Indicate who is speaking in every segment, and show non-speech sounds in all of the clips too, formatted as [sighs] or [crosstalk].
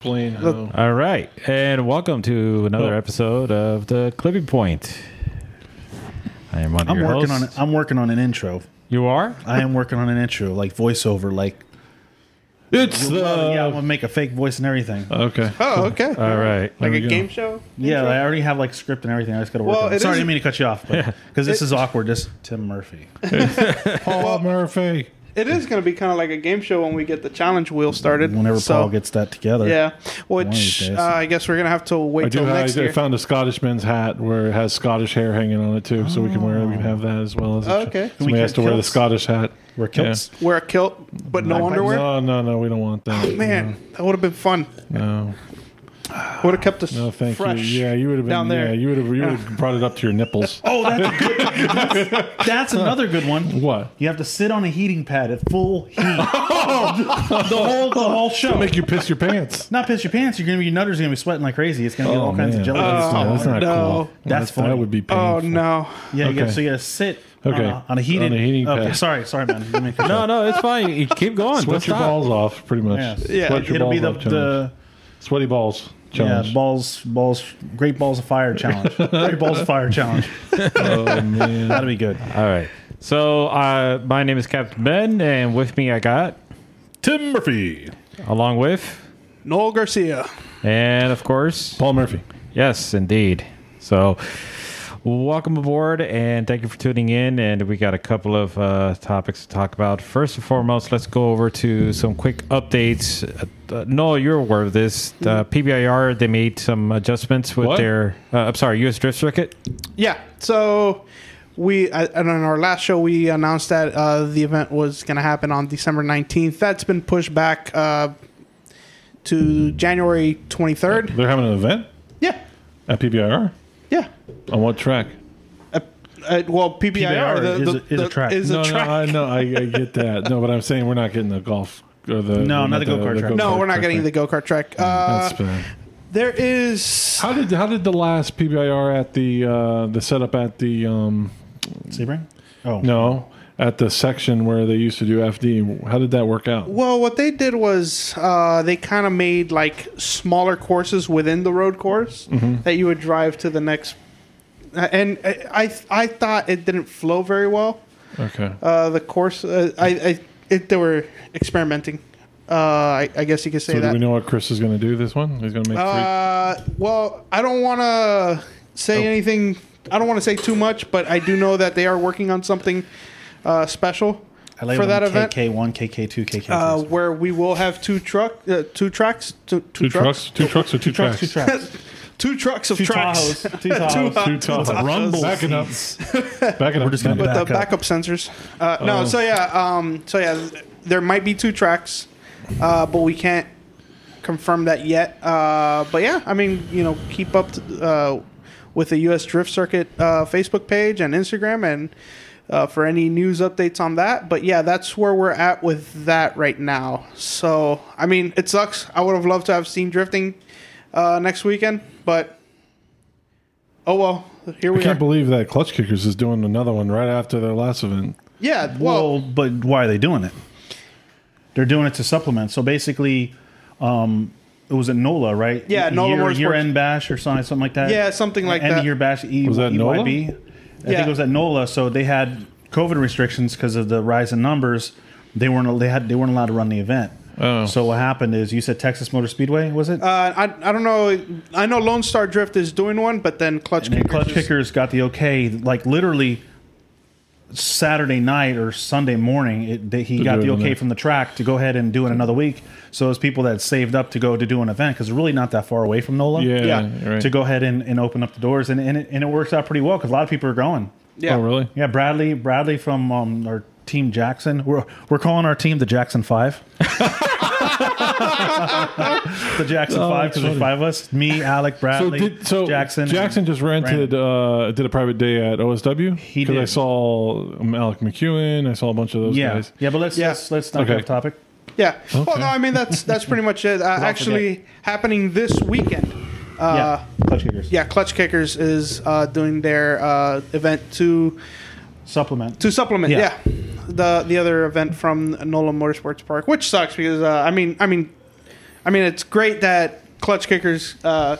Speaker 1: explain how.
Speaker 2: All right, and welcome to another episode of the Clipping Point. I am one of
Speaker 3: I'm
Speaker 2: your
Speaker 3: working
Speaker 2: hosts.
Speaker 3: on I'm working on an intro.
Speaker 2: You are?
Speaker 3: I am working on an intro, like voiceover, like oh,
Speaker 1: It's
Speaker 3: yeah,
Speaker 1: the.
Speaker 3: I'm gonna make a fake voice and everything.
Speaker 1: Okay.
Speaker 4: Oh, okay.
Speaker 1: Uh,
Speaker 2: All right.
Speaker 4: like
Speaker 1: we
Speaker 4: a
Speaker 1: go.
Speaker 4: game show?
Speaker 3: yeah, I already have like script and everything. I just gotta work.
Speaker 4: Well,
Speaker 3: on it.
Speaker 4: it
Speaker 3: Sorry, I
Speaker 4: is-
Speaker 3: didn't mean to cut you off, because this is awkward. This Tim Murphy.
Speaker 1: Paul Murphy.
Speaker 4: It is going to be kind of like a game show when we get the challenge wheel started.
Speaker 3: Whenever
Speaker 4: So,
Speaker 3: Paul gets that together,
Speaker 4: Yeah,
Speaker 3: these
Speaker 4: which
Speaker 3: days.
Speaker 4: uh, I guess we're going to have to
Speaker 1: I
Speaker 4: wait
Speaker 1: do.
Speaker 4: till
Speaker 1: I,
Speaker 4: next
Speaker 1: I
Speaker 4: year.
Speaker 1: found a Scottish man's hat where it has Scottish hair hanging on it too, so we can wear. We can have that as well as. a-
Speaker 4: Okay.
Speaker 1: Somebody
Speaker 3: We
Speaker 1: has
Speaker 3: Oh. can
Speaker 1: to wear the
Speaker 3: kilts.
Speaker 1: Scottish hat.
Speaker 3: we're kilts.
Speaker 4: Wear a kilt, but no underwear?
Speaker 1: No, no, no. We don't want that.
Speaker 3: Oh,
Speaker 4: Man, that would have been fun.
Speaker 1: No. no.
Speaker 4: Would have kept us
Speaker 1: No, thank
Speaker 4: fresh.
Speaker 1: you. Yeah, you would have been
Speaker 4: down there.
Speaker 1: Yeah, you would have. You would have brought it up to your nipples.
Speaker 3: Ah. Oh, that's a good. That's, that's another good one.
Speaker 1: What?
Speaker 3: You have to sit on a heating pad at full
Speaker 1: [laughs]
Speaker 3: heat. the whole the whole show.
Speaker 1: Make you piss your
Speaker 3: [laughs]
Speaker 1: pants.
Speaker 3: Not piss your pants. You're gonna be your nutters. Gonna be sweating like crazy. It's gonna be all kinds of
Speaker 1: Oh, man.
Speaker 3: jelly. Oh,
Speaker 1: That's not- that's not
Speaker 4: no.
Speaker 1: cool.
Speaker 3: That's funny.
Speaker 1: That would be painful.
Speaker 4: Oh, no.
Speaker 3: Yeah, you
Speaker 1: Okay.
Speaker 3: got, so you gotta sit uh,
Speaker 1: Okay.
Speaker 3: on, a, on a heated
Speaker 1: On a heating
Speaker 3: okay,
Speaker 1: pad.
Speaker 3: Sorry, sorry, man. Let me
Speaker 1: [laughs]
Speaker 3: cut you
Speaker 2: No,
Speaker 3: off.
Speaker 2: no, it's fine. You keep going. Don't
Speaker 1: Sweat your
Speaker 2: stop.
Speaker 1: balls off, pretty much.
Speaker 3: Yes.
Speaker 4: Yeah,
Speaker 1: Sweat your
Speaker 3: It'll be
Speaker 1: balls
Speaker 3: the,
Speaker 1: off challenge.
Speaker 3: the
Speaker 1: Sweaty balls challenge.
Speaker 3: yeah, balls, balls, great balls of
Speaker 1: [laughs]
Speaker 3: fire challenge. great balls of fire challenge. [laughs]
Speaker 1: Oh man.
Speaker 3: That'll be good.
Speaker 2: All right. So uh, my name is Captain Ben, and with me I got,
Speaker 1: Tim Murphy.
Speaker 2: along with,
Speaker 4: Noel Garcia.
Speaker 2: and of course,
Speaker 1: Paul Murphy.
Speaker 2: yes, indeed. So welcome aboard, and thank you for tuning in. And we got a couple of uh, topics to talk about. First and foremost, let's go over to some quick updates. Uh, Noel, you're aware of this. Uh, PBIR they made some adjustments with
Speaker 1: What?
Speaker 2: their. Uh, I'm sorry, U.S. Drift Circuit.
Speaker 4: Yeah. So we uh, and on our last show we announced that uh, the event was going to happen on December nineteenth. That's been pushed back uh, to January twenty third.
Speaker 1: They're having an event
Speaker 4: Yeah.
Speaker 1: at PBIR.
Speaker 4: Yeah.
Speaker 1: On what track?
Speaker 4: Uh, uh, well, PBIR,
Speaker 3: PBIR
Speaker 4: the,
Speaker 3: is
Speaker 4: the-
Speaker 3: a- is a
Speaker 4: the-
Speaker 3: track.
Speaker 4: Is a
Speaker 1: no,
Speaker 4: track.
Speaker 1: no, I know. I, I get that. No, but I'm saying we're not getting the golf or the
Speaker 3: No, not the go-kart track. Mm,
Speaker 4: no, we're not getting the go kart track. Uh,
Speaker 1: That's bad.
Speaker 4: there is.
Speaker 1: How did how did the last PBIR at the uh, the setup at the um,
Speaker 3: Sebring. Oh
Speaker 1: no at the section where they used to do FD? How did that work out?
Speaker 4: Well, what they did was uh, they kind of made like smaller courses within the road course
Speaker 1: Mm-hmm.
Speaker 4: that you would drive to the next. And uh, I, I I thought it didn't flow very well.
Speaker 1: Okay.
Speaker 4: Uh, the course, uh, I, I it, they were experimenting. Uh, I, I guess you could say
Speaker 1: so do
Speaker 4: that.
Speaker 1: we know what Chris is going to do this one? He's going to make three. Oh.
Speaker 4: Uh, well, I don't want to say anything. I don't want to say too much, but I do know that they are working on something uh, special
Speaker 3: I labeled
Speaker 4: for that
Speaker 3: them
Speaker 4: event.
Speaker 3: KK1, KK2, KK3.
Speaker 4: uh, where we will have two truck, uh, two tracks, two, two
Speaker 1: Two trucks, two trucks, or two,
Speaker 3: trucks, two tracks,
Speaker 4: [laughs] two trucks of
Speaker 3: two
Speaker 4: tracks
Speaker 3: Tahoes,
Speaker 4: [laughs]
Speaker 3: two Tahoes.
Speaker 1: Two Tahoes.
Speaker 3: Rumble
Speaker 1: Backing up.
Speaker 3: seats. [laughs]
Speaker 1: Backing up.
Speaker 3: We're just gonna
Speaker 1: Back
Speaker 4: with the
Speaker 3: Back up.
Speaker 4: backup sensors. Uh, no,
Speaker 1: Oh.
Speaker 4: so yeah, um, so yeah, there might be two tracks, uh, but we can't confirm that yet. Uh, but yeah, I mean, you know, keep up to, uh, with the U.S. Drift Circuit uh, Facebook page and Instagram, and uh, for any news updates on that. But yeah, that's where we're at with that right now. So I mean, it sucks. I would have loved to have seen drifting uh, next weekend, but oh well. Here we
Speaker 1: I can't
Speaker 4: are.
Speaker 1: believe that Clutch Kickers is doing another one right after their last event.
Speaker 4: yeah. Well,
Speaker 3: Well, but why are they doing it? They're doing it to supplement. So basically, um, it was at NOLA, right?
Speaker 4: Yeah, NOLA
Speaker 3: year,
Speaker 4: Motorsports.
Speaker 3: year end bash or something, something like that.
Speaker 4: Yeah, something like
Speaker 3: end
Speaker 4: that.
Speaker 3: End year bash. E-
Speaker 1: Was that NOLA?
Speaker 3: EYB. I
Speaker 4: Yeah.
Speaker 3: think it was at NOLA. So they had COVID restrictions because of the rise in numbers. They weren't. They had. They weren't allowed to run the event.
Speaker 1: Oh.
Speaker 3: So what happened is you said Texas Motor Speedway was it?
Speaker 4: Uh, I, I don't know. I know Lone Star Drift is doing one, but then Clutch
Speaker 3: and
Speaker 4: Kickers.
Speaker 3: Clutch
Speaker 4: is-
Speaker 3: Kickers got the okay, like literally Saturday night or Sunday morning. It, they, he got
Speaker 1: do
Speaker 3: the
Speaker 1: it in
Speaker 3: okay
Speaker 1: there.
Speaker 3: from the track to go ahead and do it another week. So those people that saved up to go to do an event because really not that far away from NOLA.
Speaker 1: Yeah,
Speaker 4: Yeah.
Speaker 1: right.
Speaker 3: To go ahead and, and open up the doors and and it, and it works out pretty well because a lot of people are going.
Speaker 4: Yeah.
Speaker 1: Oh, really?
Speaker 3: Yeah, Bradley, Bradley from um, our team Jackson. We're we're calling our team the Jackson Five. [laughs] the Jackson
Speaker 1: Oh,
Speaker 3: Five
Speaker 1: that's
Speaker 3: because there's
Speaker 1: funny.
Speaker 3: five of us. Me, Alec,
Speaker 1: So,
Speaker 3: Bradley,
Speaker 1: did, so
Speaker 3: Jackson.
Speaker 1: Jackson
Speaker 3: and-
Speaker 1: Jackson just rented uh, did a private day at OSW.
Speaker 3: He
Speaker 1: I
Speaker 3: did.
Speaker 1: saw um, Alec McEwen. I saw a bunch of those
Speaker 3: Yeah,
Speaker 1: guys.
Speaker 3: yeah, but let's
Speaker 4: Yeah.
Speaker 3: let's, let's not
Speaker 1: Okay.
Speaker 3: go off topic.
Speaker 4: Yeah. Well,
Speaker 1: Okay.
Speaker 4: no, I mean that's that's pretty much it. Uh, actually, happening this weekend. Uh, yeah.
Speaker 3: yeah, clutch kickers.
Speaker 4: Clutch Kickers is uh, doing their uh, event to
Speaker 3: supplement.
Speaker 4: to supplement. Yeah.
Speaker 3: Yeah.
Speaker 4: The the other event from Nola Motorsports Park, which sucks because uh, I mean I mean I mean, it's great that Clutch Kickers uh,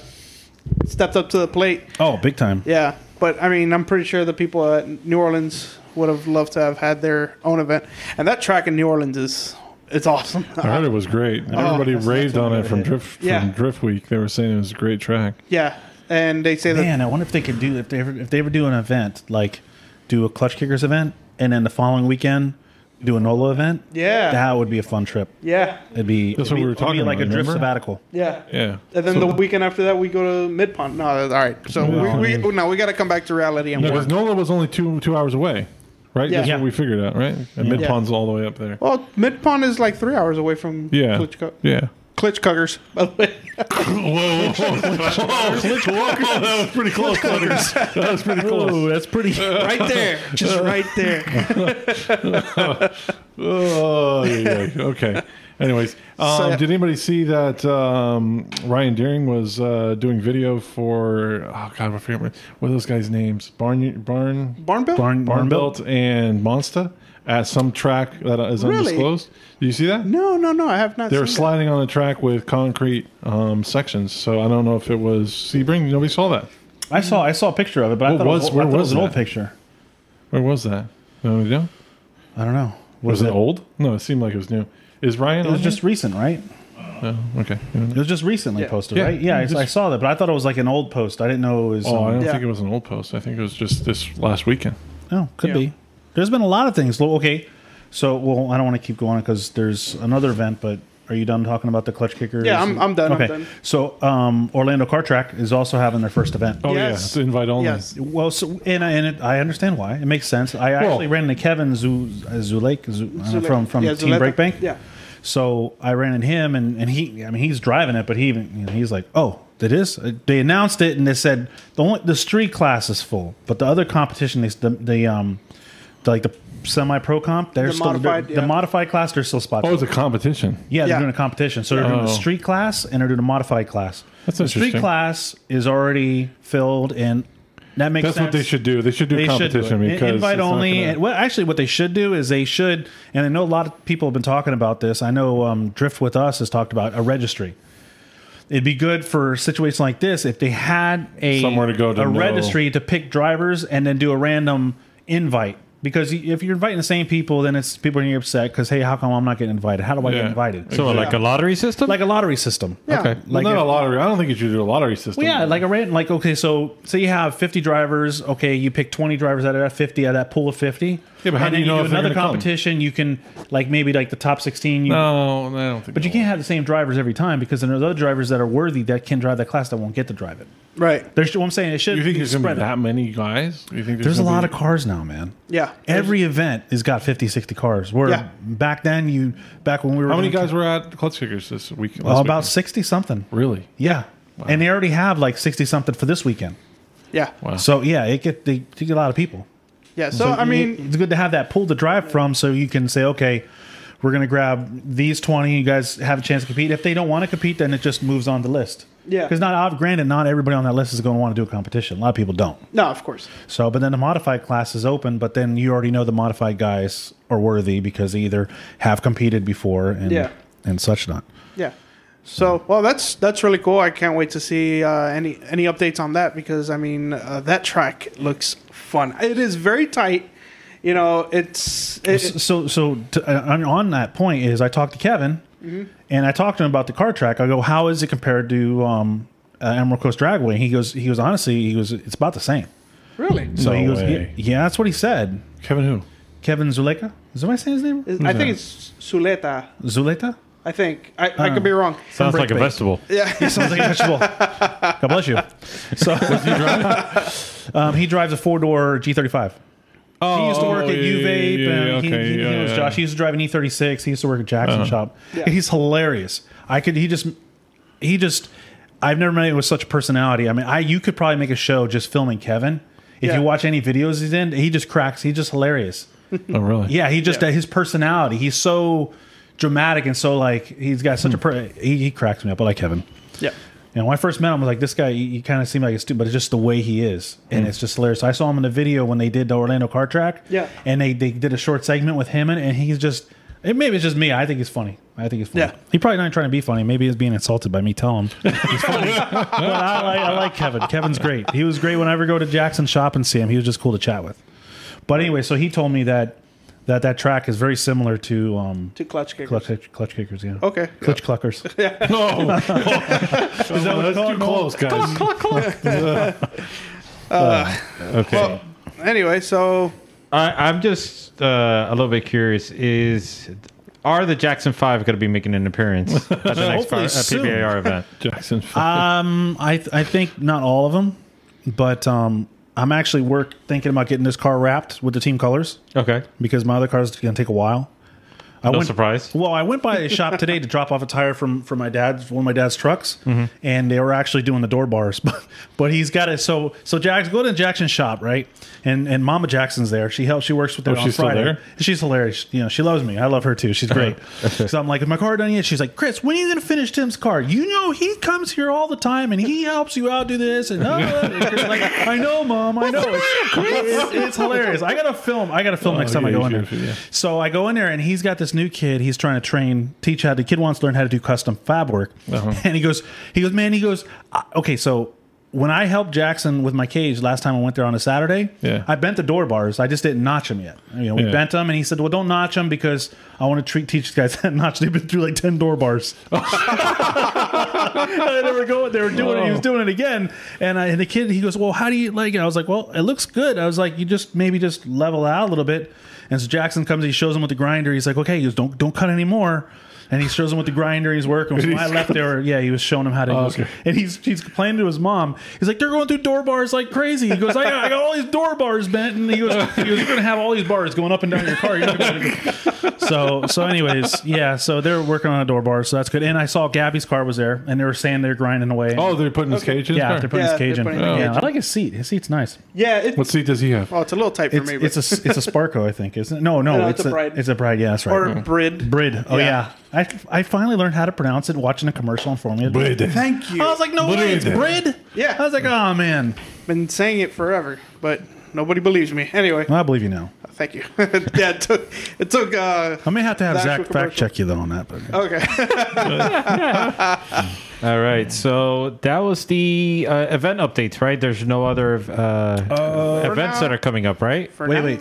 Speaker 4: stepped up to the plate.
Speaker 3: Oh, big time.
Speaker 4: Yeah, but I mean, I'm pretty sure the people at New Orleans would have loved to have had their own event, and that track in New Orleans is it's awesome. [laughs]
Speaker 1: I heard it was great. Everybody
Speaker 3: Oh, that's-
Speaker 1: raved
Speaker 3: that's
Speaker 1: on
Speaker 3: what
Speaker 1: it
Speaker 3: I
Speaker 1: from
Speaker 3: heard.
Speaker 1: Drift
Speaker 4: Yeah.
Speaker 1: from Drift Week. They were saying it was a great track.
Speaker 4: yeah, and they say that
Speaker 3: Man, I wonder if they could do if they ever if they ever do an event like do a clutch kickers event and then the following weekend do a Nola event.
Speaker 4: Yeah.
Speaker 3: that would be a fun trip.
Speaker 4: yeah,
Speaker 3: It'd be
Speaker 1: That's
Speaker 3: it'd
Speaker 1: what
Speaker 3: be-
Speaker 1: we were
Speaker 3: it'd be
Speaker 1: talking
Speaker 3: like
Speaker 1: about,
Speaker 3: a drift
Speaker 1: remember?
Speaker 3: sabbatical.
Speaker 4: yeah.
Speaker 1: Yeah.
Speaker 4: And then
Speaker 1: So-
Speaker 4: the weekend after that, we go to Mid Pond. No, all right. So
Speaker 1: No.
Speaker 4: we, we no, we got to come back to reality and
Speaker 1: No,
Speaker 4: work.
Speaker 1: because Nola was only two two hours away, right?
Speaker 4: Yeah.
Speaker 1: That's
Speaker 4: Yeah.
Speaker 1: what we figured out, right? And Mid Pond's all the way up there.
Speaker 4: Well, Mid Pond is like three hours away from
Speaker 1: Yeah.
Speaker 4: Klitschko-
Speaker 1: Yeah.
Speaker 4: Klitschkuggers, by the way.
Speaker 1: Whoa, [laughs] whoa,
Speaker 3: [laughs]
Speaker 1: that was pretty close, [laughs] That was pretty
Speaker 3: Oh, that's pretty.
Speaker 4: right there, just right there.
Speaker 1: Oh, yeah, yeah. okay. Anyways, um,
Speaker 4: So-
Speaker 1: did anybody see that um, Ryan Deering was uh, doing video for? Oh God, I forget what, what are those guys' names. Barn Barn
Speaker 4: Barnbill.
Speaker 3: Barn, Barnbelt.
Speaker 1: Barnbelt and Monsta at some track that is
Speaker 4: Really?
Speaker 1: undisclosed. Did you see that?
Speaker 4: no, no, no. I have not.
Speaker 1: They were
Speaker 4: seen that.
Speaker 1: sliding on a track with concrete um, sections, so I don't know if it was Sebring. Nobody saw that.
Speaker 3: I saw I saw a picture of it, but I
Speaker 1: What
Speaker 3: thought
Speaker 1: was-
Speaker 3: it was,
Speaker 1: where
Speaker 3: I thought it
Speaker 1: was
Speaker 3: was an old
Speaker 1: that?
Speaker 3: picture.
Speaker 1: Where was that? No idea.
Speaker 3: I don't know.
Speaker 1: Was, it old? No, it seemed like it was new. Is Ryan? Oh,
Speaker 3: It was just recent, right?
Speaker 1: okay.
Speaker 3: It was just recently
Speaker 4: Yeah.
Speaker 3: posted,
Speaker 1: Yeah.
Speaker 3: right? Yeah, I,
Speaker 1: Just-
Speaker 3: I saw that, but I thought it was like an old post. I didn't know it was.
Speaker 1: Oh, I
Speaker 3: um,
Speaker 1: don't
Speaker 4: Yeah.
Speaker 1: think it was an old post. I think it was just this last weekend.
Speaker 3: Oh, could
Speaker 1: Yeah.
Speaker 3: be. There's been a lot of things. Well, Okay, so well, I don't want to keep going because there's another event. But are you done talking about the clutch kickers?
Speaker 4: Yeah, I'm- I'm done, I'm
Speaker 3: Okay,
Speaker 4: done.
Speaker 3: so um, Orlando Car Track is also having their first event.
Speaker 1: Oh yeah,
Speaker 4: Yes.
Speaker 1: it's invite only.
Speaker 4: Yes.
Speaker 3: Well, so and I, and it, I understand why it makes sense. I actually ran into Kevin Zu, uh, Zulake, Zu, I don't know, from from
Speaker 4: Yeah,
Speaker 3: Team
Speaker 4: Zuleta.
Speaker 3: Breakbank.
Speaker 4: Yeah.
Speaker 3: So I ran into him, and, and he, I mean, he's driving it, but he even you know, he's like, "Oh, that is." They announced it, and they said the only the street class is full, but the other competition, they, the the um, the, like the semi pro comp, they're
Speaker 4: The
Speaker 3: still
Speaker 4: modified,
Speaker 3: they're-
Speaker 4: yeah.
Speaker 3: the modified class, they're still spot.
Speaker 1: Oh, it's a competition.
Speaker 3: Yeah, they're
Speaker 4: Yeah.
Speaker 3: doing a competition. So they're doing
Speaker 1: Oh.
Speaker 3: a street class and they're doing a modified class.
Speaker 1: That's
Speaker 3: the street
Speaker 1: interesting.
Speaker 3: class is already filled, and that makes
Speaker 1: That's
Speaker 3: sense.
Speaker 1: what they should do. They should do
Speaker 3: They should do
Speaker 1: competition
Speaker 3: it. In-
Speaker 1: because
Speaker 3: invite
Speaker 1: it's not
Speaker 3: only.
Speaker 1: gonna-
Speaker 3: and, well, actually, what they should do is they should, and I know a lot of people have been talking about this. I know um, Drift with Us has talked about a registry. It'd be good for situations like this if they had a
Speaker 1: Somewhere to go to
Speaker 3: a
Speaker 1: know.
Speaker 3: registry to pick drivers and then do a random invite. Because y- if you're inviting the same people, then it's people are gonna get upset because hey, how come I'm not getting invited? How do I get
Speaker 1: Yeah.
Speaker 3: invited?
Speaker 2: So, like a lottery system?
Speaker 3: like a lottery system.
Speaker 4: Yeah.
Speaker 1: Okay. Well,
Speaker 3: Like
Speaker 1: not
Speaker 3: if-
Speaker 1: a lottery. I don't think you should do a lottery system.
Speaker 3: Well, yeah, like a random, like okay, so say you have fifty drivers. Okay, you pick twenty drivers out of that fifty out of that pool of fifty.
Speaker 1: Yeah, but how
Speaker 3: and
Speaker 1: do
Speaker 3: then
Speaker 1: you know
Speaker 3: do
Speaker 1: if they're
Speaker 3: another
Speaker 1: gonna come?
Speaker 3: competition? You can like maybe like the top sixteen. You,
Speaker 1: no, I don't think.
Speaker 3: But you can't have the same drivers every time because then there's other drivers that are worthy that can drive that class that won't get to drive it.
Speaker 4: Right.
Speaker 3: There's what I'm saying. It should.
Speaker 1: You think
Speaker 3: be
Speaker 1: there's gonna
Speaker 3: spread
Speaker 1: be
Speaker 3: out.
Speaker 1: that many guys? You think
Speaker 3: There's a
Speaker 1: gonna
Speaker 3: lot
Speaker 1: be-
Speaker 3: of cars now, man.
Speaker 4: Yeah.
Speaker 3: Every event has got 50, 60 cars. Where
Speaker 4: Yeah.
Speaker 3: back then, you back when we were
Speaker 1: How many
Speaker 3: doing-
Speaker 1: guys were at Clutch Kickers this week?
Speaker 3: Oh,
Speaker 1: last
Speaker 3: about
Speaker 1: weekend?
Speaker 3: sixty something.
Speaker 1: really.
Speaker 3: Yeah, and they already have like sixty something for this weekend.
Speaker 4: yeah.
Speaker 1: Wow.
Speaker 3: So yeah, it get they, they get a lot of people.
Speaker 4: Yeah. So, I
Speaker 3: you-
Speaker 4: mean,
Speaker 3: it's good to have that pool to drive from, so you can say, okay, we're going to grab these twenty. You guys have a chance to compete. If they don't want to compete, then it just moves on the list.
Speaker 4: Yeah.
Speaker 3: because not ob- granted, not everybody on that list is going to want to do a competition. A lot of people don't.
Speaker 4: no, of course.
Speaker 3: So, but then the modified class is open. But then you already know the modified guys are worthy because they either have competed before and
Speaker 4: Yeah.
Speaker 3: and such not.
Speaker 4: Yeah. So well, that's that's really cool. I can't wait to see uh, any any updates on that because I mean uh, that track looks fun. It is very tight. You know, it's it,
Speaker 3: so so to, uh, on- on that point is I talked to Kevin and I talked to him about the car track. I go, how is it compared to um, uh, Emerald Coast Dragway? He goes, he goes, honestly, he goes, it's about the same.
Speaker 4: really.
Speaker 3: So
Speaker 1: No
Speaker 3: he goes,
Speaker 1: way.
Speaker 3: "Yeah, yeah, that's what he said.
Speaker 1: Kevin who?
Speaker 3: Kevin Zuleka, is that what I saying his name?
Speaker 4: I think it's Suleta.
Speaker 3: Zuleta.
Speaker 4: I think I, I could be
Speaker 3: Uh,
Speaker 4: wrong. [laughs]
Speaker 2: Sounds like a
Speaker 3: Breakbank.
Speaker 2: vegetable.
Speaker 3: He sounds like a vegetable. God
Speaker 2: [laughs]
Speaker 3: bless you. So [laughs] um, he drives a four door G35.
Speaker 1: Oh,
Speaker 3: He used to work at
Speaker 1: yeah,
Speaker 3: UVape,
Speaker 1: yeah,
Speaker 3: and he,
Speaker 1: okay,
Speaker 3: he, he
Speaker 1: yeah,
Speaker 3: knows
Speaker 1: yeah. Uh-huh.
Speaker 3: Josh. He used to drive an E36. He used to work at Jackson Shop.
Speaker 4: Yeah.
Speaker 3: He's hilarious. I could. He just. He just. I've never met anyone with such a personality. I mean, I you could probably make a show just filming Kevin. If
Speaker 4: Yeah.
Speaker 3: you watch any videos he's in, he just cracks. He's just hilarious.
Speaker 1: Oh, really?
Speaker 3: Yeah, he just
Speaker 4: Yeah.
Speaker 3: his personality. He's so dramatic and so like he's got
Speaker 1: Hmm.
Speaker 3: such a. Per, he, he cracks me up. I like Kevin.
Speaker 4: Yeah.
Speaker 3: And when I first met him, I was like, this guy, he, he kind of seemed like a stupid, but it's just the way he is. And it's just hilarious. I saw him in the video when they did the Orlando car track.
Speaker 4: Mm. Yeah.
Speaker 3: And they, they did a short segment with him, and, and he's just It, maybe it's just me. I think he's funny. I think he's funny.
Speaker 4: Yeah.
Speaker 3: He probably not trying to be funny. Maybe he's being insulted by me telling him [laughs] he's funny.
Speaker 4: [laughs]
Speaker 3: but I like, I like Kevin. Kevin's great. He was great whenever I go to Jackson's shop and see him. He was just cool to chat with. But anyway, so he told me that that, that track is very similar to um,
Speaker 4: Two clutch kickers.
Speaker 3: clutch, clutch kickers. Yeah.
Speaker 4: Okay.
Speaker 3: Clutch
Speaker 4: [laughs]
Speaker 3: cluckers.
Speaker 1: No,
Speaker 3: that what it's
Speaker 1: Oh, that's
Speaker 3: called,
Speaker 1: too
Speaker 3: Noel?
Speaker 1: close, guys.
Speaker 2: Okay.
Speaker 4: Anyway, so
Speaker 2: I, I'm just uh, a little bit curious. Is are the Jackson Five going to be making an appearance at [laughs] the next
Speaker 3: Hopefully
Speaker 2: par- uh,
Speaker 3: soon.
Speaker 2: PBAR event?
Speaker 1: Jackson.
Speaker 3: [laughs] Um, I th- I think not all of them, but um, I'm actually work thinking about getting this car wrapped with the team colors
Speaker 2: Okay,
Speaker 3: because my other car is going to take a while. I
Speaker 2: no
Speaker 3: went,
Speaker 2: surprise.
Speaker 3: Well, I went by a shop today to drop off a tire from from my dad's one of my dad's trucks,
Speaker 1: Mm-hmm.
Speaker 3: and they were actually doing the door bars. [laughs] But but he's got it. So so Jackson, go to Jackson's shop, right? And and Mama Jackson's there. She helps. She works with them
Speaker 1: Oh,
Speaker 3: on
Speaker 1: she's still
Speaker 3: Friday.
Speaker 1: there?
Speaker 3: She's hilarious. You know, she loves me. I love her too. She's great.
Speaker 1: Uh-huh.
Speaker 3: so I'm like, is my car done yet? She's like, Chris, when are you gonna finish Tim's car? You know, he comes here all the time and he helps you out do this and oh, like, I know, mom, I know. It's, it's, it's hilarious. I gotta film. I gotta film next time I
Speaker 1: Oh, yeah,
Speaker 3: go in
Speaker 1: sure,
Speaker 3: there.
Speaker 1: sure, yeah.
Speaker 3: So I go in there and he's got this new kid. He's trying to train, teach how the kid wants to learn how to do custom fab work.
Speaker 1: Uh-huh.
Speaker 3: And he goes, he goes, man, he goes, "I- okay, so when I helped Jackson with my cage last time I went there on a Saturday,
Speaker 1: Yeah.
Speaker 3: I bent the door bars. I just didn't notch them yet. You know, we
Speaker 1: Yeah.
Speaker 3: bent them and he said, well, don't notch them because I want to treat, teach these guys [laughs] that notch. They've been through like 10 door bars. [laughs] they were going, they were doing it. He was doing it again. And I, and the kid, he goes, well, how do you like it? I was like, well, it looks good. I was like, you just maybe just level out a little bit. And so Jackson comes, he shows him with the grinder. He's like, okay, he goes, don't, don't cut anymore. And he shows him with the grinder. He's working. When I left there, yeah, he was showing him how to. he goes-
Speaker 1: okay.
Speaker 3: And he's he's complaining to his mom. He's like, they're going through door bars like crazy. He goes, I got, I got all these door bars bent, and he goes, he goes, you're gonna have all these bars going up and down your car. You're not gonna be able to-" so so, anyways, yeah. So they're working on a door bar, so that's good. And I saw Gabby's car was there, and they were saying they're grinding away.
Speaker 1: Oh, they're putting his cage in. his
Speaker 3: yeah,
Speaker 1: car?
Speaker 3: they're putting
Speaker 4: Yeah,
Speaker 3: his cage
Speaker 4: they're
Speaker 3: in.
Speaker 4: putting the
Speaker 3: yeah,
Speaker 4: cage
Speaker 3: I like his seat. His seat's nice.
Speaker 4: yeah, it,
Speaker 1: what seat does he have?
Speaker 4: oh, it's a little tight for
Speaker 3: It's
Speaker 4: me.
Speaker 3: it's
Speaker 4: but,
Speaker 3: a it's a Sparco, I think, isn't it? No, no,
Speaker 4: No,
Speaker 3: it's, a, bride. It's a bride. Yeah, that's right.
Speaker 4: or Brid.
Speaker 3: Brid. Oh
Speaker 4: Yeah.
Speaker 3: yeah. I, I finally learned how to pronounce it watching a commercial on Formula.
Speaker 4: Thank you.
Speaker 3: I was like, no way, it's Brid.
Speaker 4: Yeah.
Speaker 3: I was like, oh man.
Speaker 4: been saying it forever, but nobody believes me. Anyway,
Speaker 3: Well, I believe you now.
Speaker 4: thank you. [laughs] yeah, it took. It took uh,
Speaker 3: I may have to have
Speaker 4: The
Speaker 3: Zach
Speaker 4: actual Oh,
Speaker 3: fact
Speaker 4: commercial.
Speaker 3: check you though on that. But
Speaker 4: okay.
Speaker 2: All right, so that was the uh, event updates, right? There's no other uh, events
Speaker 1: Uh,
Speaker 4: now-
Speaker 2: that are coming up, right?
Speaker 4: [laughs] For
Speaker 3: wait,
Speaker 4: now-
Speaker 3: wait.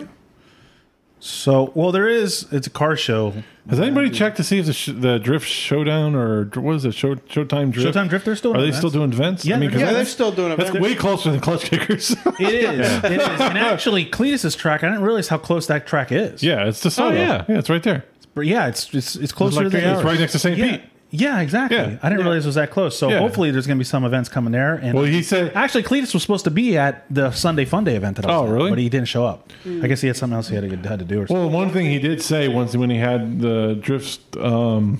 Speaker 3: So, well, there is. It's a car
Speaker 4: [laughs]
Speaker 3: show.
Speaker 1: Has anybody checked to see if the, sh- the Drift Showdown or dr- what is it? Show- Showtime Drift.
Speaker 3: Showtime Drift, they're still
Speaker 1: Are
Speaker 3: doing
Speaker 1: they still
Speaker 3: events.
Speaker 1: doing events?
Speaker 3: Yeah,
Speaker 1: 'cause
Speaker 4: Yeah, they're
Speaker 1: that's,
Speaker 4: still doing
Speaker 1: that's
Speaker 4: events.
Speaker 1: way closer than Clutch Kickers. [laughs]
Speaker 3: It is. it is. And actually, Cletus's track. I didn't realize how close that track is.
Speaker 1: yeah, it's the solo.
Speaker 2: yeah.
Speaker 1: yeah, it's right there.
Speaker 3: But yeah, it's it's it's closer
Speaker 1: like
Speaker 3: to
Speaker 1: three
Speaker 3: the
Speaker 1: hours. It's right next to St.
Speaker 3: Yeah.
Speaker 1: Pete.
Speaker 3: Yeah, exactly.
Speaker 1: Yeah.
Speaker 3: I didn't realize it was that close. So
Speaker 1: Yeah.
Speaker 3: hopefully, there's going to be some events coming there. And
Speaker 1: Well, he said
Speaker 3: Actually, Cletus was supposed to be at the Sunday Fun Day event that I was
Speaker 1: Oh,
Speaker 3: at,
Speaker 1: really?
Speaker 3: But he didn't show up.
Speaker 4: Mm.
Speaker 3: I guess he had something else he had to, had to do or something.
Speaker 1: Well, one thing he did say once when he had the drift um,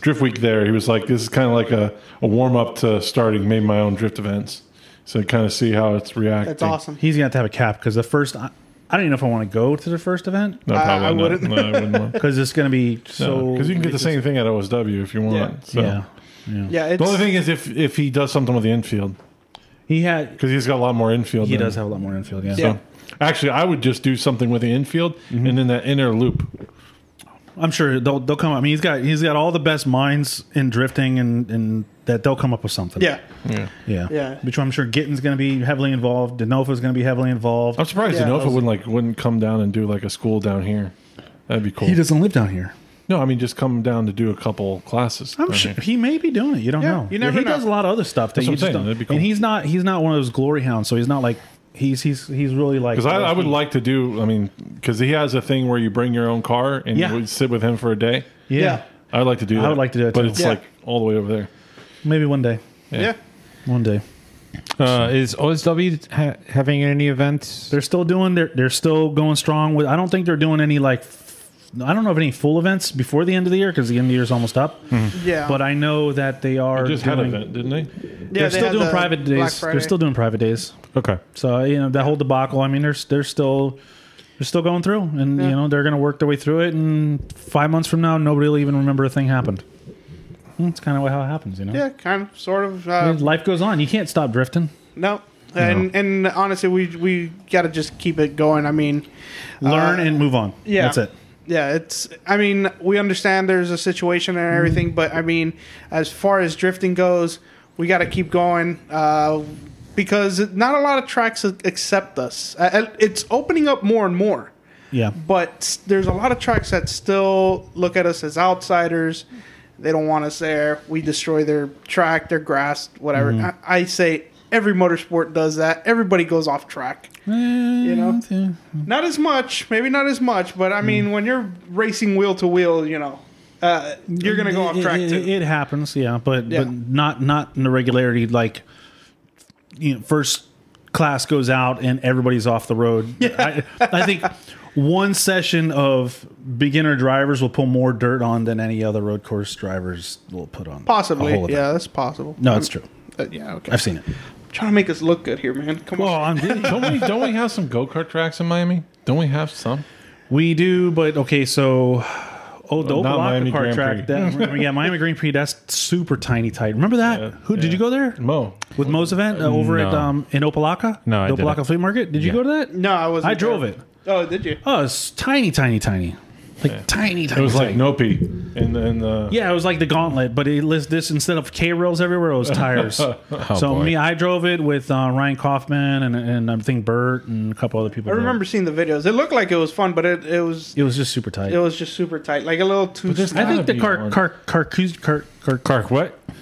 Speaker 1: drift week there, he was like, "This is kind of like a, a warm up to starting maybe my own drift events." So kind of see how it's reacting.
Speaker 4: That's awesome.
Speaker 3: He's going to have to have a cap because the first, I, I don't even know if I want to go to the first event
Speaker 1: No, probably
Speaker 4: I
Speaker 1: not.
Speaker 4: wouldn't.
Speaker 1: No, I wouldn't
Speaker 3: [laughs]
Speaker 1: want.
Speaker 3: because it's going to be so.
Speaker 1: because you can get the same thing at OSW if you want.
Speaker 4: Yeah.
Speaker 1: So.
Speaker 3: Yeah.
Speaker 4: Yeah, it's,
Speaker 1: The only thing is if if he does something with the infield
Speaker 3: He had.
Speaker 1: because he's got a lot more infield.
Speaker 3: He
Speaker 1: than-
Speaker 3: does have a lot more infield. Yeah.
Speaker 4: Yeah.
Speaker 1: So. Actually, I would just do something with the infield
Speaker 3: Mm-hmm.
Speaker 1: and then that inner loop.
Speaker 3: I'm sure they'll they'll come. up. I mean, he's got he's got all the best minds in drifting and and that they'll come up with something.
Speaker 4: yeah.
Speaker 1: Yeah.
Speaker 3: Yeah.
Speaker 4: Yeah.
Speaker 3: Which I'm sure Gittin's going to be heavily involved. Denofa's going to be heavily involved.
Speaker 1: I'm surprised
Speaker 4: Yeah,
Speaker 1: Enofa
Speaker 4: those-
Speaker 1: wouldn't like wouldn't come down and do like a school down here. That'd be cool.
Speaker 3: He doesn't live down here.
Speaker 1: No, I mean just come down to do a couple classes.
Speaker 3: I'm
Speaker 1: I
Speaker 3: sure
Speaker 1: mean,
Speaker 3: he may be doing it. You don't
Speaker 4: Yeah,
Speaker 3: know.
Speaker 4: you never
Speaker 3: he
Speaker 4: know.
Speaker 3: does a lot of other stuff. That
Speaker 1: That's
Speaker 3: you
Speaker 1: what I'm
Speaker 3: just
Speaker 1: saying.
Speaker 3: don't-
Speaker 1: That'd be cool.
Speaker 3: And he's not he's not one of those glory hounds, so he's not like he's he's he's really like.
Speaker 1: Because I, I would like to do. I mean, because he has a thing where you bring your own car and
Speaker 3: Yeah.
Speaker 1: you would sit with him for a day.
Speaker 3: yeah.
Speaker 4: Yeah.
Speaker 1: I'd like to do.
Speaker 3: I
Speaker 1: that.
Speaker 3: would like to do that,
Speaker 1: but
Speaker 3: too.
Speaker 1: it's
Speaker 4: Yeah.
Speaker 1: like all the way over there.
Speaker 3: Maybe one day.
Speaker 4: Yeah.
Speaker 3: One day.
Speaker 2: Uh, is OSW ha- having any events?
Speaker 3: They're still doing. They're they're still going strong with. I don't think they're doing any like. f- I don't know of any full events before the end of the year because the end of the year is almost up.
Speaker 4: Yeah.
Speaker 3: But I know that they are
Speaker 1: Mm-hmm. They just had an
Speaker 3: doing.
Speaker 1: event, didn't they?
Speaker 4: Yeah,
Speaker 3: They're
Speaker 4: they
Speaker 3: still
Speaker 4: had
Speaker 3: doing
Speaker 4: the
Speaker 3: private
Speaker 4: Black
Speaker 3: days.
Speaker 4: Friday.
Speaker 3: They're still doing private days.
Speaker 2: Okay.
Speaker 3: So you know that whole debacle. I mean, they're they're still they're still going through, and you know they're going to work their way through it. And five months from now, nobody will even remember a thing happened. That's kind of how it happens, you know.
Speaker 4: Yeah, kind of, sort of.
Speaker 3: I
Speaker 4: Uh,
Speaker 3: mean, Life goes on. You can't stop drifting.
Speaker 4: no. And and honestly, we we gotta just keep it going. I mean,
Speaker 3: Learn
Speaker 4: Uh,
Speaker 3: and move on.
Speaker 4: yeah.
Speaker 3: that's it.
Speaker 4: yeah, it's. I mean, we understand there's a situation and everything, but I mean, as far as drifting goes, we got to keep going uh, because not a lot of tracks accept us. Uh, It's opening up more and more,
Speaker 3: Yeah.
Speaker 4: but there's a lot of tracks that still look at us as outsiders. They don't want us there. We destroy their track, their grass, whatever. I, I say every motorsport does that. Everybody goes off track.
Speaker 3: You
Speaker 4: know? Not as much, maybe not as much, but I
Speaker 3: Hmm.
Speaker 4: mean, when you're racing wheel to wheel, you know, uh, you're gonna go off track
Speaker 3: It, it,
Speaker 4: too.
Speaker 3: it happens, yeah, but
Speaker 4: Yeah.
Speaker 3: but not not in the regularity like you know first class goes out and everybody's off the road. Yeah. I, I think one session of beginner drivers will pull more dirt on than any other road course drivers will put on. a
Speaker 4: Possibly,
Speaker 3: whole event.
Speaker 4: yeah, that's possible.
Speaker 3: No, it's true.
Speaker 4: Uh, yeah, okay.
Speaker 3: I've seen it.
Speaker 4: trying to make us look good here, man. Come
Speaker 3: Well,
Speaker 4: on.
Speaker 3: I'm,
Speaker 1: Don't we? Don't we have some go kart tracks in Miami? Don't we have some?
Speaker 3: we do, but okay, so. Oh, the
Speaker 1: not
Speaker 3: Opel
Speaker 1: Miami
Speaker 3: Car
Speaker 1: Grand
Speaker 3: track.
Speaker 1: Prix.
Speaker 3: That, yeah, Miami Grand Prix. That's super tiny tight. Remember that?
Speaker 1: Yeah,
Speaker 3: Who did
Speaker 1: yeah.
Speaker 3: you go there?
Speaker 1: Mo.
Speaker 3: with Mo's event uh, over at
Speaker 2: no.
Speaker 3: um, in Opalaka.
Speaker 2: No, I
Speaker 3: The
Speaker 2: didn't.
Speaker 3: Opalaka Flea Market. Did you
Speaker 2: Yeah.
Speaker 3: go to that?
Speaker 4: No, I wasn't.
Speaker 3: I drove
Speaker 4: there.
Speaker 3: it.
Speaker 4: Oh, did you?
Speaker 3: Oh, it's tiny, tiny, tiny, like tiny, tiny.
Speaker 1: It was like
Speaker 3: tiny.
Speaker 1: Nopi, and then uh,
Speaker 3: Yeah, it was like the gauntlet, but it lists this instead of K rails everywhere, it
Speaker 2: [laughs]
Speaker 3: was tires. so
Speaker 2: Oh, boy.
Speaker 3: me, I drove it with uh, Ryan Kaufman and and I think Bert and a couple other people.
Speaker 4: I remember seeing the videos. It looked like it was fun, but it, it was
Speaker 3: it was just super tight.
Speaker 4: it was just super tight, like a little too.
Speaker 1: there's
Speaker 4: snug.
Speaker 3: I
Speaker 1: gotta
Speaker 3: think the
Speaker 1: be
Speaker 3: car
Speaker 1: one.
Speaker 3: car car car car car, car
Speaker 2: Clark, what? Ah,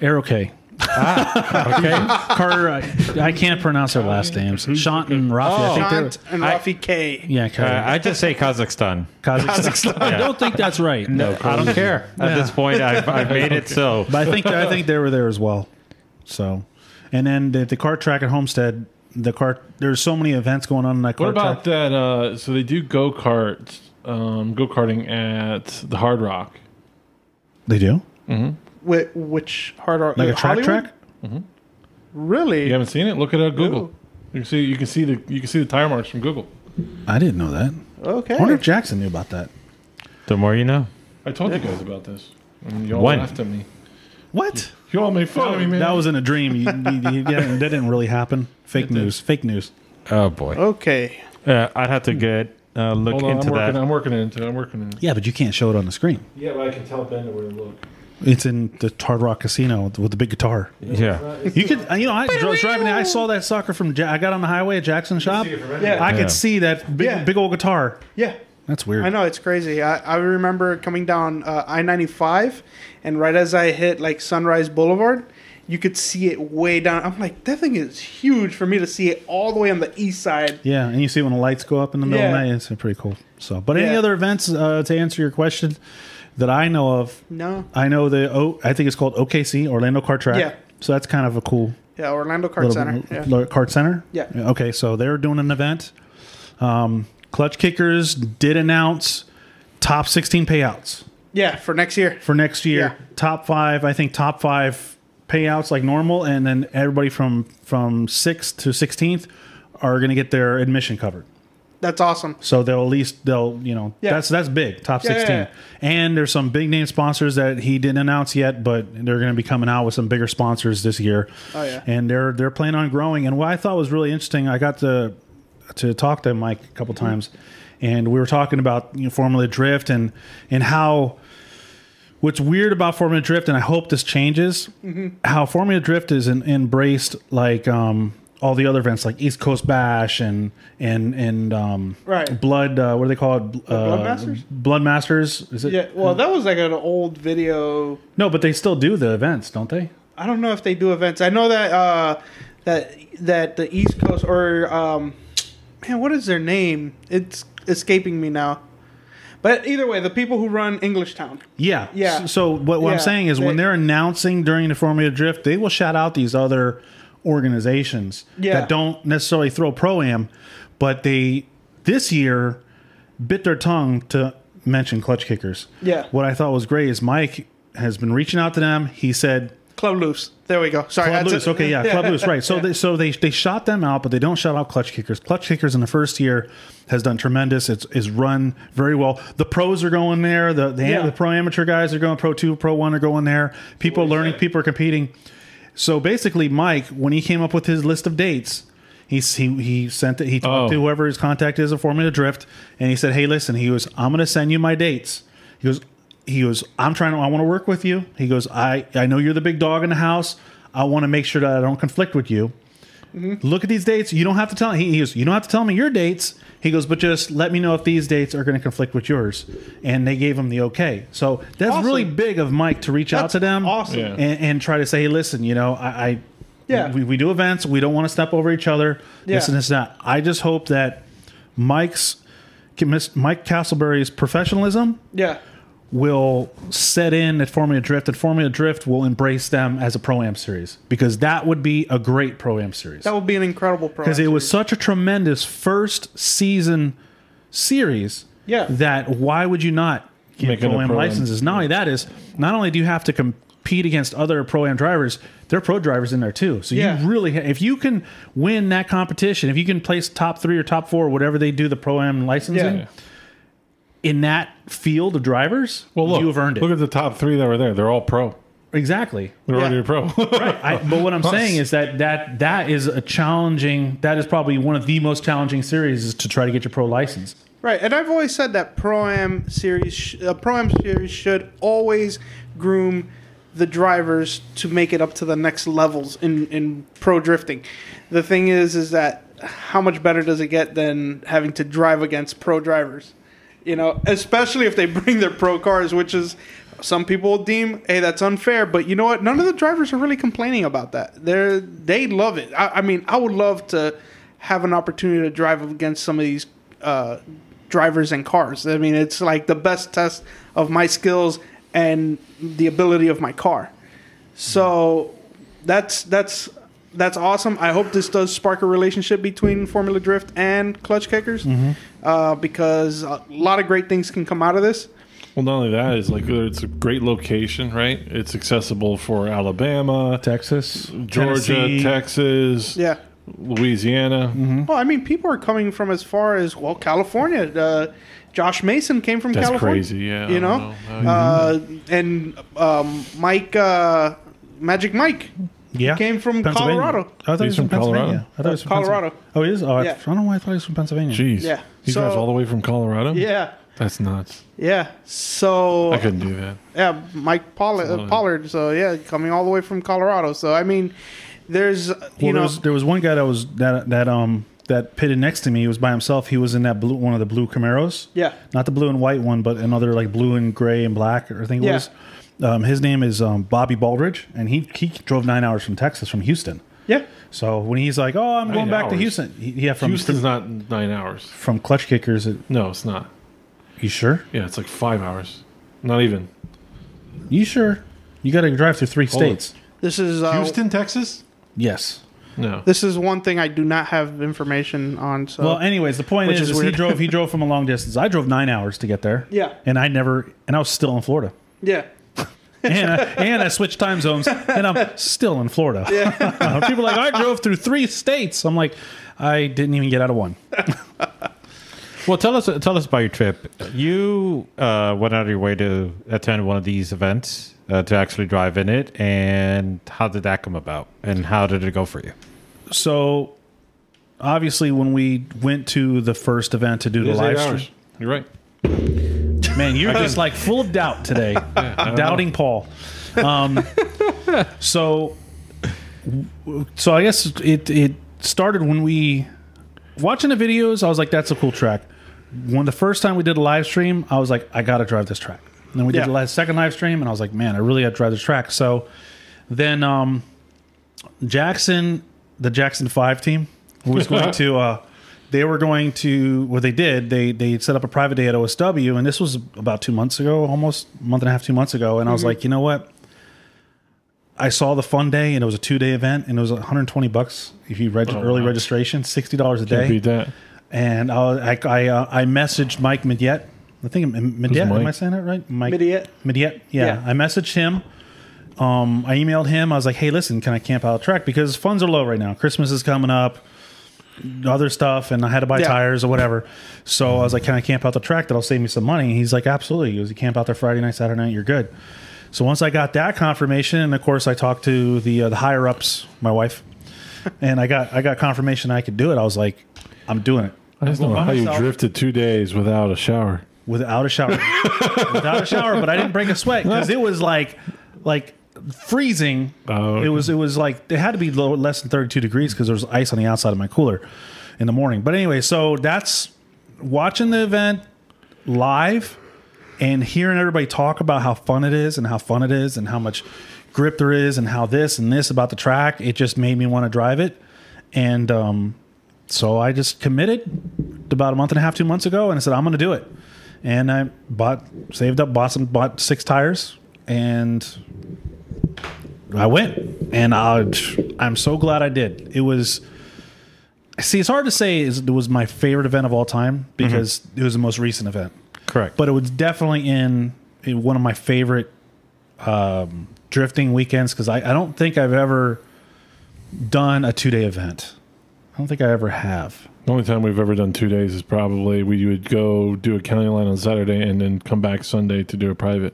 Speaker 3: Aero K. [laughs]
Speaker 2: Okay.
Speaker 3: Car, I, I can't pronounce their last names. Shant and Rafi. I think they're,
Speaker 4: Oh, Shant and Rafi K.
Speaker 3: yeah, K.
Speaker 2: Uh, I just say Kazakhstan.
Speaker 3: Kazakhstan. I don't think that's right. No,
Speaker 2: I don't care. At this point, I've,
Speaker 1: [laughs]
Speaker 2: I've made it so.
Speaker 3: but I think I think they were there as well. So, and then the, the cart track at Homestead, the cart. There's so many events going on in that
Speaker 1: What
Speaker 3: cart
Speaker 1: about
Speaker 3: track.
Speaker 1: that? Uh, so they do go kart, um, go karting at the Hard Rock.
Speaker 3: They do
Speaker 4: Wh- which hard rock?
Speaker 3: like a track
Speaker 4: Hollywood?
Speaker 3: track.
Speaker 4: Really?
Speaker 1: You haven't seen it? Look it up Google.
Speaker 4: Ooh.
Speaker 1: You can see you can see the you can see the tire marks from Google.
Speaker 3: I didn't know that.
Speaker 4: Okay.
Speaker 3: I wonder if Jackson knew about that.
Speaker 2: The more you know.
Speaker 1: I told you guys about this. And you all
Speaker 2: When?
Speaker 1: laughed at me.
Speaker 3: What?
Speaker 1: You all made fun of me, man.
Speaker 3: That was in a dream. You, you- you- yeah, that didn't really happen. Fake news. Fake news.
Speaker 2: Oh, boy.
Speaker 4: okay.
Speaker 2: Uh, I'd have to get uh, look
Speaker 1: Hold on,
Speaker 2: into
Speaker 1: I'm working,
Speaker 2: that.
Speaker 1: I'm working into it. I'm working into it.
Speaker 3: Yeah, but you can't show it on the screen.
Speaker 1: Yeah, but I can tell Ben where to look.
Speaker 3: It's in the Hard Rock Casino with, with the big guitar.
Speaker 2: Yeah.
Speaker 3: You could, you know, I was driving. I saw that sucker from. Ja- I got on the highway at Jackson Shop.
Speaker 4: Yeah.
Speaker 3: I
Speaker 2: Yeah.
Speaker 3: could see that big,
Speaker 4: Yeah.
Speaker 3: big old guitar.
Speaker 4: Yeah.
Speaker 3: That's weird.
Speaker 4: I know it's crazy. I, I remember coming down uh, I ninety five, and right as I hit like Sunrise Boulevard, you could see it way down. I'm like, that thing is huge for me to see it all the way on the east side.
Speaker 3: Yeah, and you see when the lights go up in the middle of
Speaker 4: Yeah.
Speaker 3: the night, it's pretty cool. So, but any
Speaker 4: Yeah.
Speaker 3: other events uh, to answer your question that I know of?
Speaker 4: No,
Speaker 3: I know the o, I think it's called OKC Orlando Kart Track.
Speaker 4: Yeah.
Speaker 3: So that's kind of a cool
Speaker 4: yeah, Orlando Kart
Speaker 3: little
Speaker 4: Center.
Speaker 3: l-
Speaker 4: Yeah.
Speaker 3: l- kart center.
Speaker 4: Yeah.
Speaker 3: Okay, so they're doing an event. Um, Clutch Kickers did announce top 16 payouts
Speaker 4: yeah, for next year.
Speaker 3: for next year.
Speaker 4: Yeah.
Speaker 3: Top five, I think top five payouts like normal, and then everybody from from sixth to 16th are going to get their admission covered.
Speaker 4: That's awesome.
Speaker 3: So they'll at least they'll you know
Speaker 4: Yeah.
Speaker 3: that's that's big top
Speaker 4: Yeah, yeah,
Speaker 3: sixteen,
Speaker 4: yeah.
Speaker 3: and there's some big name sponsors that he didn't announce yet, but they're going to be coming out with some bigger sponsors this year.
Speaker 4: Oh, yeah.
Speaker 3: and they're they're planning on growing. And what I thought was really interesting, I got to to talk to Mike a couple
Speaker 4: Mm-hmm.
Speaker 3: times, and we were talking about you know, Formula Drift and and how what's weird about Formula Drift, and I hope this changes, how Formula Drift is en- embraced like um, all the other events, like East Coast Bash and and and um,
Speaker 4: Right.
Speaker 3: Blood. Uh, what do they call it? Uh,
Speaker 4: Blood Masters?
Speaker 3: Blood Masters. Is it?
Speaker 4: Yeah. Well, that was like an old video.
Speaker 3: No, but they still do the events, don't they?
Speaker 4: I don't know if they do events. I know that uh, that that the East Coast or um, man, what is their name? It's escaping me now. But either way, the people who run English Town.
Speaker 3: Yeah.
Speaker 4: Yeah.
Speaker 3: S- So what, what
Speaker 4: Yeah.
Speaker 3: I'm saying is when
Speaker 4: They-
Speaker 3: they're announcing during the Formula Drift, they will shout out these other organizations
Speaker 4: Yeah.
Speaker 3: that don't necessarily throw pro am, but they this year bit their tongue to mention clutch kickers.
Speaker 4: Yeah.
Speaker 3: What I thought was great is Mike has been reaching out to them. He said
Speaker 4: Club Loose. There we go. Sorry,
Speaker 3: Club
Speaker 4: that's
Speaker 3: Loose.
Speaker 4: it.
Speaker 3: Okay, yeah, Club Loose. Right.
Speaker 4: [laughs]
Speaker 3: So they so they they shot them out, but they don't shout out Clutch Kickers. Clutch Kickers in the first year has done tremendous. It's is run very well. The pros are going there. The the,
Speaker 4: Yeah.
Speaker 3: the pro amateur guys are going. Pro two, pro one are going there. People are learning. People are competing. So basically, Mike, when he came up with his list of dates, He s- he he sent it. He talked
Speaker 1: Oh.
Speaker 3: to whoever his contact is at Formula Drift, and he said, "Hey, listen." He goes, "I'm going to send you my dates." He goes, "He goes, I'm trying to. I want to work with you." He goes, "I I know you're the big dog in the house. I want to make sure that I don't conflict with you."
Speaker 4: Mm-hmm.
Speaker 3: Look at these dates. You don't have to tell. He, he goes, you don't have to tell me your dates. He goes, but just let me know if these dates are going to conflict with yours. And they gave him the okay. So that's
Speaker 4: Awesome.
Speaker 3: really big of Mike to reach out
Speaker 4: That's
Speaker 3: to them.
Speaker 4: awesome.
Speaker 1: Yeah.
Speaker 3: And, and try to say, hey, listen, you know, I, I
Speaker 4: Yeah.
Speaker 3: we, we do events. We don't want to step over each other. This
Speaker 4: Yeah.
Speaker 3: and this and that. I just hope that Mike's Mike Castleberry's professionalism
Speaker 4: Yeah.
Speaker 3: will set in at Formula Drift, and Formula Drift will embrace them as a pro am series because that would be a great pro am series
Speaker 4: That would be an incredible pro.
Speaker 3: because it was such a tremendous first season series.
Speaker 4: Yeah.
Speaker 3: That why would you not get
Speaker 1: Make it a
Speaker 3: pro am
Speaker 1: pro-am.
Speaker 3: licenses? Not only that is not only do you have to compete against other pro am drivers, there are pro drivers in there too. So
Speaker 4: Yeah.
Speaker 3: you really, ha- if you can win that competition, if you can place top three or top four, whatever they do the pro am licensing
Speaker 4: Yeah.
Speaker 3: in that field of drivers,
Speaker 1: Well, look,
Speaker 3: you have earned it
Speaker 1: Look at the top three that were there. They're all pro.
Speaker 3: exactly.
Speaker 1: They're
Speaker 4: Yeah.
Speaker 1: already pro.
Speaker 3: I, but what I'm saying is that that that is a challenging. That is probably one of the most challenging series is to try to get your pro license.
Speaker 4: Right, and I've always said that pro am series, sh- uh, pro am series should always groom the drivers to make it up to the next levels in in pro drifting. The thing is, is that how much better does it get than having to drive against pro drivers? You know, especially if they [laughs] bring their pro cars, which is some people deem, hey, that's unfair. But you know what? None of the drivers are really complaining about that. They're they love it. I, I mean, I would love to have an opportunity to drive against some of these uh, drivers and cars. I mean, it's like the best test of my skills and the ability of my car. So that's that's that's awesome. I hope this does spark a relationship between Formula Drift and Clutch Kickers, uh, because a lot of great things can come out of this.
Speaker 1: Well, not only that is like it's a great location, right? It's accessible for Alabama,
Speaker 3: Texas,
Speaker 1: Georgia,
Speaker 3: Tennessee.
Speaker 1: Texas,
Speaker 4: Yeah. Mm-hmm.
Speaker 1: Louisiana.
Speaker 4: Well, I mean, people are coming from as far as well, California. Uh, Josh Mason came from
Speaker 1: That's
Speaker 4: California.
Speaker 1: crazy, Mm-hmm. yeah, I
Speaker 4: You know,
Speaker 1: don't know.
Speaker 4: Uh, and um, Mike uh, Magic Mike.
Speaker 3: Yeah,
Speaker 4: came from
Speaker 3: Pennsylvania.
Speaker 4: Colorado.
Speaker 3: I thought he was
Speaker 1: He's
Speaker 3: from,
Speaker 1: from
Speaker 3: Pennsylvania.
Speaker 1: Colorado.
Speaker 3: I thought he was from
Speaker 4: Colorado.
Speaker 3: Pennsylvania. Oh, he is. Oh, I-
Speaker 4: Yeah.
Speaker 3: I don't know why I thought he was from Pennsylvania.
Speaker 1: Jeez,
Speaker 4: Yeah.
Speaker 1: he
Speaker 4: So-
Speaker 1: drives [laughs] all the way from Colorado.
Speaker 4: Yeah,
Speaker 1: that's nuts.
Speaker 4: yeah. So
Speaker 1: I couldn't do that.
Speaker 4: Yeah, Mike Pollard.
Speaker 1: Absolutely.
Speaker 4: Uh, Pollard. So yeah, coming all the way from Colorado. So I mean, there's uh,
Speaker 3: Well,
Speaker 4: you
Speaker 3: there
Speaker 4: know,
Speaker 3: was, there was one guy that was that that um that pitted next to me. He was by himself. He was in that blue one of the blue Camaros.
Speaker 4: Yeah.
Speaker 3: not the blue and white one, but another like blue and gray and black. Or I think it
Speaker 4: Yeah.
Speaker 3: was. Um, his name is um, Bobby Baldridge, and he he drove nine hours from Texas from Houston.
Speaker 4: yeah,
Speaker 3: So when he's like, "Oh, I'm going back to
Speaker 1: hours?
Speaker 3: Houston," he, yeah, from
Speaker 1: Houston's not nine hours.
Speaker 3: from Clutch Kickers. it-
Speaker 1: No, it's not.
Speaker 3: You sure?
Speaker 1: Yeah, it's like five hours. Not even
Speaker 3: You sure? You got to drive through three
Speaker 1: Hold on.
Speaker 3: states.
Speaker 4: this is uh,
Speaker 1: Houston, Texas.
Speaker 3: Yes.
Speaker 1: No,
Speaker 4: This is one thing I do not have information on. So
Speaker 3: Well, anyways, the point
Speaker 4: Uh, Which
Speaker 3: is,
Speaker 4: is
Speaker 3: is he
Speaker 4: weird.
Speaker 3: drove he drove from a long distance. I drove nine hours to get there.
Speaker 4: Yeah.
Speaker 3: and I never and I was still in Florida.
Speaker 4: yeah,
Speaker 3: And I, and I switched time zones, and I'm still in Florida. [laughs] Uh, People are like I drove through three states. I'm like, I didn't even get out of one.
Speaker 2: Well, tell us tell us about your trip. You uh, went out of your way to attend one of these events uh, to actually drive in it, and how did that come about? And how did it go for you?
Speaker 3: So, obviously, when we went to the first event to do
Speaker 1: it
Speaker 3: the
Speaker 1: is
Speaker 3: live
Speaker 1: eight
Speaker 3: stream,
Speaker 1: hours. You're right.
Speaker 3: Man, you're just like full of doubt today. Doubting Paul. Um, so, so I guess it it started when we watching the videos. I was like, that's a cool track. When the first time we did a live stream, I was like, I gotta drive this track. And then we
Speaker 4: Yeah.
Speaker 3: did the last second live stream, and I was like, man, I really gotta drive this track. So then um, Jackson, the Jackson Five team, was going to. Uh, they were going to what they did. They they set up a private day at OSW, and this was about two months ago, almost a month and a half, two months ago. And I was like, you know what? I saw the fun day, and it was a two day event, and it was 120 bucks if you reg- early
Speaker 1: wow.
Speaker 3: registration, sixty dollars a
Speaker 1: Oh, Can't
Speaker 3: day.
Speaker 1: beat that.
Speaker 3: And I was- I I, uh, I messaged Mike Midiette. I think M- Midiette.
Speaker 1: Mike?
Speaker 3: Am I saying that right? Mike
Speaker 4: Midiette.
Speaker 3: Midiette. Yeah.
Speaker 4: Yeah.
Speaker 3: I messaged him. Um, I emailed him. I was like, "Hey, listen, can I camp out a track? Because funds are low right now. Christmas is coming up, other stuff, and I had to buy
Speaker 4: Yeah.
Speaker 3: tires or whatever. So I was like, "Can I camp out the track? That'll save me some money." And he's like, "Absolutely." He goes, "You camp out there Friday night, Saturday night, you're good."
Speaker 4: [laughs]
Speaker 3: So once I got that confirmation, and of course I talked to the uh, the higher ups, my wife, and I got I got confirmation I could do it. I was like, I'm doing it
Speaker 1: I just don't know
Speaker 3: by
Speaker 1: how you
Speaker 3: myself.
Speaker 1: drifted two days without a shower.
Speaker 3: without
Speaker 1: [laughs]
Speaker 3: a shower, without a shower. But I didn't break a sweat because it was like like freezing.
Speaker 1: Oh, okay.
Speaker 3: It was it was like it had to be low, less than 32 degrees because there was ice on the outside of my cooler in the morning. But anyway, so that's watching the event live and hearing everybody talk about how fun it is and how fun it is and how much grip there is and how this and this about the track. It just made me want to drive it, and um, so I just committed about a month and a half, two months ago, and I said I'm going to do it. And I bought, saved up, bought some, bought six tires, and I went, and I, I'm so glad I did. It was. See, it's hard to say is it was my favorite event of all time because
Speaker 2: Mm-hmm.
Speaker 3: it was the most recent event,
Speaker 2: Correct.
Speaker 3: but it was definitely in, in one of my favorite um, drifting weekends because I, I don't think I've ever done a two day event. I don't think I ever have.
Speaker 1: The only time we've ever done two days is probably we would go do a county line on Saturday and then come back Sunday to do a private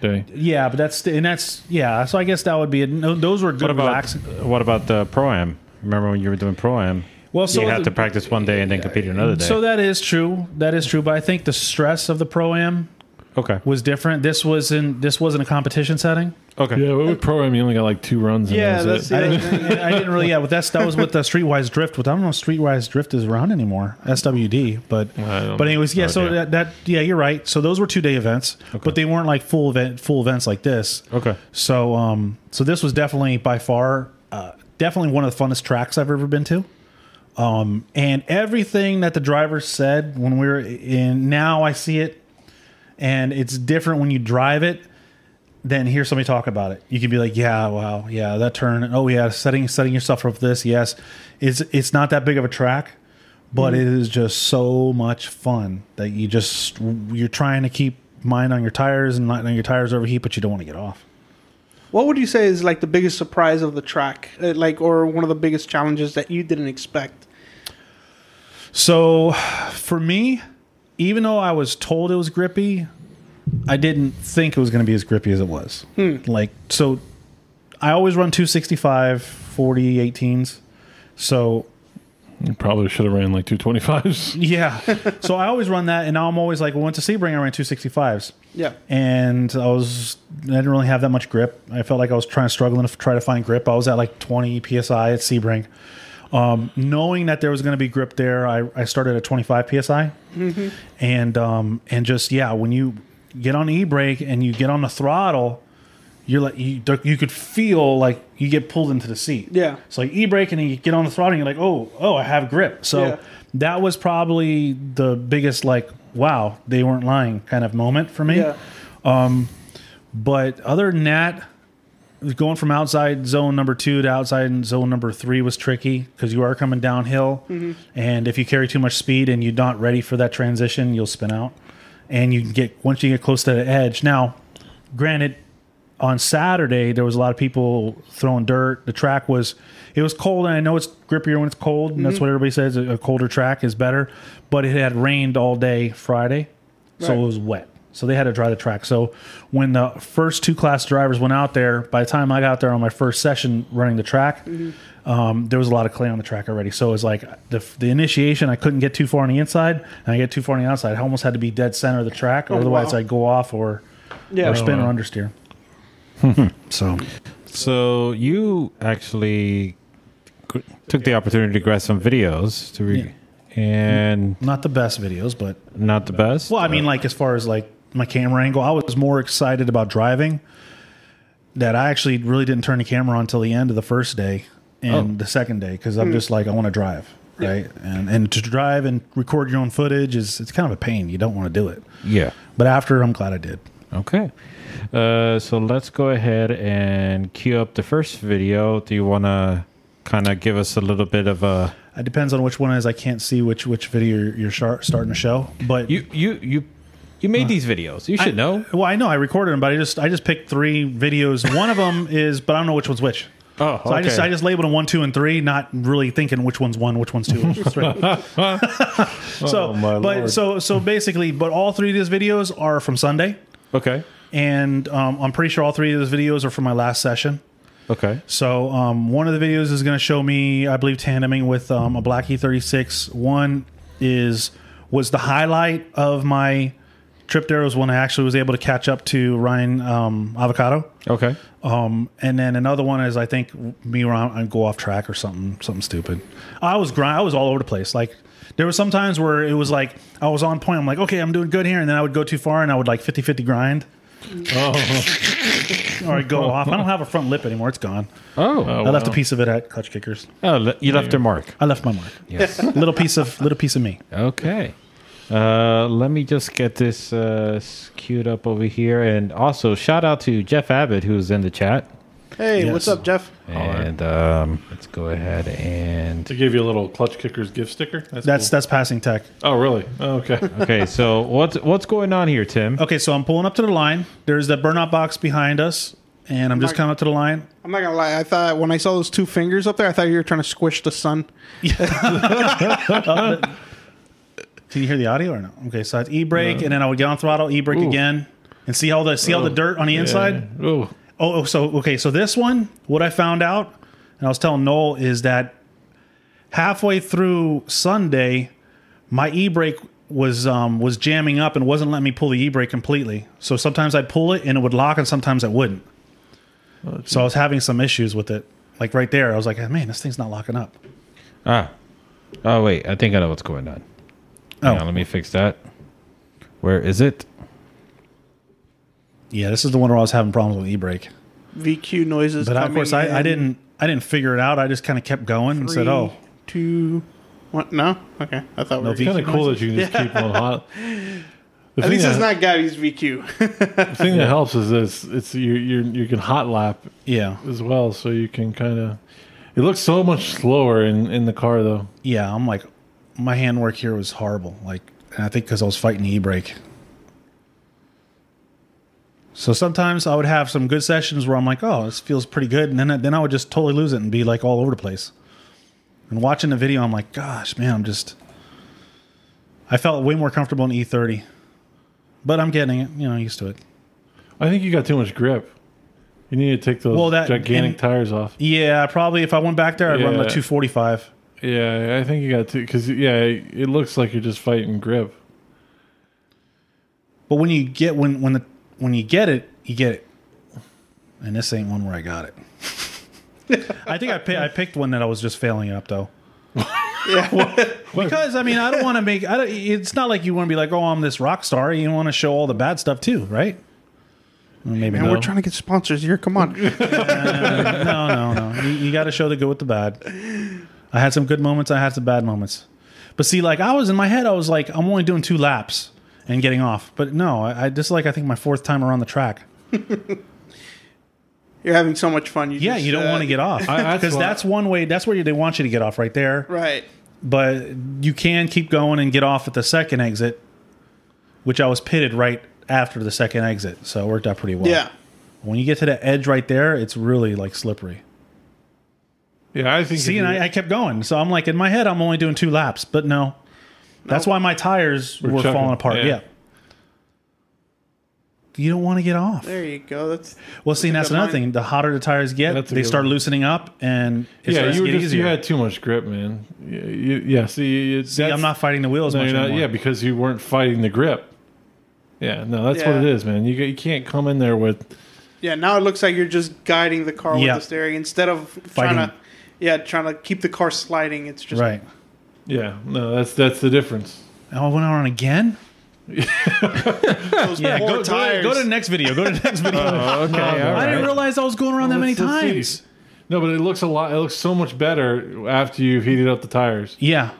Speaker 1: day.
Speaker 3: Yeah, but that's and that's yeah. So I guess that would be it. No, those were good
Speaker 2: What about
Speaker 3: relaxing.
Speaker 2: what about the pro am? Remember when you were doing pro am?
Speaker 3: Well, so
Speaker 2: you had
Speaker 3: the-
Speaker 2: to practice one day and then compete another day.
Speaker 3: So that is true. That is true. But I think the stress of the pro am
Speaker 2: okay.
Speaker 3: was different. This was in this wasn't a competition setting.
Speaker 2: Okay.
Speaker 1: Yeah, but with program, you only got like two runs. And
Speaker 4: Yeah,
Speaker 1: that was it.
Speaker 4: that's the
Speaker 3: I
Speaker 4: other
Speaker 3: didn't,
Speaker 4: thing.
Speaker 3: I didn't really. Yeah, but that's that was with the Streetwise Drift. With I don't know if Streetwise Drift is around anymore. SWD, but
Speaker 1: I don't
Speaker 3: but anyways, yeah. So
Speaker 2: Okay.
Speaker 3: that, that yeah, you're right. So those were two day events, but they weren't like full event full events like this.
Speaker 2: Okay.
Speaker 3: So um so this was definitely by far uh, definitely one of the funnest tracks I've ever been to. Um and everything that the driver said when we were in now I see it and it's different when you drive it than hear somebody talk about it. You can be like, yeah, wow, yeah, that turn. Oh yeah, setting setting yourself up for this. Yes. It's it's not that big of a track, but it is just so much fun that you just you're trying to keep mind on your tires and not on your tires overheat, but you don't want to get off.
Speaker 4: What would you say is like the biggest surprise of the track, Uh, like, or one of the biggest challenges that you didn't expect?
Speaker 3: So for me, even though I was told it was grippy, I didn't think it was going to be as grippy as it was. Like, so I always run 265, 40, 18s. So
Speaker 1: You probably should have ran like 225s.
Speaker 3: yeah. so I always run that. And now I'm always like, well, went to Sebring, I ran 265s.
Speaker 4: Yeah,
Speaker 3: and I was I didn't really have that much grip. I felt like I was trying struggling to f- try to find grip. I was at like 20 psi at Sebring. Um, knowing that there was going to be grip there, I, I started at 25 psi,
Speaker 4: Mm-hmm.
Speaker 3: and um, and just yeah, when you get on the e brake and you get on the throttle, you're like you you could feel like you get pulled into the seat.
Speaker 4: Yeah.
Speaker 3: it's like e brake and then you get on the throttle and you're like oh oh I have grip. So
Speaker 4: Yeah.
Speaker 3: that was probably the biggest like wow they weren't lying kind of moment for me.
Speaker 4: yeah.
Speaker 3: But other than that, going from outside zone number two to outside zone number three was tricky because you are coming downhill, and if you carry too much speed and you're not ready for that transition, you'll spin out. And you can get once you get close to the edge. Now, granted, on Saturday there was a lot of people throwing dirt. The track was it was cold, and I know it's grippier when it's cold, and that's
Speaker 4: Mm-hmm.
Speaker 3: what everybody says. A a colder track is better, but it had rained all day Friday, so
Speaker 4: Right.
Speaker 3: it was wet. So they had to dry the track. So when the first two class drivers went out there, by the time I got there on my first session running the track,
Speaker 4: Mm-hmm.
Speaker 3: um, there was a lot of clay on the track already. So it was like the, the initiation, I couldn't get too far on the inside, and I get too far on the outside. I almost had to be dead center of the track, or
Speaker 4: Oh,
Speaker 3: otherwise
Speaker 4: wow.
Speaker 3: I'd go off or
Speaker 4: Yeah.
Speaker 3: or spin or understeer. so
Speaker 2: So you actually gr- took the opportunity to grab some videos to re- and
Speaker 3: not the best videos, but
Speaker 2: not the best.
Speaker 3: well, I mean,
Speaker 2: Uh,
Speaker 3: like as far as like my camera angle, I was more excited about driving that I actually really didn't turn the camera on till the end of the first day and the second day because I'm just like I want to drive, right? And and to drive and record your own footage is it's kind of a pain. You don't want to do it,
Speaker 2: yeah.
Speaker 3: but after I'm glad I did.
Speaker 2: Okay. Uh, so let's go ahead and queue up the first video. Do you want to kind of give us a little bit of a
Speaker 3: It depends on which one it is. I can't see which which video you're, you're shar- starting to show, but
Speaker 2: you you you you made these videos. You should know.
Speaker 3: Well, I know I recorded them, but I just I just picked three videos. One of them [laughs] is, but I don't know which one's which.
Speaker 2: Oh,
Speaker 3: So I just I just labeled them one, two, and three, not really thinking which one's one, which one's two, which
Speaker 2: [laughs]
Speaker 3: one's three. [laughs] so,
Speaker 1: Oh, my
Speaker 3: but
Speaker 1: Lord.
Speaker 3: so so basically, but all three of these videos are from Sunday,
Speaker 2: okay.
Speaker 3: and um, I'm pretty sure all three of those videos are from my last session.
Speaker 2: Okay.
Speaker 3: So um, one of the videos is going to show me, I believe, tandeming with um, a Black E36. One is was the highlight of my trip there was when I actually was able to catch up to Ryan um, Avocado.
Speaker 2: Okay.
Speaker 3: Um, and then another one is I think me or I go off track or something, something stupid. I was grind, I was all over the place. Like there were some times where it was like I was on point. I'm like, okay, I'm doing good here, and then I would go too far, and I would like 50-50 grind. [laughs] or I'd go off. I don't have a front lip anymore. It's gone.
Speaker 2: Oh.
Speaker 3: I left a piece of it at Clutch Kickers.
Speaker 2: oh le- you left your mark.
Speaker 3: I left my mark.
Speaker 2: Yes.
Speaker 3: [laughs] little piece of little piece of me.
Speaker 2: Okay. Uh, let me just get this uh, s- queued up over here. And also, shout out to Jeff Abbott, who's in the chat.
Speaker 4: Hey,
Speaker 3: Yes.
Speaker 4: what's up, Jeff?
Speaker 2: And um, let's go ahead and.
Speaker 1: They gave you a little clutch kickers gift sticker.
Speaker 3: That's
Speaker 1: cool.
Speaker 3: that's passing tech.
Speaker 1: Oh, really? Oh, okay.
Speaker 2: Okay, so what's what's going on here, Tim?
Speaker 3: Okay, so I'm pulling up to the line. There's that burnout box behind us, and I'm just
Speaker 4: Mark.
Speaker 3: coming up to the line.
Speaker 4: I'm not gonna lie. I thought when I saw those two fingers up there, I thought you were trying to squish the sun.
Speaker 3: Can you hear the audio or no? Okay, so it's e brake, and then I would get on throttle, e brake again, and see all the see all the dirt on the [laughs] inside.
Speaker 1: Oh. Yeah. Ooh.
Speaker 3: Oh, oh, so okay, so this one, what I found out, and I was telling Noel is that halfway through Sunday, my e brake was um was jamming up and wasn't letting me pull the e brake completely. So sometimes I'd pull it and it would lock, and sometimes it wouldn't. so I was having some issues with it. Like right there, I was like, man, this thing's not locking up.
Speaker 2: Ah. Oh wait, I think I know what's going on. Hang
Speaker 3: Oh.
Speaker 2: on, let me fix that. Where is it?
Speaker 3: Yeah, this is the one where I was having problems with e brake.
Speaker 4: VQ noises.
Speaker 3: But I, of
Speaker 4: coming
Speaker 3: course, I, I
Speaker 4: in.
Speaker 3: didn't I didn't figure it out. I just kind of kept going and said,
Speaker 4: Three,
Speaker 3: "Oh,
Speaker 4: two, what? No, okay. I thought we were.
Speaker 1: It's kind of cool that you can just keep on
Speaker 3: [laughs]
Speaker 1: hot. The
Speaker 4: At
Speaker 1: thing
Speaker 4: least
Speaker 1: that-
Speaker 4: it's not Gabby's [laughs] VQ.
Speaker 1: The thing that helps is this: it's you you you can hot lap
Speaker 3: yeah,
Speaker 1: as well, so you can kind of. It looks so much slower in in the car though.
Speaker 3: yeah." I'm like, my handwork here was horrible. Like, and I think because I was fighting the e brake. So sometimes I would have some good sessions where I'm like, "Oh, this feels pretty good," and then I- then I would just totally lose it and be like all over the place. And watching the video, I'm like, "Gosh, man, I'm just." I felt way more comfortable in E30, but I'm getting it. You know, used to it.
Speaker 1: I think you got too much grip. You need to take those
Speaker 3: Well, that-
Speaker 1: gigantic
Speaker 3: and-
Speaker 1: tires off.
Speaker 3: Yeah, probably if I went back there, I'd run the
Speaker 1: Yeah.
Speaker 3: 245.
Speaker 1: Yeah, I think you got to because yeah, it looks like you're just fighting grip.
Speaker 3: But when you get when when the when you get it, you get it. And this ain't one where I got it. [laughs] I think I pi- I picked one that I was just failing up
Speaker 4: [laughs]
Speaker 3: though. Because I mean, I don't want to make. I don't, it's not like you want to be like, oh, I'm this rock star. You want to show all the bad stuff too, right? Well, Maybe
Speaker 4: And
Speaker 3: no.
Speaker 4: we're trying to get sponsors here. Come on. [laughs]
Speaker 3: no, no, no. You, you got to show the good with the bad. I had some good moments. I had some bad moments. But see, like I was in my head, I was like, I'm only doing two laps and getting off. But no, I, I just like I think my fourth time around the track.
Speaker 4: You're having so much fun. You
Speaker 3: Yeah,
Speaker 4: just,
Speaker 3: you don't
Speaker 4: uh,
Speaker 3: want to get off
Speaker 1: I- that's
Speaker 3: because
Speaker 1: why-
Speaker 3: that's one way. That's where they want you to get off right there.
Speaker 4: Right.
Speaker 3: But you can keep going and get off at the second exit, which I was pitted right after the second exit, so it worked out pretty well.
Speaker 4: Yeah.
Speaker 3: When you get to the edge right there, it's really like slippery.
Speaker 1: Yeah, I think.
Speaker 3: See, and I, I kept going. So I'm like, in my head, I'm only doing two laps, but no. That's why my tires were,
Speaker 1: chugging,
Speaker 3: falling apart.
Speaker 1: yeah.
Speaker 3: Yeah. You don't want to get off.
Speaker 4: There you go. That's
Speaker 3: Well, see, and that's
Speaker 4: good
Speaker 3: another
Speaker 4: line.
Speaker 3: thing. The hotter the tires get,
Speaker 1: That's a
Speaker 3: they
Speaker 1: good
Speaker 3: start
Speaker 1: one.
Speaker 3: loosening up, and it
Speaker 1: yeah,
Speaker 3: starts
Speaker 1: you were
Speaker 3: to get
Speaker 1: just
Speaker 3: easier.
Speaker 1: you had too much grip, man. Yeah, you, yeah see, it's,
Speaker 3: see, I'm not fighting the wheel as
Speaker 1: No,
Speaker 3: much
Speaker 1: you're not-
Speaker 3: anymore.
Speaker 1: yeah, because you weren't fighting the grip. Yeah, no, that's
Speaker 4: Yeah.
Speaker 1: what it is, man. You, you can't come in there with
Speaker 4: yeah. Now it looks like you're just guiding the car
Speaker 3: Yeah.
Speaker 4: with the steering instead of trying
Speaker 3: Fighting.
Speaker 4: to yeah trying to keep the car sliding. It's just
Speaker 3: right.
Speaker 1: yeah. No, that's that's the difference.
Speaker 3: Oh, I went on again.
Speaker 4: those
Speaker 3: Yeah,
Speaker 4: poor
Speaker 3: go, go, to,
Speaker 4: tires.
Speaker 3: go to the next video. Go to the
Speaker 1: [laughs]
Speaker 3: next video.
Speaker 4: [laughs]
Speaker 2: Okay, all
Speaker 3: I
Speaker 2: right.
Speaker 3: didn't realize I was going around that many
Speaker 1: Uh, Let's- let's see.
Speaker 3: times.
Speaker 1: No, but it looks a lot. It looks so much better after you've heated up the tires.
Speaker 3: Yeah.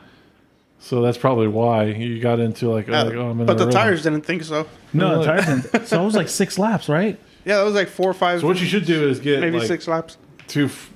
Speaker 1: So that's probably why you got into like, oh, like, oh, I'm in
Speaker 4: but
Speaker 1: a
Speaker 4: the
Speaker 1: rhythm.
Speaker 4: tires didn't think so.
Speaker 3: No, the
Speaker 1: Really?
Speaker 3: tires. didn't- So it was like six laps, right?
Speaker 4: Yeah, that was like four or five,
Speaker 1: So what you should do is get
Speaker 4: maybe
Speaker 1: like
Speaker 4: six laps.
Speaker 1: two f-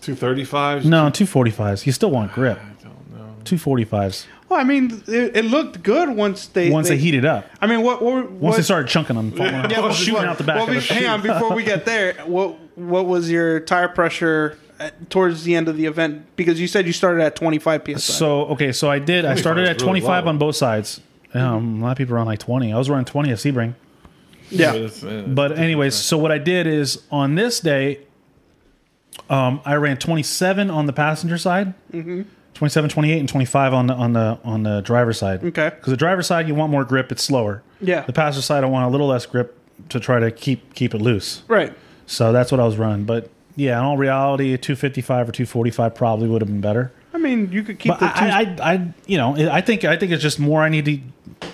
Speaker 1: two thirty fives.
Speaker 3: No, two forty fives. You still want grip.
Speaker 1: I don't know.
Speaker 3: Two forty fives.
Speaker 4: Well, I mean, it, it looked good once they
Speaker 3: Once they heat it up.
Speaker 4: I mean, what? what
Speaker 3: Once
Speaker 4: what,
Speaker 3: they started chunking them, falling out,
Speaker 4: Yeah,
Speaker 3: [laughs]
Speaker 4: well,
Speaker 3: shooting
Speaker 4: well,
Speaker 3: out the back
Speaker 4: well,
Speaker 3: of the
Speaker 4: be-
Speaker 3: shoe.
Speaker 4: Hang on, before we get there, what what was your tire pressure at, towards the end of the event? Because you said you started at 25 psi.
Speaker 3: So okay, so I did. I
Speaker 1: 25
Speaker 3: started
Speaker 1: is
Speaker 3: at
Speaker 1: really
Speaker 3: twenty five
Speaker 1: low.
Speaker 3: on both sides. Um, a lot of people around like twenty. I was running twenty at Sebring.
Speaker 4: yeah,
Speaker 1: But, it's, uh,
Speaker 3: But anyways, so what I did is on this day, Um, I ran 27 on the passenger side,
Speaker 4: Mm-hmm.
Speaker 3: 27, 28, and 25 on the on the on the driver's side.
Speaker 4: Okay.
Speaker 3: Because the driver's side, you want more grip; it's slower.
Speaker 4: Yeah.
Speaker 3: The passenger side, I want a little less grip to try to keep keep it loose.
Speaker 4: Right.
Speaker 3: So that's what I was running. But yeah, in all reality, a 255 or 245 probably would have been better.
Speaker 4: I mean, you could keep
Speaker 3: But
Speaker 4: the two.
Speaker 3: I, I, I, you know, I think I think it's just more. I need to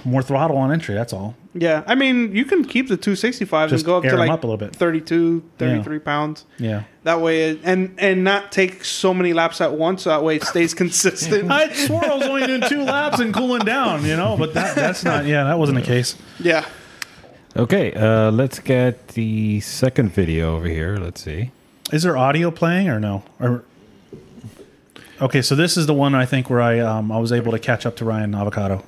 Speaker 3: more throttle on entry. That's all.
Speaker 4: yeah. I mean, you can keep the 265s
Speaker 3: Just
Speaker 4: and go up
Speaker 3: air
Speaker 4: to
Speaker 3: 'em
Speaker 4: like
Speaker 3: up a little bit.
Speaker 4: 32, 33 pounds.
Speaker 3: Yeah.
Speaker 4: That way, it, and and not take so many laps at once. So that way, it
Speaker 3: [laughs]
Speaker 4: stays [laughs] consistent.
Speaker 3: I swore I was only doing two laps and cooling down, you know, but that, that's not. Yeah, that wasn't the case.
Speaker 4: yeah.
Speaker 2: Okay, uh, let's get the second video over here. Let's see.
Speaker 3: Is there audio playing or no? Or okay, so this is the one I think where I um, I was able to catch up to Ryan Avocado.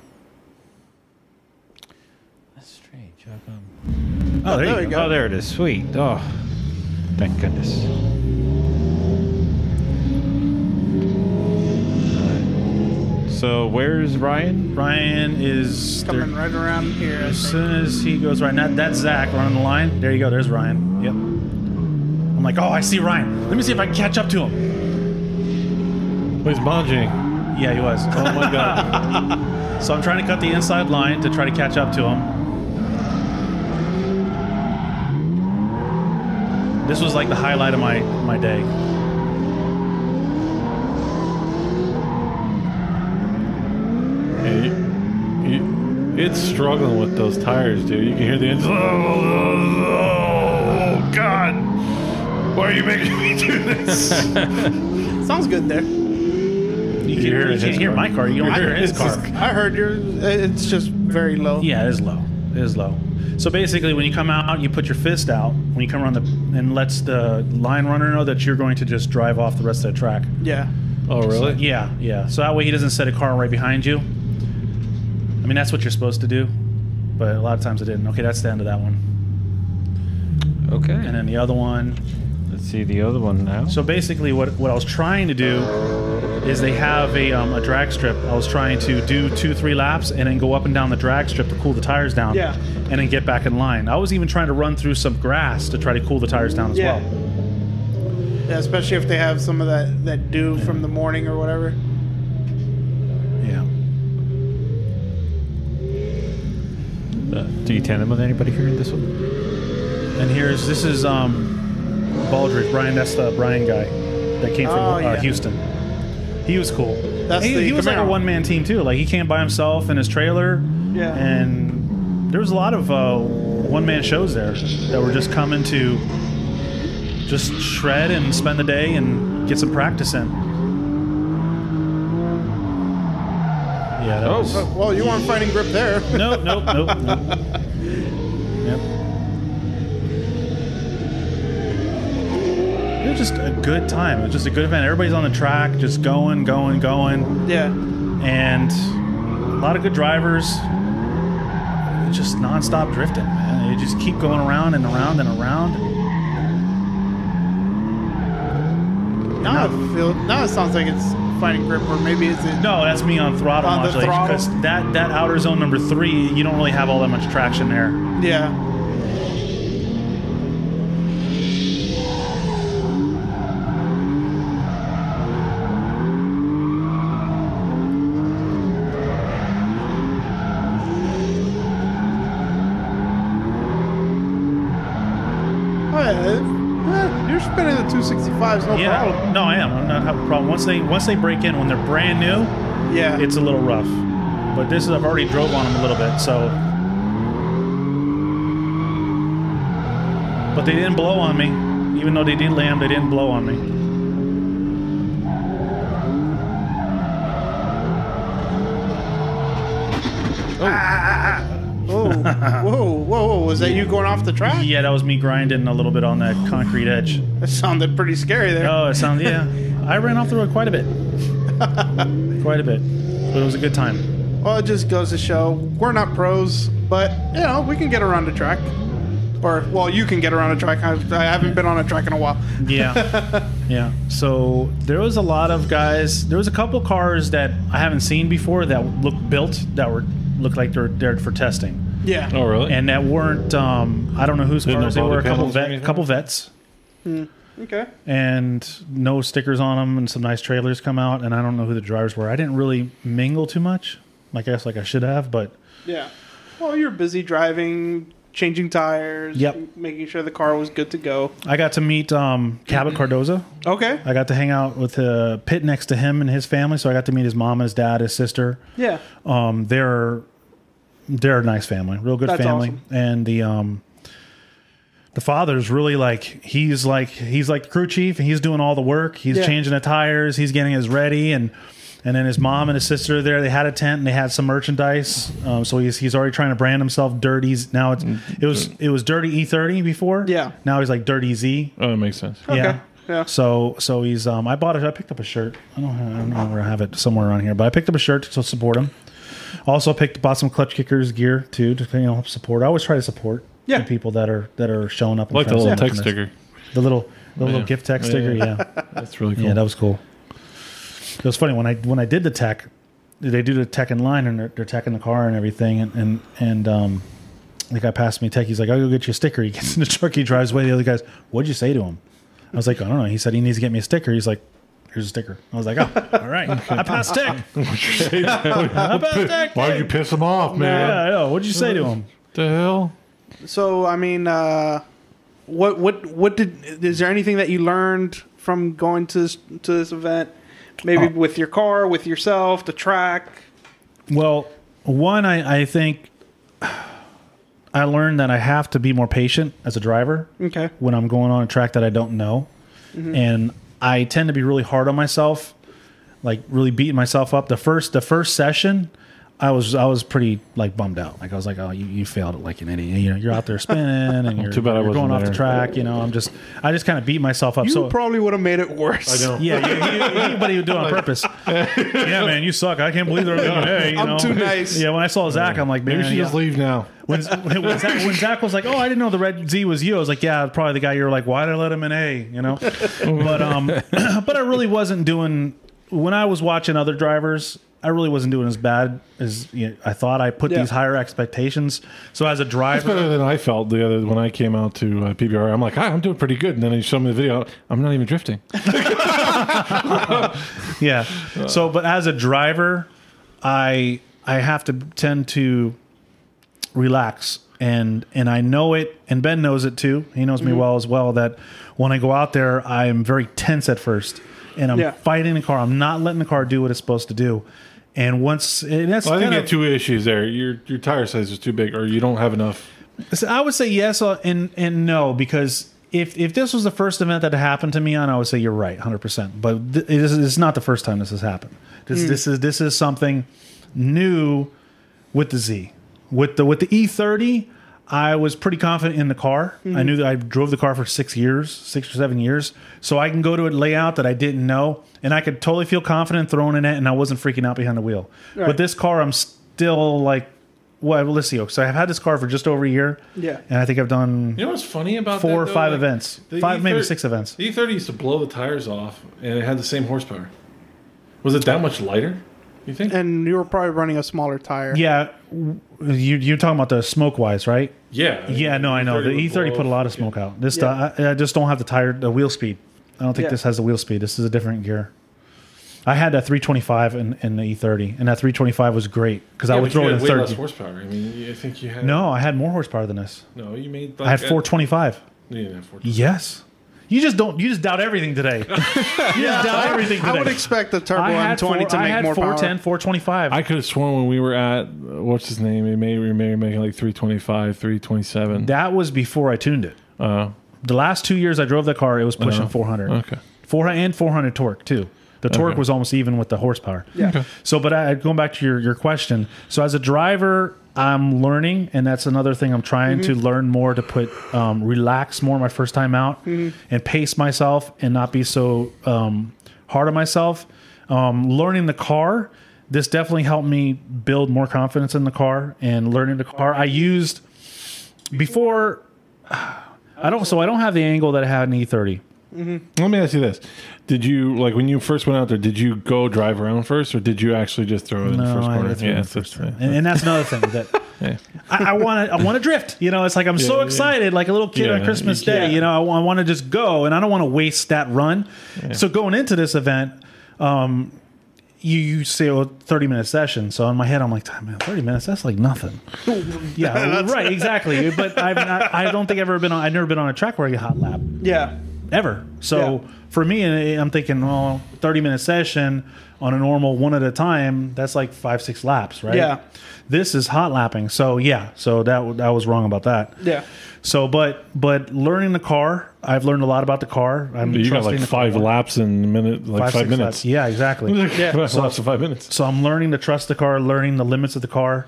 Speaker 2: That's strange. How come?
Speaker 3: Oh, there,
Speaker 4: there
Speaker 3: you
Speaker 4: we
Speaker 3: go.
Speaker 4: go.
Speaker 2: Oh, there it is. Sweet. Oh, thank goodness. So where's Ryan?
Speaker 3: Ryan is
Speaker 4: Coming
Speaker 3: there-
Speaker 4: right around here. I
Speaker 3: As
Speaker 4: think.
Speaker 3: soon as he goes right, now that's Zach running the line. There you go. There's Ryan. Yep. I'm like, oh, I see Ryan. Let me see if I can catch up to him.
Speaker 1: He's monging.
Speaker 3: Yeah, he was.
Speaker 1: Oh my god.
Speaker 3: So I'm trying to cut the inside line to try to catch up to him. This was like the highlight of my my day.
Speaker 1: Yeah, you- you- it's struggling with those tires, dude. You can hear the engine. Oh, oh, oh, God. Why are you making me do this?
Speaker 4: Sounds good there.
Speaker 3: You,
Speaker 1: You
Speaker 3: can,
Speaker 1: hear
Speaker 3: hear,
Speaker 1: his
Speaker 3: can't hear
Speaker 1: car.
Speaker 3: my car. You don't
Speaker 1: You
Speaker 3: hear
Speaker 1: hear
Speaker 3: his
Speaker 1: his
Speaker 3: car.
Speaker 4: I heard your. It's just very low.
Speaker 3: Yeah, it is low. It is low. So basically, when you come out, you put your fist out. When you come around the and lets the line runner know that you're going to just drive off the rest of the track.
Speaker 4: Yeah.
Speaker 1: oh, really?
Speaker 3: Yeah, yeah. So that way he doesn't set a car right behind you. I mean, that's what you're supposed to do, but a lot of times I didn't. Okay, that's the end of that one.
Speaker 2: Okay.
Speaker 3: And then the other one.
Speaker 2: Let's see the other one now.
Speaker 3: So basically, what, what I was trying to do is they have a, um, a drag strip. I was trying to do two, three laps and then go up and down the drag strip to cool the tires down.
Speaker 4: Yeah.
Speaker 3: And then get back in line. I was even trying to run through some grass to try to cool the tires down as
Speaker 4: Yeah.
Speaker 3: well.
Speaker 4: Yeah, especially if they have some of that that dew from the morning or whatever.
Speaker 3: Yeah.
Speaker 2: Uh, do you tandem with anybody here in this one?
Speaker 3: And here's this is um, Baldrick Brian. That's the Brian guy that came from
Speaker 4: Oh,
Speaker 3: uh,
Speaker 4: yeah.
Speaker 3: Houston. He was cool.
Speaker 4: That's
Speaker 3: he,
Speaker 4: the
Speaker 3: he was like a
Speaker 4: Camaro.
Speaker 3: one man team too. Like he came by himself in his trailer.
Speaker 4: Yeah.
Speaker 3: And there was a lot of uh, one man shows there that were just coming to just shred and spend the day and get some practice in. Yeah. That was,
Speaker 4: Oh, well, you weren't fighting grip there. [laughs]
Speaker 3: no, no, no, no. Yep. It was just a good time. It was just a good event. Everybody's on the track, just going, going, going,
Speaker 4: yeah.
Speaker 3: and a lot of good drivers. Just nonstop drifting, man. You just keep going around and around and around.
Speaker 4: Now it feels. Now it sounds like it's fighting grip, or maybe it's it.
Speaker 3: No, that's me on throttle
Speaker 4: On the
Speaker 3: modulation
Speaker 4: throttle?
Speaker 3: because that that outer zone number three, you don't really have all that much traction there.
Speaker 4: Yeah. Oh, yeah, eh, You're spinning the 265s, no
Speaker 3: Yeah, no, I am. I'm not having a problem. Once they once they break in when they're brand new,
Speaker 4: problem. Yeah.
Speaker 3: it's a little rough. But this is I've already drove on them a little bit, so. But they didn't blow on me, even though they did land. They didn't blow on me.
Speaker 4: Oh,
Speaker 3: [laughs]
Speaker 4: Whoa, whoa, whoa, whoa. Was that you going off the track?
Speaker 3: Yeah, that was me grinding a little bit on that concrete edge.
Speaker 4: That sounded pretty scary there.
Speaker 3: Oh, it sounds yeah. I ran off the road quite a bit, quite a bit, but it was a good time.
Speaker 4: Well, it just goes to show we're not pros, but you know we can get around a track, or well, you can get around a track. I, I haven't been on a track in a while.
Speaker 3: Yeah. Yeah. So there was a lot of guys. There was a couple cars that I haven't seen before that looked built that were looked like they're there for testing,
Speaker 4: yeah.
Speaker 1: Oh, really?
Speaker 3: and that weren't. Um, I don't know whose
Speaker 1: Didn't
Speaker 3: cars
Speaker 1: know
Speaker 3: they were. A
Speaker 1: body
Speaker 3: couple
Speaker 1: panels or
Speaker 3: vet,
Speaker 1: anything?
Speaker 3: couple vets.
Speaker 4: Okay.
Speaker 3: and no stickers on them and some nice trailers come out and i don't know who the drivers were i didn't really mingle too much i guess like i should have but
Speaker 4: Yeah. Well, you're busy driving, changing tires,
Speaker 3: Yep.
Speaker 4: m- making sure the car was good to go.
Speaker 3: i got to meet um, cabot
Speaker 4: Mm-hmm.
Speaker 3: cardoza
Speaker 4: Okay.
Speaker 3: i got to hang out with uh, pit next to him and his family so i got to meet his mom his dad his sister
Speaker 4: Yeah.
Speaker 3: um, they're they're a nice family real good
Speaker 4: That's
Speaker 3: family
Speaker 4: awesome.
Speaker 3: and the um, the father's really like he's like he's like crew chief and he's doing all the work he's
Speaker 4: Yeah.
Speaker 3: changing the tires he's getting his ready and and then his mom and his sister are there they had a tent and they had some merchandise um, so he's he's already trying to brand himself dirty's now it's it was it was dirty e30 before
Speaker 4: Mm-hmm. Yeah.
Speaker 3: now he's like dirty z
Speaker 1: Oh, that makes sense.
Speaker 3: yeah
Speaker 4: Yeah.
Speaker 3: so so he's um I bought it I picked up a shirt I don't have, I don't know where I have it somewhere around here but I picked up a shirt to support him. Also picked bought some clutch kickers gear too to you know help support. I always try to support
Speaker 4: Yeah.
Speaker 3: the people that are that are showing up.
Speaker 1: I like the
Speaker 3: front of
Speaker 1: little
Speaker 3: stuff
Speaker 1: text
Speaker 3: and this.
Speaker 1: sticker.
Speaker 3: The little the little
Speaker 1: Yeah.
Speaker 3: gift tech
Speaker 1: Yeah,
Speaker 3: sticker.
Speaker 1: yeah.
Speaker 3: Yeah,
Speaker 1: That's really cool.
Speaker 3: yeah, that
Speaker 1: [laughs]
Speaker 3: was cool. It was funny when I when I did the tech. They do the tech in line and they're, they're teching the car and everything and and and um. The guy passed me tech. He's like, "I'll go get you a sticker." He [laughs] gets in the truck. He drives away. The other guy's, "What'd you say to him?" I was like, "I don't know." He said he needs to get me a sticker. He's like, "Here's a sticker." I was like, [laughs] "Oh, all right, I passed tech. I passed
Speaker 1: [laughs]
Speaker 3: tech."
Speaker 1: Why'd you piss him off, man?
Speaker 3: Yeah, I know. What'd you say to him?
Speaker 1: The hell?
Speaker 4: So I mean, uh, what what what did? Is there anything that you learned from going to this, to this event?
Speaker 3: Oh.
Speaker 4: Maybe with your car, with yourself, the track.
Speaker 3: Well, one, I, I think [sighs] I learned that I have to be more patient as a driver.
Speaker 4: Okay.
Speaker 3: when I'm going on a track that I don't know.
Speaker 4: Mm-hmm.
Speaker 3: And I tend to be really hard on myself, like really beating myself up. The first the first session, I was I was pretty like bummed out. Like I was like, oh, you, you failed it like an idiot. You know, you're out there
Speaker 1: [laughs]
Speaker 3: spinning and you're,
Speaker 1: too bad I
Speaker 3: you're
Speaker 1: wasn't
Speaker 3: going off
Speaker 1: there.
Speaker 3: the track. You know, I'm just I just kind of beat myself up.
Speaker 4: You
Speaker 3: so
Speaker 4: probably would have made it worse.
Speaker 1: I don't.
Speaker 3: yeah, you, you, anybody
Speaker 4: [laughs]
Speaker 3: would do it on purpose. yeah, man, you suck. I can't believe they're doing it. Hey, you
Speaker 4: I'm
Speaker 3: know.
Speaker 4: too nice.
Speaker 3: [laughs] Yeah, when I saw Zach, I'm like,
Speaker 1: Maybe
Speaker 3: man,
Speaker 1: she
Speaker 3: yeah.
Speaker 1: just leave now.
Speaker 3: When, when, Zach, when Zach was like, "Oh, I didn't know the red Z was you," I was like, "Yeah, probably the guy." You're like, "Why did I let him in A?" You know, but um, [clears throat] but I really wasn't doing. When I was watching other drivers, I really wasn't doing as bad as you know, I thought. I put
Speaker 4: Yeah.
Speaker 3: these higher expectations. So as a
Speaker 1: It's
Speaker 3: driver,
Speaker 1: better than I felt the other when I came out to uh, PBR. I'm like, hi, I'm doing pretty good. And then he showed me the video. I'm not even drifting.
Speaker 3: [laughs] yeah. So, but as a driver, I I have to tend to relax and and I know it and Ben knows it too. He knows me
Speaker 1: Mm-hmm.
Speaker 3: well as well that when I go out there, I am very tense at first and I'm
Speaker 4: Yeah.
Speaker 3: fighting the car. I'm not letting the car do what it's supposed to do. And once and that's
Speaker 1: Well, I think
Speaker 3: kind
Speaker 1: you
Speaker 3: of-
Speaker 1: have two issues there. Your your tire size is too big, or you don't have enough.
Speaker 3: So I would say yes uh, and and no because if if this was the first event that happened to me on, I would say you're right, hundred percent. But th- it is it's not the first time this has happened. This this is this is something new with the Z, with the with the E30. I was pretty confident in the car. I knew that I drove the car for six years, six or seven years, so I can go to a layout that I didn't know, and I could totally feel confident throwing in it, and I wasn't freaking out behind the wheel.
Speaker 4: Right.
Speaker 3: With this car, I'm still like well, let's see. So I've had this car for just over a year.
Speaker 4: Yeah.
Speaker 3: And I think I've done
Speaker 1: You know what's funny about
Speaker 3: four
Speaker 1: that,
Speaker 3: or
Speaker 1: though?
Speaker 3: five
Speaker 1: Like,
Speaker 3: events,
Speaker 1: the E
Speaker 3: five maybe
Speaker 1: E30
Speaker 3: six events.
Speaker 1: The E30 used to blow the tires off, and it had the same horsepower. Was it that much lighter? You think?
Speaker 4: And you were probably running a smaller tire.
Speaker 3: Yeah, w- you you're talking about the smoke wise, right?
Speaker 1: yeah.
Speaker 3: Yeah, no, I know the
Speaker 1: would
Speaker 3: E30
Speaker 1: blow
Speaker 3: put a lot of
Speaker 1: off.
Speaker 3: smoke out. This
Speaker 4: Yeah.
Speaker 3: I, I just don't have the tire, the wheel speed. I don't think
Speaker 4: Yeah.
Speaker 3: this has the wheel speed. This is a different gear. I had that 325 in, in the E30, and that 325 was great because
Speaker 1: Yeah,
Speaker 3: I
Speaker 1: but
Speaker 3: would throw
Speaker 1: you
Speaker 3: it
Speaker 1: had
Speaker 3: in
Speaker 1: way less
Speaker 3: 30.
Speaker 1: horsepower. I mean, I think you had
Speaker 3: No, I had more horsepower than this.
Speaker 1: No, you made. Like
Speaker 3: I had
Speaker 1: a-
Speaker 3: 425.
Speaker 1: You didn't have four.
Speaker 3: Yes. You just don't. You just doubt everything today. [laughs] you just doubt everything today.
Speaker 4: I would expect the turbo
Speaker 3: I
Speaker 4: M20
Speaker 3: had four-
Speaker 4: to
Speaker 3: I
Speaker 4: make
Speaker 3: had
Speaker 4: more power.
Speaker 3: 410, 425.
Speaker 1: I could have sworn when we were at uh, what's his name, it may we may making like three twenty five, three twenty seven.
Speaker 3: that was before I tuned it.
Speaker 1: Uh,
Speaker 3: The last two years I drove the car, it was pushing
Speaker 1: Uh-huh.
Speaker 3: 400.
Speaker 1: okay.
Speaker 3: 400 and 400 torque, too. The torque
Speaker 1: Okay.
Speaker 3: was almost even with the horsepower.
Speaker 4: Yeah.
Speaker 1: Okay.
Speaker 3: So, but I, going back to your, your question, so as a driver, I'm learning, and that's another thing I'm trying to learn more to put, um, relax more my first time out and pace myself and not be so um, hard on myself. Um, learning the car, this definitely helped me build more confidence in the car and learning the car. I used before, [sighs] I don't, so I don't have the angle that I had in E E30.
Speaker 1: Let me ask you this: Did you like when you first went out there? Did you go drive around first, or did you actually just throw it in the
Speaker 3: No,
Speaker 1: first
Speaker 3: I
Speaker 1: corner?
Speaker 3: threw it in the
Speaker 1: that's-
Speaker 3: first round. And, and that's another thing that
Speaker 1: [laughs] Yeah.
Speaker 3: I want to. I want to drift. You know, it's like I'm so
Speaker 1: yeah, yeah.
Speaker 3: excited, like a little kid on
Speaker 1: Yeah,
Speaker 3: Christmas
Speaker 1: you can't-
Speaker 3: Day. You know, I want to just go, and I don't want to waste that run. So going into this event, um, you you say well, 30 minute session. So in my head, I'm like, "Damn, man, 30 minutes. That's
Speaker 1: [laughs]
Speaker 3: like nothing. yeah, well, right, exactly. But I've not, I don't think I've ever been on. I've never been on a track where I get hot lap
Speaker 4: Yeah.
Speaker 3: ever. So
Speaker 4: Yeah.
Speaker 3: for me, I- I'm thinking, well, 30 minute session on a normal one at a time, that's like five, six laps, right?
Speaker 4: Yeah.
Speaker 3: This is hot lapping. So yeah, so that w- I was wrong about that.
Speaker 4: Yeah.
Speaker 3: So, but but learning the car, I've learned a lot about the car. I'm
Speaker 1: You got
Speaker 3: trusting
Speaker 1: like
Speaker 3: the
Speaker 1: five
Speaker 3: car.
Speaker 1: laps in a minute, like five,
Speaker 3: six
Speaker 1: minutes.
Speaker 3: laps. Yeah, exactly. [laughs]
Speaker 1: yeah, [laughs]
Speaker 4: [laughs]
Speaker 1: five laps in five minutes.
Speaker 3: so I'm learning to trust the car, learning the limits of the car.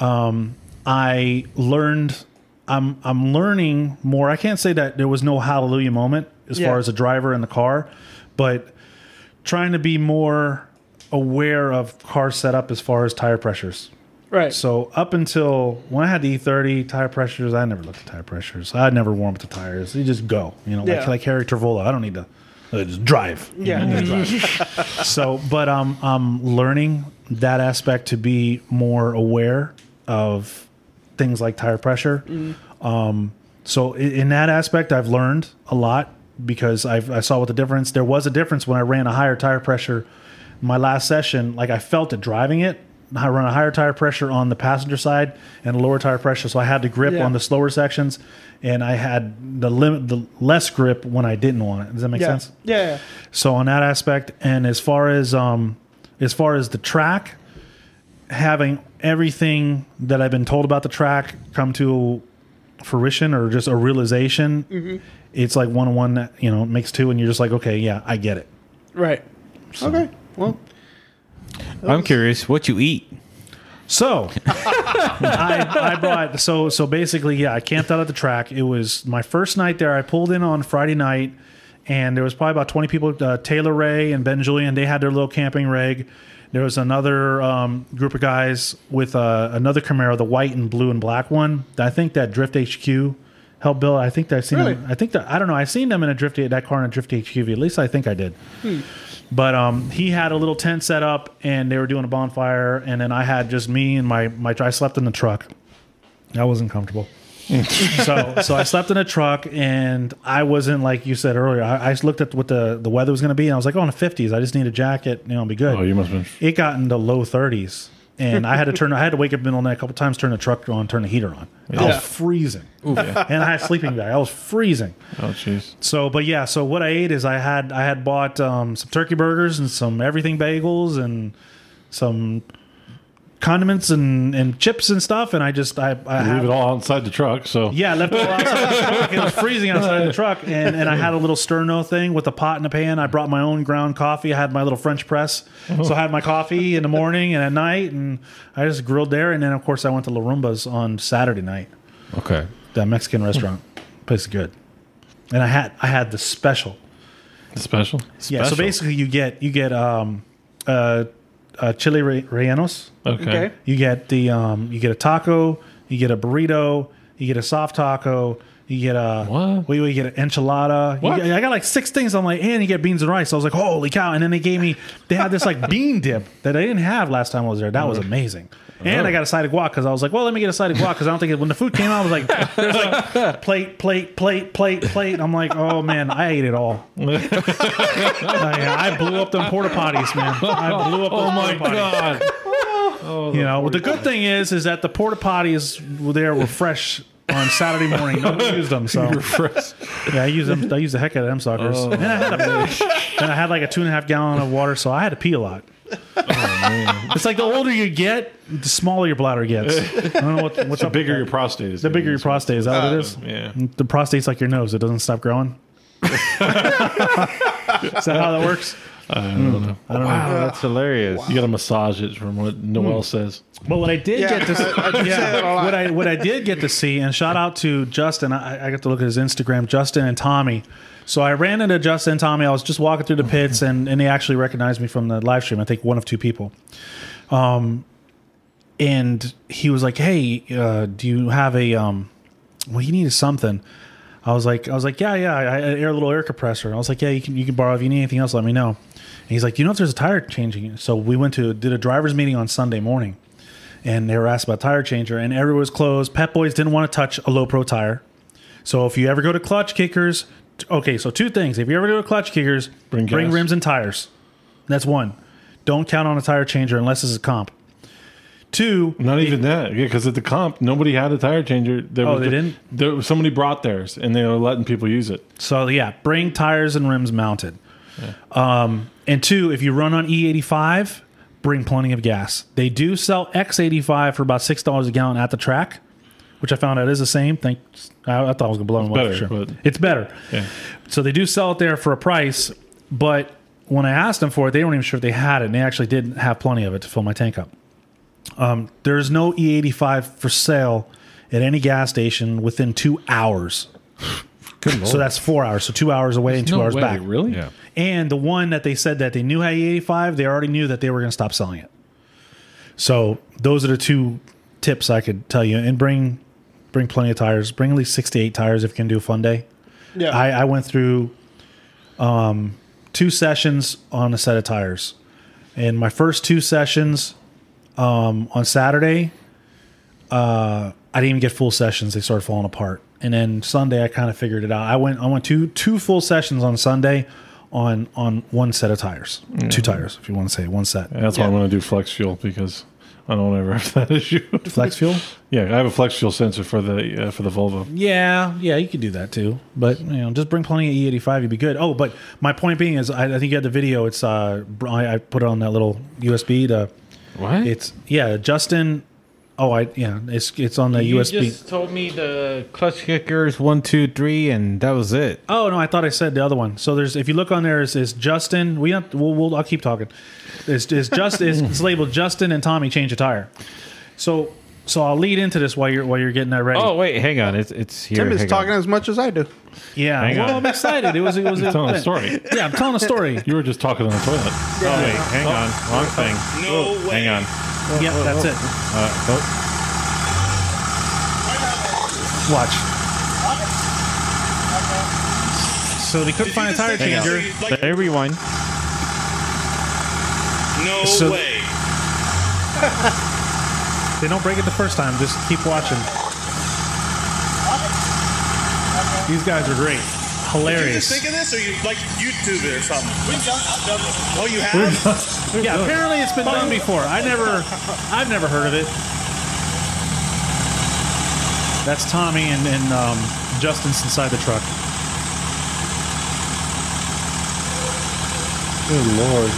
Speaker 3: Um, I learned. I'm I'm learning more. I can't say that there was no hallelujah moment as
Speaker 4: Yeah.
Speaker 3: far as a driver in the car, but trying to be more aware of car setup as far as tire pressures.
Speaker 4: Right.
Speaker 3: So up until when I had the E30 tire pressures, I never looked at tire pressures. I never warm up the tires. You just go, you know,
Speaker 4: Yeah.
Speaker 3: like like Harry Travola. I don't need to I just drive. you
Speaker 4: Yeah.
Speaker 3: know, just
Speaker 4: [laughs]
Speaker 3: drive. so, but um, I'm learning that aspect to be more aware of things like tire pressure. Um, so i- in that aspect, I've learned a lot because I've, I saw what the difference. There was a difference when I ran a higher tire pressure. My last session, like I felt it driving it. I run a higher tire pressure on the passenger side and a lower tire pressure, so I had to grip
Speaker 4: Yeah.
Speaker 3: on the slower sections, and I had the limit, the less grip when I didn't want it. Does that make
Speaker 4: yeah.
Speaker 3: sense?
Speaker 4: yeah. Yeah.
Speaker 3: So on that aspect, and as far as um, as far as the track, having everything that I've been told about the track come to fruition or just a realization, it's like one on one that you know makes two, and you're just like, okay, yeah, I get it.
Speaker 4: Right. Okay. Well,
Speaker 2: I'm curious what you eat.
Speaker 3: So [laughs] I, I brought so so basically yeah I camped out at the track. It was my first night there. I pulled in on Friday night, and there was probably about twenty people. Uh, Taylor Ray and Ben Julian they had their little camping rig. There was another um, group of guys with uh, another Camaro, the white and blue and black one. I think that Drift HQ helped build. I think that I seen.
Speaker 4: Really?
Speaker 3: Them, I think that I don't know. I seen them in a Drift that car in a Drift HQ. At least I think I did. But um, he had a little tent set up, and they were doing a bonfire. And then I had just me and my my. I slept in the truck. I wasn't comfortable.
Speaker 1: [laughs]
Speaker 3: so so I slept in a truck, and I wasn't like you said earlier. I, I just looked at what the the weather was going to be, and I was like, oh, in the fifties, I just need a jacket, you know, I'll be good
Speaker 1: Oh, you must have been.
Speaker 3: it got into low 30s and i had to turn i had to wake up in the middle of the night a couple times turn the truck on turn the heater on i
Speaker 4: Yeah.
Speaker 3: was freezing and i had a sleeping bag i was freezing
Speaker 1: Oh, jeez.
Speaker 3: so but yeah so what i ate is i had i had bought um, some turkey burgers and some everything bagels and some condiments and, and chips and stuff and i just i, I
Speaker 1: You
Speaker 3: had-
Speaker 1: leave it all outside the truck. So
Speaker 3: yeah, I left it all outside the truck. It was freezing outside the truck, and, and I had a little sterno thing with a pot and a pan. I brought my own ground coffee. I had my little French press, so I had my coffee in the morning and at night, and I just grilled there. And then, of course, I went to La Rumba's on Saturday night,
Speaker 2: Okay.
Speaker 3: that Mexican restaurant. Place is good, and I had I had the special.
Speaker 1: it's special.
Speaker 3: Yeah, so
Speaker 2: Special.
Speaker 3: basically, you get you get um, uh, uh, chili re- rellenos.
Speaker 1: Okay.
Speaker 4: okay.
Speaker 3: You get the um, you get a taco, you get a burrito, you get a soft taco, you get a
Speaker 1: What?
Speaker 3: We, we get an enchilada. You
Speaker 1: What?
Speaker 3: get- I got like six things. I'm like, and you get beans and rice. I was like, holy cow! And then they gave me they had this like bean dip that I didn't have last time I was there. That
Speaker 1: Oh.
Speaker 3: was amazing. And I got a side of guac because I was like, well, let me get a side of guac because I don't think it, when the food came out, I was like, there's
Speaker 1: [laughs]
Speaker 3: like plate, plate, plate, plate, plate. I'm like, oh man, I ate
Speaker 1: [laughs]
Speaker 3: it all. I, I blew up them porta potties, man. I blew up.
Speaker 1: Oh
Speaker 3: those
Speaker 1: my
Speaker 3: porta potties
Speaker 1: god.
Speaker 3: you know, but the good thing is, is that the porta potties were there were fresh on Saturday morning. No one used
Speaker 1: [laughs]
Speaker 3: them, so [laughs] yeah, I use them. I use the heck out of them suckers.
Speaker 1: Oh.
Speaker 3: And
Speaker 1: [laughs]
Speaker 3: I had a, and I had like a two and a half gallon of water, so I had to pee a lot.
Speaker 1: Oh,
Speaker 3: It's like the older you get, the smaller your bladder gets.
Speaker 1: [laughs]
Speaker 3: I don't know what, what's
Speaker 1: The
Speaker 3: up. with
Speaker 1: bigger
Speaker 3: that.
Speaker 1: your prostate is.
Speaker 3: the bigger your prostate is. That what it is?
Speaker 1: Yeah.
Speaker 3: The prostate's like your nose; it doesn't
Speaker 1: [laughs]
Speaker 3: stop growing. is that how that
Speaker 1: [laughs]
Speaker 3: works? Mm.
Speaker 2: Ah. Wow, Oh, that's hilarious.
Speaker 1: You got to massage it from what
Speaker 3: Mm.
Speaker 1: Noel says.
Speaker 3: But what I did
Speaker 4: Yeah,
Speaker 3: get to
Speaker 4: [laughs] I- I do say that a
Speaker 3: yeah, [laughs]
Speaker 4: lot.
Speaker 3: what I what I did get to see, and shout out to Justin. I, I got to look at his Instagram, Justin and Tommy. So I ran into Justin and Tommy. I was just walking through the pits, and and they actually recognized me from the live stream. I think one of two people. Um, and he was like, "Hey, uh, do you have a um? Well, you need something." I was like, I was like, yeah, yeah, I I had an air little air compressor. I was like, yeah, you can you can borrow if you need anything else, let me know. And he's like, you know if there's a tire changing? So we went to did a driver's meeting on Sunday morning, and they were asked about tire changer, and everywhere was closed. Pep Boys didn't want to touch a low pro tire. So if you ever go to Clutch Kickers, t- okay, so two things. If you ever go to Clutch Kickers,
Speaker 1: Bring
Speaker 3: bring,
Speaker 1: gas.
Speaker 3: rims and tires. That's one. Don't count on a tire changer unless it's a comp. Two,
Speaker 1: Not even that, yeah. Because at the comp, nobody had a tire changer. There
Speaker 3: Oh,
Speaker 1: was
Speaker 3: they
Speaker 1: the-
Speaker 3: didn't?
Speaker 1: There, was- somebody brought theirs, and they were letting people use it.
Speaker 3: So yeah, bring tires and rims mounted. Um, and two, if you run on E85, bring plenty of gas. They do sell X85 for about six dollars a gallon at the track, which I found out is the same. Think I, I thought I was gonna blow them away.
Speaker 1: better,
Speaker 3: for sure.
Speaker 1: but-
Speaker 3: It's better.
Speaker 1: Yeah.
Speaker 3: So they do sell it there for a price, but when I asked them for it, they weren't even sure if they had it. And they actually did have plenty of it to fill my tank up. Um, there's no E85 for sale at any gas station within two
Speaker 1: [laughs]
Speaker 3: hours. So that's four hours. So two hours away and two
Speaker 1: No
Speaker 3: hours
Speaker 1: way,
Speaker 3: back.
Speaker 1: really?
Speaker 2: Yeah.
Speaker 3: And the one that they said that they knew had E85, they already knew that they were going to stop selling it. So those are the two tips I could tell you. And bring bring plenty of tires. Bring at least six to eight tires if you can do a fun day.
Speaker 4: Yeah.
Speaker 3: I, I went through um, two sessions on a set of tires. And my first two sessions um, on Saturday, uh, I didn't even get full sessions. They started falling apart. And then Sunday, I kind of figured it out. I went I went two two full sessions on Sunday on on one set of tires, two tires if you want to say it, one set.
Speaker 1: And that's why I'm going to do flex fuel because I don't ever [laughs] have that issue.
Speaker 3: Flex fuel.
Speaker 1: yeah, I have a flex fuel sensor for the uh, for the Volvo.
Speaker 3: Yeah, yeah, you could do that too. But you know, just bring plenty of E85, you'd be good. Oh, but my point being is, I, I think you had the video. It's uh, br- I, I put it on that little USB. To
Speaker 2: What?
Speaker 3: it's yeah, Justin. Oh, I yeah, it's it's on the
Speaker 2: you
Speaker 3: USB.
Speaker 2: just told me the clutch kickers one, two, three, and that was it.
Speaker 3: Oh no, I thought I said the other one. So there's if you look on there is is Justin. We have, we'll, we'll I'll keep talking. It's is just it's, it's labeled Justin and Tommy change a tire. So so I'll lead into this while you're while you're getting that ready.
Speaker 2: Oh wait, hang on. It's it's here.
Speaker 4: Tim is
Speaker 2: Hang
Speaker 4: talking
Speaker 2: On.
Speaker 4: as much as I do.
Speaker 3: yeah,
Speaker 2: hang
Speaker 3: well
Speaker 2: on.
Speaker 3: I'm excited. It was it
Speaker 2: [laughs]
Speaker 3: was
Speaker 1: Telling a story.
Speaker 3: Yeah, I'm telling a story.
Speaker 1: You were just talking on the toilet.
Speaker 2: Oh wait, hang on. Wrong thing. No way. Hang on.
Speaker 3: yep, that's it.
Speaker 2: Uh, oh,
Speaker 3: Watch. So they couldn't find a tire
Speaker 2: hang
Speaker 3: changer.
Speaker 2: on. Hey, rewind.
Speaker 5: No
Speaker 3: So-
Speaker 5: way.
Speaker 3: They don't break it the first time. Just keep watching. These guys are great.
Speaker 5: Did you just think
Speaker 3: Hilarious.
Speaker 5: of this, or you like YouTube it or something? We've done. Oh, you have.
Speaker 3: Yeah, apparently it's been done before. I never, I've never heard of it. That's Tommy and, and um, Justin's inside the truck.
Speaker 1: Good lord.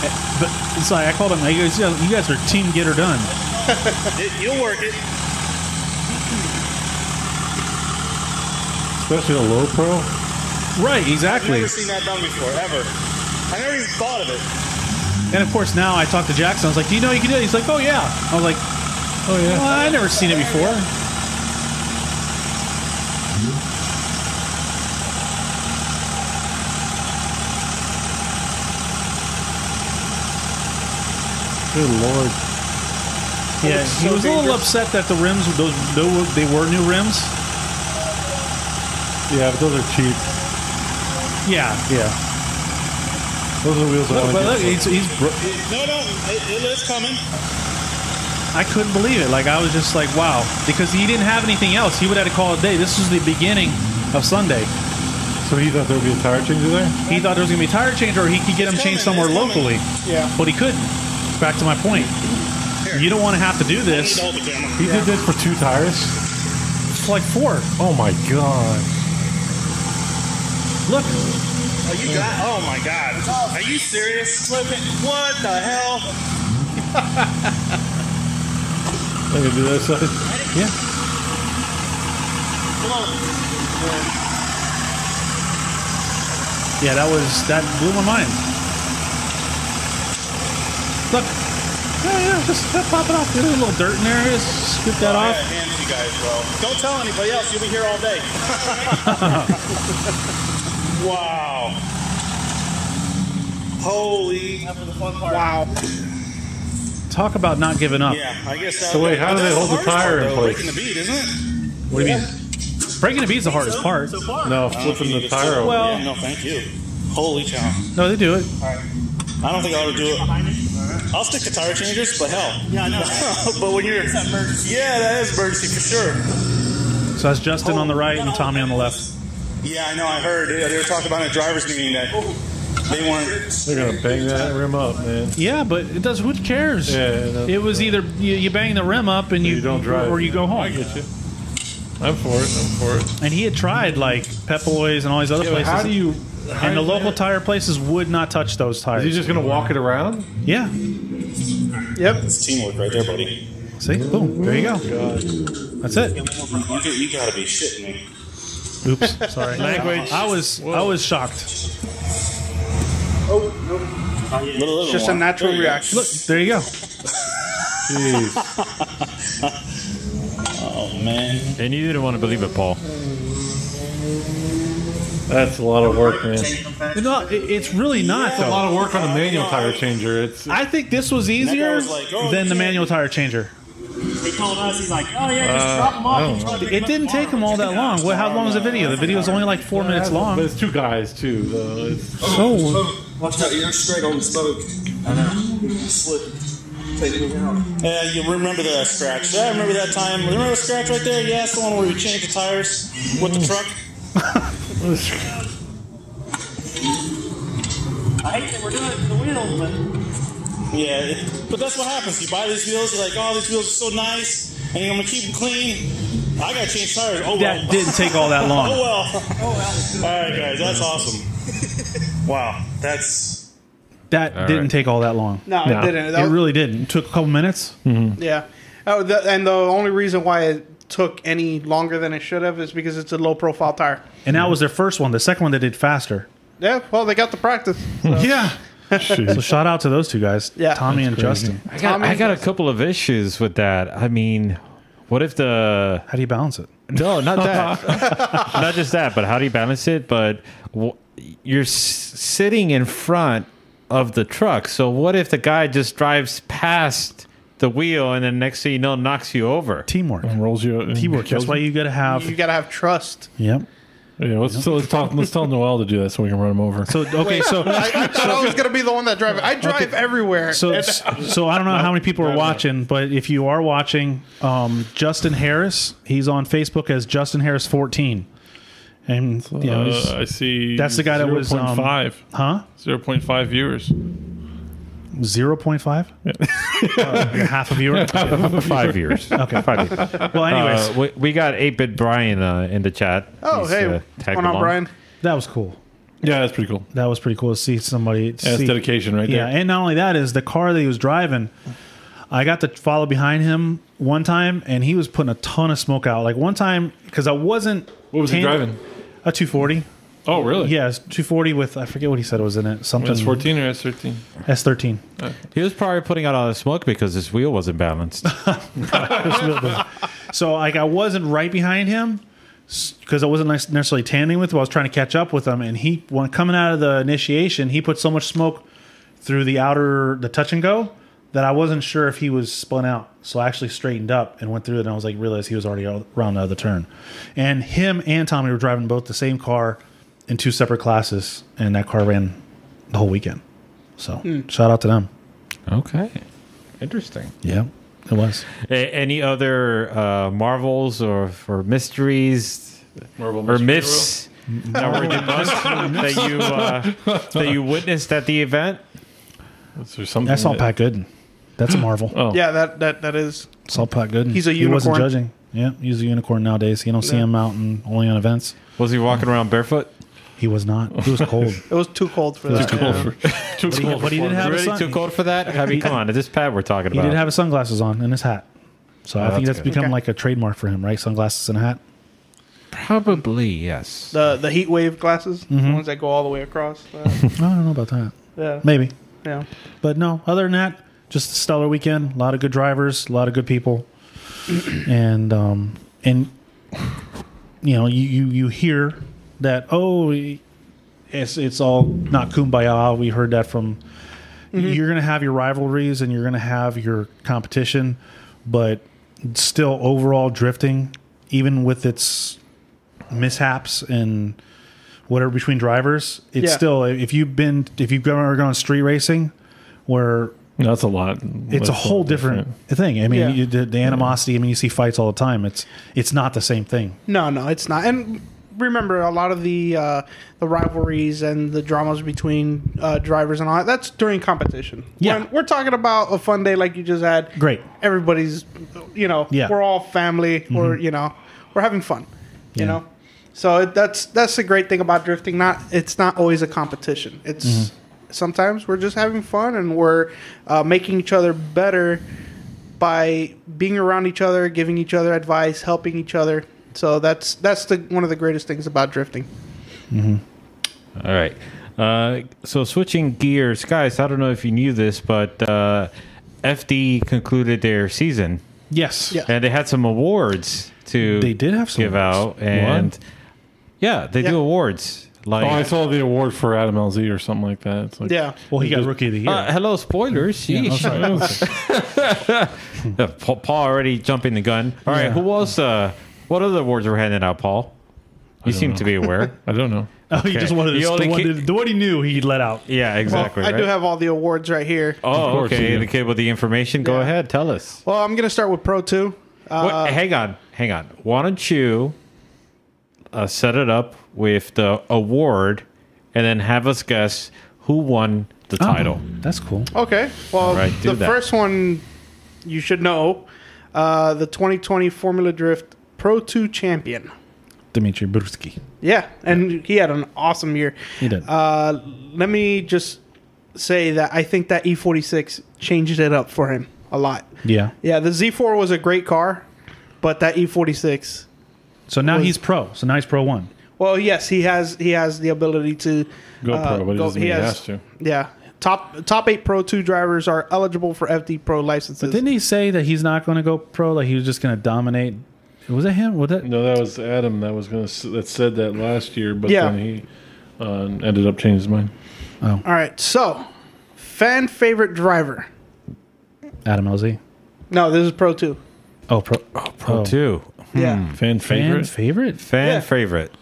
Speaker 3: Eh, But it's like I called him. I goes, "Yeah, you guys are team get her done.
Speaker 5: It, you'll work it.
Speaker 1: Especially the low pro.
Speaker 3: Right,
Speaker 5: I've
Speaker 3: exactly.
Speaker 5: never seen that done before, ever. I never even thought of it.
Speaker 3: And of course, now I talked to Jackson. I was like, "Do you know you can do it?" He's like, "Oh yeah." I was like,
Speaker 1: Oh yeah.
Speaker 3: well, "I never seen it before."
Speaker 1: Good lord.
Speaker 3: Yeah,
Speaker 5: It's
Speaker 3: he
Speaker 5: so
Speaker 3: was a little
Speaker 5: dangerous.
Speaker 3: upset that the rims those, those they were new rims.
Speaker 1: Yeah, but those are cheap.
Speaker 3: Yeah, yeah.
Speaker 1: Those are the wheels I
Speaker 3: But,
Speaker 1: want to
Speaker 3: but look,
Speaker 1: get.
Speaker 3: he's, he's bro-
Speaker 5: It- No, no, it, it is coming.
Speaker 3: I couldn't believe it. Like I was just like, wow, because he didn't have anything else. He would have to call it a day. This was the beginning of Sunday.
Speaker 1: So he thought there would be a tire changer there.
Speaker 3: He thought there was gonna be a tire change, or he could get him
Speaker 5: It's
Speaker 3: changed
Speaker 5: coming,
Speaker 3: somewhere
Speaker 5: it's coming.
Speaker 3: locally,
Speaker 4: Yeah.
Speaker 3: but he couldn't. Back to my point. You don't want to have to do
Speaker 5: I need to
Speaker 3: this
Speaker 5: hold the camera.
Speaker 1: He did this for two tires.
Speaker 3: for like four.
Speaker 1: Oh my god.
Speaker 3: Look,
Speaker 5: Oh, you got. Oh my God. Are you serious? What the hell?
Speaker 1: I can do that side.
Speaker 5: Come on.
Speaker 3: yeah, that was that blew my mind. Look, yeah, yeah, just pop it off. There's a little dirt in there. Just scoop that
Speaker 5: I
Speaker 3: off.
Speaker 5: gotta hand you guys, bro. Don't tell anybody else. You'll be here all
Speaker 3: [laughs]
Speaker 5: day. [laughs] wow. Holy.
Speaker 4: Wow.
Speaker 3: Talk about not giving up.
Speaker 5: Yeah, I guess. That
Speaker 1: So wait, how do they
Speaker 5: that's
Speaker 1: hold the
Speaker 5: hardest
Speaker 1: tire
Speaker 5: part,
Speaker 1: in
Speaker 5: though,
Speaker 1: place?
Speaker 5: Breaking the beat, isn't it?
Speaker 3: What do you mean? Breaking a beat's the hardest part.
Speaker 5: So far.
Speaker 1: No, flipping the tire over.
Speaker 3: Well-
Speaker 5: Yeah, no, thank you. Holy cow.
Speaker 3: No, they do it.
Speaker 5: All right. I don't think I'll ever do it. I'll stick to tire changers, but hell. Yeah, I know. [laughs] but when you're. Yeah, that is emergency for sure.
Speaker 3: So that's Justin on the right and Tommy on the left.
Speaker 5: Yeah, I know. I heard. They they were talking about in a driver's meeting that they weren't.
Speaker 1: They're gonna bang that rim up, man.
Speaker 3: Yeah, but it does. Who cares?
Speaker 1: Yeah, it doesn't
Speaker 3: it was either you, you bang the rim up and you,
Speaker 1: You don't drive,
Speaker 3: or you go
Speaker 1: I
Speaker 3: home.
Speaker 1: get you. I'm for it. I'm for it.
Speaker 3: And he had tried like Pep Boys and all these other
Speaker 1: Yeah, but
Speaker 3: places.
Speaker 1: how do you? how
Speaker 3: and the
Speaker 1: do you-
Speaker 3: local tire places would not touch those tires.
Speaker 1: Is he just gonna walk it around?
Speaker 3: yeah.
Speaker 4: Yep.
Speaker 5: It's teamwork right there, buddy.
Speaker 3: See, boom. There you go.
Speaker 1: Oh God.
Speaker 3: That's it.
Speaker 5: You, you, you gotta be shitting me.
Speaker 3: Oops. [laughs] Sorry.
Speaker 1: Language.
Speaker 3: I was I was shocked.
Speaker 6: Oh,
Speaker 5: Little, little
Speaker 4: Just a
Speaker 5: more.
Speaker 4: natural
Speaker 5: There you go.
Speaker 4: reaction.
Speaker 3: Look, there you go.
Speaker 1: Jeez.
Speaker 5: [laughs] Oh, man.
Speaker 2: And you didn't want to believe it, Paul.
Speaker 1: That's a lot of work, man. It's
Speaker 3: No, it, it's really not
Speaker 1: a
Speaker 3: though.
Speaker 1: lot of work on a manual tire changer. It's
Speaker 3: I think this was easier
Speaker 5: was like, oh,
Speaker 3: than the
Speaker 5: yeah.
Speaker 3: manual tire changer.
Speaker 6: He told us, he's like, oh yeah, just
Speaker 1: Uh,
Speaker 6: drop him
Speaker 1: I
Speaker 6: off.
Speaker 1: don't
Speaker 6: and try to pick
Speaker 3: It
Speaker 6: up
Speaker 3: didn't take
Speaker 6: tomorrow."
Speaker 3: him all that long. Well, how long is the video? The video is only like four minutes
Speaker 1: but
Speaker 3: long.
Speaker 1: it's two guys too, though. It's, [laughs]
Speaker 3: So
Speaker 7: Watch out, you're straight on the smoke. I know. Slip. Take it out.
Speaker 5: Yeah, you remember that scratch. Yeah, I remember that time. Remember the scratch right there? Yeah, it's the one where we changed the tires with the truck.
Speaker 6: [laughs] I hate that we're doing it for the wheels, but
Speaker 5: Yeah, it- but that's what happens. You buy these wheels, you're like, oh, these wheels are so nice, and I'm gonna keep them clean. I gotta change tires. Oh well.
Speaker 3: that didn't take all that
Speaker 5: Oh
Speaker 3: long.
Speaker 5: well. All right, guys, that's awesome. Wow, that's
Speaker 3: That didn't
Speaker 2: right.
Speaker 3: take all that long.
Speaker 4: No, it didn't. That
Speaker 3: It
Speaker 4: was-
Speaker 3: really didn't. It took a couple minutes.
Speaker 4: Yeah. Oh, the, and the only reason why it took any longer than it should have is because it's a low profile tire.
Speaker 3: And that was their first one. The second one they did faster.
Speaker 4: Yeah. Well, they got the practice. So,
Speaker 3: Yeah. So
Speaker 1: jeez.
Speaker 3: shout out to those two guys,
Speaker 4: Yeah.
Speaker 3: Tommy and Justin.
Speaker 2: I got, I got a couple of issues with that. I mean, what if the
Speaker 3: How do you balance it?
Speaker 2: No, not that. [laughs] not just that, but how do you balance it? But wh- you're s- sitting in front of the truck. So what if the guy just drives past the wheel and then next thing you know knocks you over?
Speaker 3: Teamwork.
Speaker 1: rolls you up.
Speaker 3: Teamwork. That's why Mm-hmm. you got to have.
Speaker 4: You got to have trust.
Speaker 3: Yep.
Speaker 1: Yeah, let's, so let's talk. Let's tell Noel to do that so we can run him over.
Speaker 3: So okay, [laughs] so
Speaker 4: I, I thought I was going to be the one that drive. it. I drive
Speaker 1: [laughs]
Speaker 4: everywhere.
Speaker 3: so so I don't know how many people are watching, but if you are watching, um, Justin Harris, he's on Facebook as Justin Harris fourteen, and you know, he's-
Speaker 1: uh, I see.
Speaker 3: that's the guy that was, um,
Speaker 1: 0.5.
Speaker 3: huh
Speaker 1: 0.5 viewers.
Speaker 3: zero
Speaker 1: [laughs]
Speaker 3: point five, Uh, half of you. Okay.
Speaker 2: Five [laughs] years.
Speaker 3: Okay.
Speaker 2: Five years.
Speaker 3: Well, anyways,
Speaker 2: Uh, we, we got 8-Bit Brian uh, in the chat.
Speaker 4: oh,
Speaker 2: He's,
Speaker 4: hey,
Speaker 2: uh,
Speaker 4: what's
Speaker 2: tagged
Speaker 4: going on,
Speaker 2: along.
Speaker 4: Brian?
Speaker 3: that was cool.
Speaker 1: Yeah, that's pretty cool.
Speaker 3: That was pretty cool to see somebody.
Speaker 1: That's
Speaker 3: see-
Speaker 1: dedication right
Speaker 3: Yeah,
Speaker 1: there.
Speaker 3: and not only that is the car that he was driving. I got to follow behind him one time, and he was putting a ton of smoke out. Like one time, because I wasn't.
Speaker 1: What was he
Speaker 3: tan-
Speaker 1: driving?
Speaker 3: A two forty.
Speaker 1: Oh, really?
Speaker 3: Yeah, it's two forty with I forget what he said was in it. Something
Speaker 1: That's 14 or that's 13?
Speaker 3: S thirteen.
Speaker 2: He was probably putting out all the smoke because his wheel wasn't balanced.
Speaker 3: So like I wasn't right behind him because I wasn't nec- necessarily tandem with him. I was trying to catch up with him, and he when coming out of the initiation, he put so much smoke through the outer the touch and go that I wasn't sure if he was spun out. So I actually straightened up and went through it, and I was like realized he was already out- around the other turn. And him and Tommy were driving both the same car in two separate classes, and that car ran the whole weekend. So shout out to them.
Speaker 2: [laughs] okay. Interesting.
Speaker 3: Yeah, it was.
Speaker 2: A- any other uh, marvels or, or mysteries
Speaker 1: Marvel
Speaker 2: or
Speaker 1: Mystery
Speaker 2: myths that were debunked that you uh, that you witnessed at the event?
Speaker 1: World? Is there something
Speaker 3: That's all
Speaker 1: that-
Speaker 3: Pat Gooden. That's
Speaker 4: [gasps]
Speaker 3: a marvel.
Speaker 1: Oh.
Speaker 4: Yeah, that, that, that is.
Speaker 3: It's all Pat Gooden.
Speaker 4: He's a
Speaker 3: He wasn't
Speaker 4: unicorn.
Speaker 3: judging. Yeah, he's a unicorn nowadays. You don't see him out and only on events.
Speaker 2: Was he walking around barefoot?
Speaker 3: He was not.
Speaker 4: [laughs]
Speaker 3: He was cold.
Speaker 4: It was too cold for that.
Speaker 1: Too cold [laughs]
Speaker 4: yeah.
Speaker 1: for- too cold
Speaker 3: but he
Speaker 1: for
Speaker 3: did have a
Speaker 2: Really
Speaker 3: sun.
Speaker 2: too cold for that? I mean, come on, this pad we're talking
Speaker 3: He
Speaker 2: about.
Speaker 3: did have his sunglasses on and his hat. So I think
Speaker 2: that's
Speaker 3: that's
Speaker 2: good.
Speaker 3: become
Speaker 4: Oh, Okay.
Speaker 3: like a trademark for him, right? Sunglasses and a hat.
Speaker 2: Probably yes.
Speaker 4: The, the heat wave glasses, the ones that go all the way across. Uh,
Speaker 3: I don't know about that.
Speaker 4: yeah.
Speaker 3: Maybe,
Speaker 4: yeah.
Speaker 3: but no. Other than that, just a stellar weekend. A lot of good drivers. A lot of good people. and um, and you know, you you, you hear that oh, it's it's all not kumbaya. We heard that from you're going to have your rivalries and you're going to have your competition, but still overall drifting, even with its mishaps and whatever between drivers, it's
Speaker 4: Yeah.
Speaker 3: still if you've been if you've ever gone street racing, where
Speaker 1: That's a lot.
Speaker 3: it's
Speaker 1: That's
Speaker 3: a whole
Speaker 1: lot
Speaker 3: different, thing. I mean,
Speaker 4: Yeah.
Speaker 3: you, the, the animosity. I mean, you see fights all the time. It's it's not the same thing.
Speaker 4: No, no, it's not. And remember, a lot of the uh, the rivalries and the dramas between uh, drivers and all that, that's during competition.
Speaker 3: Yeah.
Speaker 4: When we're talking about a fun day like you just had.
Speaker 3: Great.
Speaker 4: Everybody's, you know,
Speaker 3: Yeah.
Speaker 4: we're all family.
Speaker 2: Mm-hmm.
Speaker 4: We're you know, we're having fun. You know, so it, that's that's the great thing about drifting. Not it's not always a competition. It's
Speaker 2: Mm-hmm.
Speaker 4: sometimes we're just having fun and we're uh, making each other better by being around each other, giving each other advice, helping each other. So that's that's the one of the greatest things about drifting.
Speaker 2: All right. Uh, so switching gears, guys. I don't know if you knew this, but uh, FD concluded their season,
Speaker 3: Yes.
Speaker 4: Yeah.
Speaker 2: and they had some awards to
Speaker 3: They did have some
Speaker 2: give
Speaker 3: awards.
Speaker 2: out, and yeah, they do
Speaker 4: Yeah.
Speaker 2: awards. Like,
Speaker 1: Oh, I saw the award for Adam LZ or something like that. It's like,
Speaker 4: Yeah.
Speaker 3: Well, he got rookie of the year. [laughs]
Speaker 2: uh, hello, spoilers. Yeesh. [laughs] Uh, Pa- Paul already jumping the gun. All right,
Speaker 3: Yeah.
Speaker 2: who else? Uh, what other awards were handed out, Paul? You seem to be
Speaker 1: [laughs]
Speaker 2: aware.
Speaker 1: I don't know.
Speaker 3: oh, he just wanted
Speaker 2: You
Speaker 3: to,
Speaker 2: only
Speaker 3: the, one
Speaker 2: ki-
Speaker 3: that- the one he knew he let out.
Speaker 2: yeah,
Speaker 4: Well,
Speaker 2: exactly.
Speaker 4: I do
Speaker 2: right?
Speaker 4: have all the awards right here.
Speaker 2: Oh,
Speaker 1: Of course you
Speaker 2: okay.
Speaker 1: do.
Speaker 2: The kid with the information. Go
Speaker 4: Yeah.
Speaker 2: ahead, tell us.
Speaker 4: Well, I'm gonna start with Pro Two.
Speaker 2: What, hang on, hang on. Why don't you uh, set it up with the award, and then have us guess who won
Speaker 3: Oh,
Speaker 2: the title?
Speaker 3: That's cool.
Speaker 4: Okay. Well,
Speaker 2: right, do
Speaker 4: the
Speaker 2: that.
Speaker 4: first one you should know, uh, the 2020 Formula Drift Pro Two champion.
Speaker 3: Dimitri Bruski.
Speaker 4: Yeah, and he had an awesome year.
Speaker 3: He did.
Speaker 4: Uh, let me just say that I think that E E46 changed it up for him a lot.
Speaker 3: yeah.
Speaker 4: Yeah, the Z4 was a great car, but that E E46.
Speaker 3: So now
Speaker 4: was-
Speaker 3: he's pro. So now he's pro one.
Speaker 4: Well, yes, he has he has the ability to
Speaker 1: Go
Speaker 4: uh,
Speaker 1: pro, but it doesn't mean he has to.
Speaker 4: Yeah, top top eight Pro Two drivers are eligible for FD Pro licenses.
Speaker 3: Didn't he say that he's not going to go pro? Like he was just going to dominate? Was it him? Was that?
Speaker 1: No, that was Adam that was going to that said that last year, but
Speaker 4: Yeah.
Speaker 1: then he uh, ended up changing his mind.
Speaker 4: All right, so fan favorite driver.
Speaker 3: Adam LZ.
Speaker 4: No, this is Pro Two.
Speaker 3: Oh, pro. Oh,
Speaker 2: Pro two
Speaker 1: Hmm.
Speaker 4: Yeah,
Speaker 1: Fan
Speaker 3: Fan
Speaker 1: favorite.
Speaker 3: favorite?
Speaker 2: fan
Speaker 4: Yeah.
Speaker 2: favorite,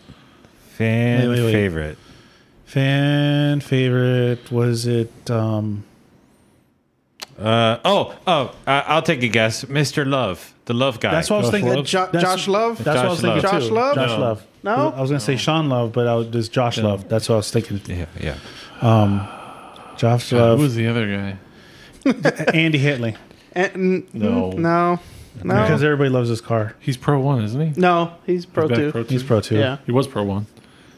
Speaker 2: fan
Speaker 3: Wait, wait, wait.
Speaker 2: favorite.
Speaker 3: Fan favorite. Was it? Um,
Speaker 2: Uh, oh, oh, I I'll take a guess. Mr. Love, the Love guy.
Speaker 3: that's what I was
Speaker 1: Josh
Speaker 3: thinking.
Speaker 1: Love?
Speaker 4: Jo-
Speaker 3: That's-
Speaker 4: Josh Love.
Speaker 3: That's what I was
Speaker 2: Josh
Speaker 3: thinking
Speaker 4: Love.
Speaker 3: too.
Speaker 4: Josh Love?
Speaker 3: Josh
Speaker 1: No.
Speaker 3: Love.
Speaker 4: No?
Speaker 3: I was going to say Sean Love, but I was, it's Josh Love. That's what I was thinking.
Speaker 2: yeah, yeah.
Speaker 3: Josh
Speaker 1: Who
Speaker 3: Love.
Speaker 1: was the other guy?
Speaker 3: Andy Hitley.
Speaker 4: And,
Speaker 1: No.
Speaker 4: no, no,
Speaker 3: Because everybody loves his car.
Speaker 1: He's pro one, isn't he?
Speaker 4: no. He's Pro
Speaker 1: Back
Speaker 4: Two.
Speaker 3: He's pro too.
Speaker 4: Yeah.
Speaker 1: He was pro one.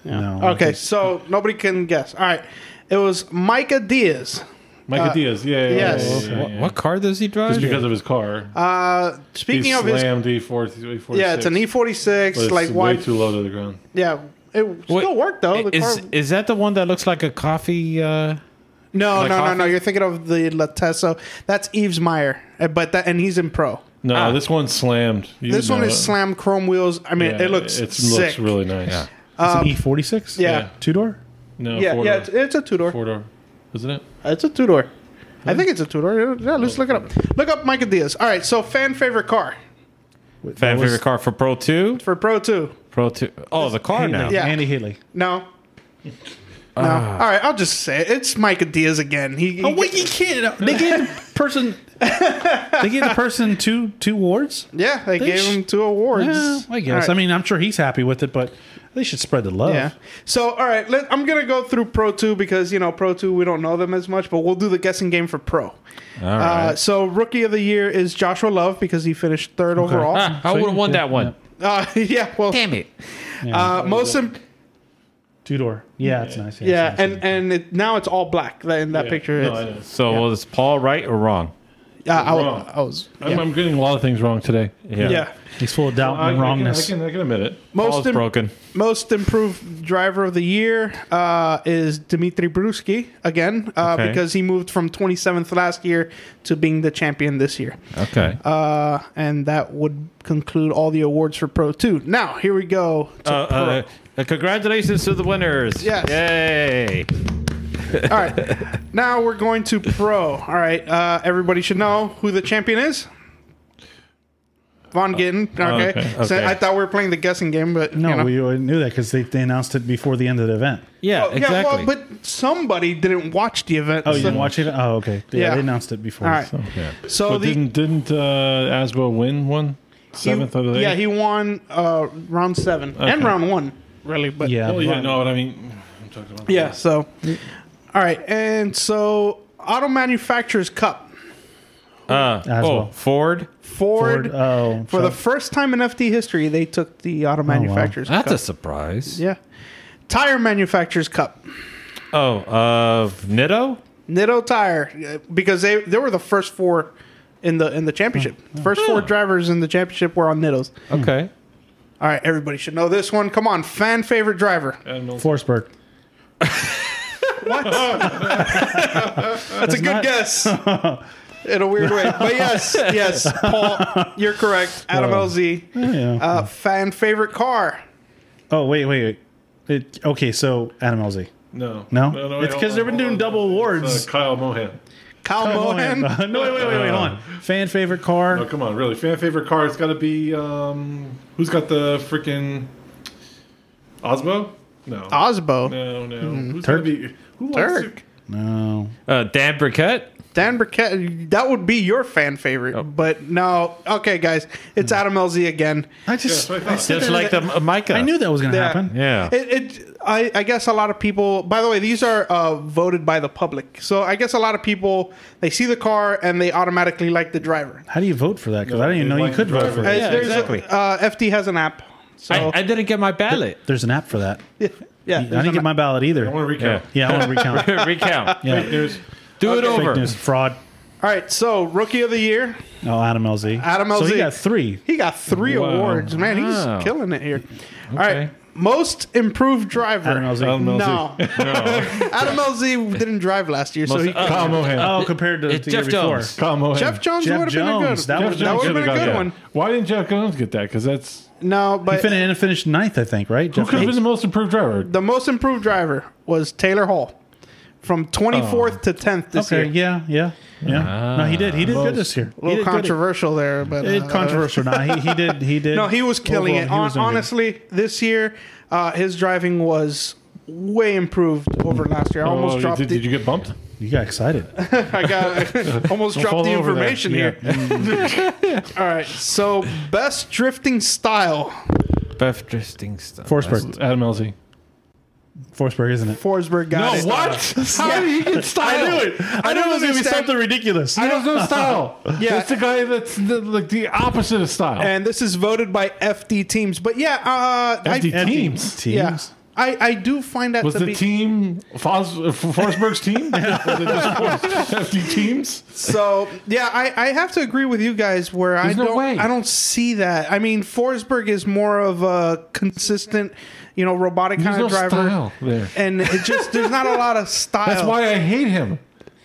Speaker 3: No, I
Speaker 4: Okay,
Speaker 3: think-
Speaker 4: so nobody can guess. All right, it was Micah Diaz.
Speaker 1: Micah
Speaker 4: Uh,
Speaker 1: Diaz. Yeah. yeah,
Speaker 4: yes.
Speaker 1: yeah, yeah,
Speaker 2: What,
Speaker 1: yeah.
Speaker 2: what car does he drive?
Speaker 1: Just because of his car.
Speaker 4: Uh,
Speaker 1: He
Speaker 4: speaking of his,
Speaker 1: slammed E E4, E46.
Speaker 4: yeah, it's an
Speaker 1: but
Speaker 4: E46.
Speaker 1: it's
Speaker 4: Like
Speaker 1: way
Speaker 4: why?
Speaker 1: too low to the ground.
Speaker 4: Yeah, it
Speaker 2: Wait,
Speaker 4: still worked though. The
Speaker 2: is
Speaker 4: car,
Speaker 2: is that the one that looks like a coffee? Uh,
Speaker 4: no,
Speaker 2: like
Speaker 4: no, no, no.
Speaker 2: coffee?
Speaker 4: You're thinking of the Latesso. That's Eves Meyer, uh, but that and he's in pro.
Speaker 1: No,
Speaker 2: Ah.
Speaker 1: this one's slammed. You
Speaker 4: This one
Speaker 1: know
Speaker 4: is
Speaker 1: it.
Speaker 4: slam chrome wheels. I mean,
Speaker 1: Yeah,
Speaker 4: it looks
Speaker 1: it
Speaker 4: sick.
Speaker 1: looks really nice.
Speaker 2: Yeah.
Speaker 3: It's an E46?
Speaker 4: Um, yeah.
Speaker 1: yeah.
Speaker 3: Two door?
Speaker 1: No,
Speaker 4: yeah,
Speaker 1: four
Speaker 4: yeah.
Speaker 1: door.
Speaker 4: It's, it's a two door.
Speaker 1: four door, isn't it?
Speaker 4: It's a two door. I think it's a two door. Yeah, let's look it up. Look up Micah Diaz. All right, so fan favorite car
Speaker 2: fan favorite car for Pro Two.
Speaker 4: for Pro Two.
Speaker 2: Pro Two. Oh, the car now.
Speaker 4: Yeah.
Speaker 3: Andy Hitley. [laughs]
Speaker 4: No.
Speaker 3: Ah.
Speaker 4: No. All right, I'll just say it. it's Micah Diaz again. He, he
Speaker 3: Oh, can't. They gave the
Speaker 4: [laughs]
Speaker 3: person. they gave the person two two awards.
Speaker 4: yeah, they
Speaker 3: They
Speaker 4: gave
Speaker 3: sh-
Speaker 4: him two awards.
Speaker 3: Yeah, I
Speaker 4: All
Speaker 3: guess.
Speaker 4: right.
Speaker 3: I mean, I'm sure he's happy with it, but they should spread the love.
Speaker 4: yeah. So, all right, let, I'm gonna go through Pro Two because you know Pro Two we don't know them as much, but we'll do the guessing game for Pro.
Speaker 2: All right.
Speaker 4: Uh, so, rookie of the year is Joshua Love because he finished third overall.
Speaker 2: Ah, I would have won that one.
Speaker 4: Uh, [laughs] yeah, well, damn it. Uh, most imp-
Speaker 3: Two door. Yeah, it's nice.
Speaker 4: yeah,
Speaker 3: it's nice.
Speaker 4: and and it, now it's all black that- in that picture.
Speaker 1: No,
Speaker 4: it's-
Speaker 1: I know.
Speaker 2: So was Paul right or wrong?
Speaker 4: uh, I,
Speaker 1: Wrong.
Speaker 4: I was
Speaker 1: I'm, I'm getting a lot of things wrong today.
Speaker 4: yeah.
Speaker 3: he's full of doubt
Speaker 1: I- I
Speaker 3: and
Speaker 1: can-
Speaker 3: wrongness.
Speaker 1: I can, I can admit it.
Speaker 4: Most
Speaker 2: Paul's
Speaker 4: imp-
Speaker 2: broken.
Speaker 4: Most improved driver of the year uh, is Dmitry Bruski again uh,
Speaker 2: Okay.
Speaker 4: because he moved from 27th last year to being the champion this year.
Speaker 2: Okay. Uh,
Speaker 4: Uh, and that would conclude all the awards for Pro 2. Now, here we go. to
Speaker 2: uh, uh, congratulations to the winners.
Speaker 4: Yes.
Speaker 2: Yay.
Speaker 4: Oh, Pro. All right. now we're going to Pro. All right. Uh, everybody should know who the champion is. Von Gittin. Okay.
Speaker 1: okay.
Speaker 4: So
Speaker 2: Okay.
Speaker 4: I thought we were playing the guessing game, but
Speaker 3: No,
Speaker 4: you know.
Speaker 3: we already knew that because they, they announced it before the end of the event.
Speaker 2: Yeah,
Speaker 4: Oh,
Speaker 2: exactly.
Speaker 4: but somebody didn't watch the event.
Speaker 3: Oh, you
Speaker 4: so-
Speaker 3: didn't watch it? Oh, okay. Yeah,
Speaker 4: Yeah.
Speaker 3: they announced it before.
Speaker 4: All right.
Speaker 3: so-
Speaker 2: yeah.
Speaker 4: So
Speaker 1: But
Speaker 4: the
Speaker 1: didn't didn't uh, Asbo win one
Speaker 4: he-
Speaker 1: seventh of the
Speaker 4: yeah, he won uh, round seven and
Speaker 1: Okay.
Speaker 4: round one, really. But
Speaker 3: Yeah.
Speaker 1: Well, yeah, no, but I mean, I'm talking about
Speaker 4: yeah. So, all right, and so Auto Manufacturers Cup.
Speaker 2: Uh, oh,
Speaker 3: As well.
Speaker 2: Ford.
Speaker 3: Ford,
Speaker 4: Ford,
Speaker 3: oh,
Speaker 4: [laughs] for the
Speaker 3: so-
Speaker 4: first time in FT history, they took the Auto Manufacturers
Speaker 2: That's a
Speaker 4: Cup.
Speaker 2: surprise.
Speaker 4: yeah. Tire Manufacturers Cup.
Speaker 2: Oh, uh, Nitto.
Speaker 4: Nitto Tire uh, because they they were the first four in the in the championship. The first four drivers in the championship were on Nittos.
Speaker 2: Okay.
Speaker 4: All right, everybody should know this one. Come on, fan favorite driver.
Speaker 1: Admiral.
Speaker 3: Forsberg.
Speaker 4: That's a good
Speaker 3: not-
Speaker 4: guess.
Speaker 2: [laughs]
Speaker 4: In a weird way, but yes, yes, Paul, you're correct.
Speaker 2: [laughs]
Speaker 4: Adam LZ,
Speaker 3: Yeah.
Speaker 4: [laughs] uh, fan favorite car.
Speaker 3: oh, wait, wait, wait. It, okay, so Adam Elzy.
Speaker 1: No,
Speaker 3: No?
Speaker 1: wait,
Speaker 3: It's
Speaker 1: hold
Speaker 3: 'cause
Speaker 1: on,
Speaker 3: they've been
Speaker 1: hold
Speaker 3: doing
Speaker 1: on.
Speaker 3: double awards.
Speaker 1: Uh, Kyle Mohan.
Speaker 4: Kyle Mohan.
Speaker 2: [laughs]
Speaker 3: [laughs] no, wait, wait, wait, wait. Hold on. Fan favorite car.
Speaker 1: Oh, come on, really? Fan favorite car? It's got to be um, who's got the freaking Osmo? No,
Speaker 4: Osbo,
Speaker 1: no, no.
Speaker 4: Hmm.
Speaker 1: Who's
Speaker 3: Turk?
Speaker 1: gonna be who likes
Speaker 4: Dirk,
Speaker 1: to-
Speaker 3: No.
Speaker 2: Uh, Dan Burkett.
Speaker 4: Dan Burkett. That would be your fan favorite, but no. Okay, guys, it's Adam LZ again.
Speaker 3: I just,
Speaker 1: Yeah, that's what I
Speaker 3: I,
Speaker 1: thought.
Speaker 3: said
Speaker 2: Just
Speaker 3: that-
Speaker 2: like the uh, Micah.
Speaker 3: I knew that was going to
Speaker 4: Yeah.
Speaker 3: happen.
Speaker 2: Yeah.
Speaker 4: It, it I, I guess a lot of people. By the way, these are uh, voted by the public, so I guess a lot of people they see the car and they automatically like the driver.
Speaker 3: How do you vote for that? Because I didn't even
Speaker 1: they
Speaker 3: know you
Speaker 1: like
Speaker 3: could
Speaker 1: the
Speaker 3: vote for
Speaker 1: driver.
Speaker 3: it.
Speaker 4: Uh,
Speaker 2: Yeah,
Speaker 4: there's a-
Speaker 2: exactly.
Speaker 4: uh, FT has an app, so
Speaker 2: I, I didn't get my [laughs] ballot.
Speaker 3: There's an app for that.
Speaker 4: yeah, yeah,
Speaker 3: I
Speaker 4: there's
Speaker 3: didn't
Speaker 4: an
Speaker 3: get my ballot
Speaker 1: I want
Speaker 3: either.
Speaker 1: to recap.
Speaker 3: Yeah, I want to
Speaker 4: [laughs]
Speaker 3: recount.
Speaker 2: Recount.
Speaker 3: Yeah.
Speaker 1: Fake news.
Speaker 2: Do it over.
Speaker 3: Fake news, fraud.
Speaker 4: app. All right, so rookie of the year,
Speaker 3: Oh, Adam LZ.
Speaker 4: Adam
Speaker 3: So
Speaker 4: LZ.
Speaker 3: he got three.
Speaker 4: he got three
Speaker 1: Wow.
Speaker 4: awards. Man, he's
Speaker 2: Wow.
Speaker 4: killing it here. All right, most improved driver.
Speaker 3: Adam LZ.
Speaker 1: Adam LZ.
Speaker 4: No,
Speaker 3: [laughs]
Speaker 4: [laughs] Adam LZ didn't drive last year, so
Speaker 2: Most-
Speaker 4: he.
Speaker 2: uh,
Speaker 1: Kyle Mohan.
Speaker 3: Oh, compared to
Speaker 2: It's
Speaker 3: the year
Speaker 2: Jeff
Speaker 3: before.
Speaker 2: Jones.
Speaker 1: Kyle Mohan.
Speaker 4: Jeff Jones
Speaker 3: Oh, Jeff
Speaker 4: would have been a good.
Speaker 3: Jones. That would've-
Speaker 4: that
Speaker 3: Jeff
Speaker 4: would
Speaker 1: should've
Speaker 4: have been a
Speaker 1: got
Speaker 4: good
Speaker 1: that.
Speaker 4: one.
Speaker 1: Why didn't Jeff Jones get that? Because that's
Speaker 4: No,
Speaker 3: He
Speaker 4: but
Speaker 3: fin- and finished ninth, I think, right?
Speaker 1: who
Speaker 3: Jeff
Speaker 1: could have been
Speaker 3: Jones?
Speaker 1: the most improved driver.
Speaker 4: the most improved driver was Taylor Hall from 24th to 10th this
Speaker 3: Oh. Okay,
Speaker 4: year.
Speaker 3: yeah, yeah, yeah.
Speaker 2: Ah.
Speaker 3: no, he did. He did good this year.
Speaker 4: A little
Speaker 3: He did good.
Speaker 4: controversial there, but
Speaker 3: It,
Speaker 4: uh,
Speaker 3: controversial. Nah, he, he did. He did.
Speaker 4: No, he was killing
Speaker 3: overall,
Speaker 4: it.
Speaker 3: he was
Speaker 4: Hon-
Speaker 3: doing good.
Speaker 4: honestly, this year, uh, his driving was way improved over last year. I almost
Speaker 1: Oh,
Speaker 4: dropped
Speaker 1: did, did
Speaker 4: the,
Speaker 1: you get bumped?
Speaker 3: you got excited.
Speaker 4: [laughs]
Speaker 1: [laughs]
Speaker 4: I got almost
Speaker 1: fall
Speaker 4: dropped the
Speaker 1: over there.
Speaker 4: information here. [laughs] All right, so best drifting style,
Speaker 2: Beth Dristing stuff.
Speaker 3: Forsberg.
Speaker 1: Adam LZ.
Speaker 3: Forsberg, isn't it?
Speaker 4: Forsberg got it.
Speaker 1: How
Speaker 4: [laughs] Yeah.
Speaker 1: did he get style?
Speaker 4: I knew
Speaker 1: it.
Speaker 3: I knew it was going to be
Speaker 4: understand-
Speaker 3: something ridiculous.
Speaker 1: He has no style.
Speaker 4: [laughs] Yeah.
Speaker 1: That's the guy that's the, like the opposite of style.
Speaker 4: And this is voted by FD teams, but yeah, uh,
Speaker 1: FD
Speaker 4: I,
Speaker 1: teams.
Speaker 3: Teams.
Speaker 4: yeah, I, I do find that
Speaker 1: was
Speaker 4: to
Speaker 1: the
Speaker 4: be
Speaker 1: team Fos- Forsberg's
Speaker 4: [laughs]
Speaker 1: team? was it just Fors- FD teams?
Speaker 4: So yeah, I, I have to agree with you guys where
Speaker 1: There's
Speaker 4: I
Speaker 1: no
Speaker 4: don't
Speaker 1: way.
Speaker 4: I don't see that. I mean, Forsberg is more of a consistent, you know, robotic
Speaker 1: There's
Speaker 4: kind
Speaker 1: no
Speaker 4: of driver,
Speaker 1: style there.
Speaker 4: and it just there's not a lot of
Speaker 1: [laughs]
Speaker 4: style.
Speaker 1: That's why I hate him.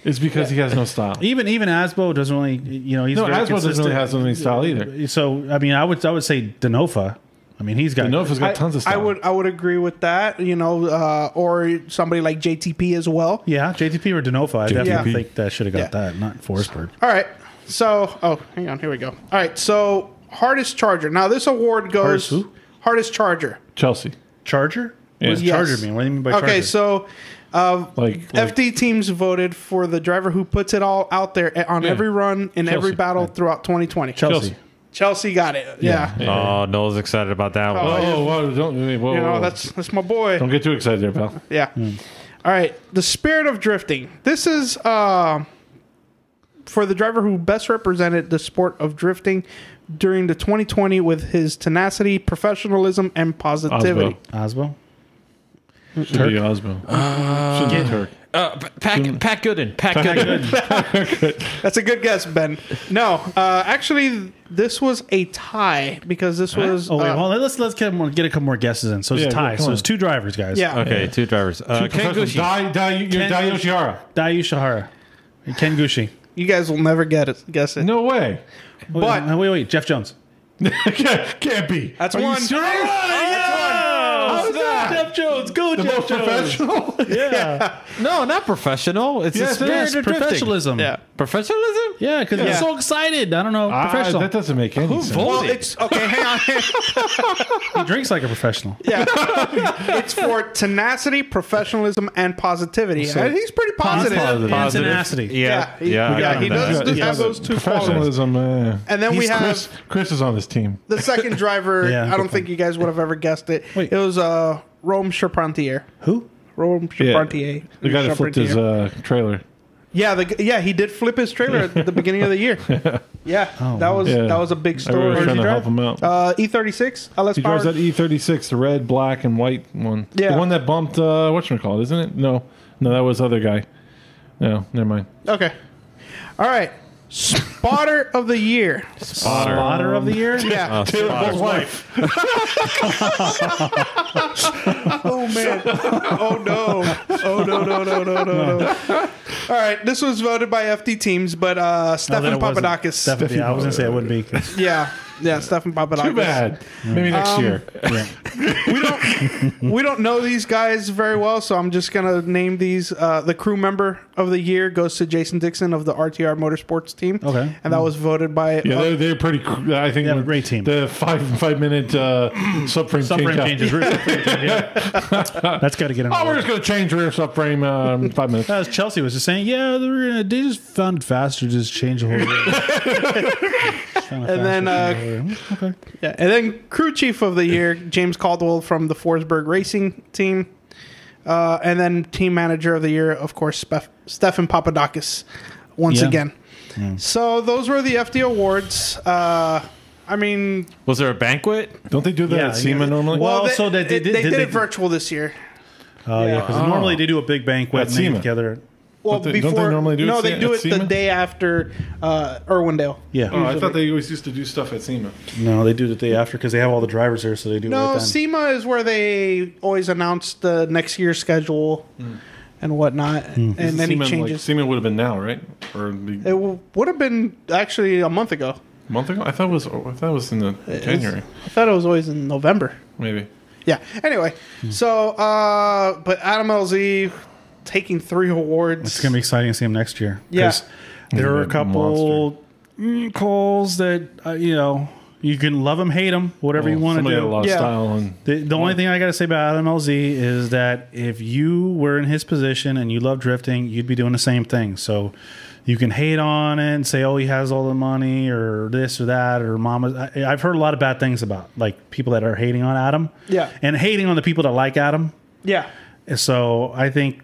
Speaker 1: Is because he has no style.
Speaker 3: Even even Asbo doesn't really, you know, he's
Speaker 1: No,
Speaker 3: very
Speaker 1: Aswell doesn't
Speaker 3: consistent.
Speaker 1: really have any style either.
Speaker 3: So I mean, I would I would say Denofa. I mean, he's got
Speaker 1: Nova's got tons of
Speaker 4: I,
Speaker 1: style.
Speaker 4: would I would agree with that. You know, uh, or somebody like JTP as well.
Speaker 3: Yeah, JTP or Denofa. I definitely
Speaker 4: JTP.
Speaker 3: think that should have got
Speaker 4: Yeah.
Speaker 3: that, not Forsberg.
Speaker 4: All right, so oh, hang on, here we go. All right, so hardest charger. Now this award goes
Speaker 3: Hardest who?
Speaker 4: hardest charger.
Speaker 1: Chelsea.
Speaker 3: Charger.
Speaker 1: Yeah.
Speaker 3: What does
Speaker 4: Yes.
Speaker 3: Charger mean? What do you mean by
Speaker 4: Okay,
Speaker 3: Charger?
Speaker 4: so
Speaker 1: Like, like
Speaker 4: FD teams voted for the driver who puts it all out there a- on
Speaker 1: Yeah.
Speaker 4: every run in every
Speaker 1: Chelsea.
Speaker 4: battle throughout 2020.
Speaker 3: Chelsea.
Speaker 1: Chelsea.
Speaker 4: Chelsea got it. Yeah.
Speaker 2: Oh, Noel's excited about that one.
Speaker 1: Oh, whoa, don't wait, whoa,
Speaker 4: You
Speaker 1: whoa,
Speaker 4: know,
Speaker 1: whoa.
Speaker 4: that's that's my boy.
Speaker 1: don't Hmm. get too excited there, pal.
Speaker 4: Yeah. All right. The spirit of drifting. This is uh, for the driver who best represented the sport of drifting during the 2020 with his tenacity, professionalism, and
Speaker 1: Osbo.
Speaker 4: positivity.
Speaker 3: Asbo.
Speaker 1: Should be Osbo.
Speaker 4: Uh,
Speaker 1: Shouldn't be Turk.
Speaker 2: Uh, P- Pat, Pat Gooden. Pat Gooden.
Speaker 4: That's a good guess, Ben. No, uh, actually, this was a tie because this was.
Speaker 3: Oh wait,
Speaker 4: uh,
Speaker 3: hold on. Let's let's get more, get a couple more guesses in. So it's
Speaker 1: Yeah,
Speaker 3: a tie.
Speaker 1: come
Speaker 3: So
Speaker 1: on.
Speaker 3: it's two drivers, guys.
Speaker 4: yeah.
Speaker 2: Okay, two drivers. Uh, Ken
Speaker 1: Professional.
Speaker 2: Gucci.
Speaker 1: Dai, Dai, you're
Speaker 3: Ken
Speaker 1: Dai
Speaker 3: Gucci.
Speaker 1: Yoshihara.
Speaker 3: Dayu Shahara, and Ken Gushi.
Speaker 4: You guys will never get it. Guess it.
Speaker 1: No
Speaker 4: [laughs]
Speaker 1: way.
Speaker 4: But-
Speaker 3: But wait, wait, Jeff Jones.
Speaker 1: can't, can't be.
Speaker 4: That's
Speaker 1: Are you
Speaker 4: one.
Speaker 1: serious?
Speaker 4: That's one.
Speaker 1: How
Speaker 2: was
Speaker 4: Ah!
Speaker 2: that?
Speaker 3: Jeff Jones, go
Speaker 1: The
Speaker 3: Jeff
Speaker 1: most
Speaker 3: Jones.
Speaker 4: [laughs]
Speaker 1: professional.
Speaker 3: Yeah,
Speaker 2: No, not professional. It's
Speaker 3: Yes,
Speaker 2: the spirit
Speaker 3: yes,
Speaker 2: of drifting.
Speaker 3: professionalism.
Speaker 4: Yeah.
Speaker 2: Professionalism?
Speaker 3: Yeah, because
Speaker 4: Yeah.
Speaker 3: I'm so excited. I don't know.
Speaker 1: Ah,
Speaker 3: professional.
Speaker 1: that doesn't make any
Speaker 2: Who
Speaker 1: sense.
Speaker 2: voted?
Speaker 4: Well, it's okay. Hang on.
Speaker 3: he drinks like a professional.
Speaker 4: Yeah, [laughs] it's for tenacity, professionalism, and positivity. and he's pretty positive.
Speaker 1: Positive.
Speaker 3: And
Speaker 1: Positive.
Speaker 3: tenacity.
Speaker 2: Yeah.
Speaker 4: Yeah, he-
Speaker 2: I
Speaker 4: yeah,
Speaker 2: got
Speaker 4: he
Speaker 2: that.
Speaker 4: does-
Speaker 1: Yeah,
Speaker 4: does
Speaker 1: yeah.
Speaker 4: have those two qualities.
Speaker 1: Professionalism. uh,
Speaker 4: And then we
Speaker 1: he's
Speaker 4: have-
Speaker 1: Chris, Chris is on this team.
Speaker 4: The
Speaker 1: [laughs]
Speaker 4: second driver,
Speaker 3: Yeah,
Speaker 4: I don't
Speaker 3: good
Speaker 4: think you guys would have ever guessed it.
Speaker 3: Wait.
Speaker 4: It was uh, Rome Charpentier.
Speaker 3: Who?
Speaker 4: Rome Charpentier.
Speaker 1: The guy that flipped his
Speaker 4: Charpentier.
Speaker 1: uh, trailer.
Speaker 4: yeah, the, g- yeah, he did flip his trailer at the beginning of
Speaker 1: [laughs]
Speaker 4: the year. Yeah, that was
Speaker 1: Oh, Yeah.
Speaker 4: that was a big
Speaker 1: I
Speaker 4: story.
Speaker 1: was trying to help him out.
Speaker 4: Uh, E36, LS
Speaker 1: he
Speaker 4: Power.
Speaker 1: drives that E36, the red, black, and white one.
Speaker 4: Yeah.
Speaker 1: The one that bumped, uh, whatchamacallit, isn't it? No. No, that was other guy. No, never mind.
Speaker 4: okay, all right. Spotter of the year.
Speaker 2: Spotter.
Speaker 3: Spotter of the year.
Speaker 4: Yeah.
Speaker 2: Uh, spotter.
Speaker 1: wife.
Speaker 4: [laughs] Oh man! Oh no! Oh no! No! No! No! No! No! All right, this was voted by FD teams, but uh,
Speaker 3: No, Oh, then
Speaker 4: Stefan
Speaker 3: it wasn't.
Speaker 4: Papadakis.
Speaker 3: Stefan- yeah, I was gonna say it wouldn't be. 'cause-
Speaker 4: Yeah, yeah, Stefan Papadakis.
Speaker 1: Too bad. Maybe next
Speaker 4: Um,
Speaker 1: year.
Speaker 3: yeah.
Speaker 4: We don't we don't know these guys very well, so I'm just gonna name these. Uh, the crew member of the year goes to Jason Dixon of the RTR Motorsports team.
Speaker 3: Okay.
Speaker 4: and that was voted by.
Speaker 1: Yeah,
Speaker 4: uh,
Speaker 1: they're, they're pretty. cr- I think
Speaker 3: Yeah,
Speaker 1: when
Speaker 3: great team.
Speaker 1: The five five minute
Speaker 4: [clears throat]
Speaker 1: uh, subframe,
Speaker 3: Subframe
Speaker 1: change-out.
Speaker 3: changes. rear subframe change, yeah. That's got to get in.
Speaker 1: Oh, we're just gonna change rear subframe um, five minutes.
Speaker 4: [laughs]
Speaker 3: As Chelsea was just saying, yeah, they, were gonna, they just found it faster to just change the whole.
Speaker 1: [laughs]
Speaker 4: and then uh,
Speaker 3: okay.
Speaker 4: yeah, and then crew chief of
Speaker 3: [laughs]
Speaker 4: the year James Caldwell from the Forsberg Racing team. Uh, and then team manager of the year, of course, Spef- Stefan Papadakis, once
Speaker 3: Yeah.
Speaker 4: again. So those were the FD awards. Uh, I mean,
Speaker 2: Was there a banquet?
Speaker 1: Don't they do that
Speaker 3: Yeah,
Speaker 1: at SEMA
Speaker 3: yeah.
Speaker 1: normally?
Speaker 3: Well,
Speaker 4: they,
Speaker 3: so they- they
Speaker 4: did,
Speaker 3: did-
Speaker 4: they
Speaker 3: did
Speaker 4: did
Speaker 3: they-
Speaker 4: it virtual this year.
Speaker 3: Oh yeah,
Speaker 4: Yeah.
Speaker 3: because normally they do a big banquet
Speaker 1: At
Speaker 3: and they
Speaker 1: SEMA.
Speaker 3: together.
Speaker 4: Well,
Speaker 1: Don't they- don't
Speaker 4: before
Speaker 1: they normally do
Speaker 4: no,
Speaker 1: it
Speaker 4: they
Speaker 1: se-
Speaker 4: do
Speaker 1: at
Speaker 4: it the
Speaker 1: SEMA?
Speaker 4: day after uh, Irwindale.
Speaker 3: Yeah.
Speaker 1: oh, I thought they always used to do stuff at SEMA.
Speaker 3: No, they do the day after because they have all the drivers there, so they do. it right
Speaker 4: No,
Speaker 3: then.
Speaker 4: SEMA is where they always announce the next year's schedule
Speaker 3: Hmm.
Speaker 4: and whatnot, and any
Speaker 1: SEMA, like,
Speaker 4: changes.
Speaker 1: SEMA would have been now, right? Or the
Speaker 4: it w- would have been actually a month ago.
Speaker 1: month ago? I thought it was. I thought it was in the January,
Speaker 4: I thought it was always in November.
Speaker 1: maybe.
Speaker 4: Yeah. Anyway,
Speaker 3: Hmm.
Speaker 4: so uh, but Adam LZ taking three awards.
Speaker 3: It's gonna be exciting to see him next year. 'Cause there are a
Speaker 1: He's gonna be a
Speaker 3: couple mm, calls that uh, you know you can love them, hate them, whatever you want to
Speaker 1: Oh, Somebody had a
Speaker 3: do.
Speaker 1: lot of
Speaker 4: Yeah.
Speaker 1: style and
Speaker 3: The, the only thing I got to say about Adam LZ is that if you were in his position and you love drifting, you'd be doing the same thing. So you can hate on it and say, "Oh, he has all the money," or this or that, or Mama. I, I've heard a lot of bad things about like people that are hating on Adam.
Speaker 4: Yeah.
Speaker 3: and hating on the people that like Adam.
Speaker 4: yeah,
Speaker 3: And So I think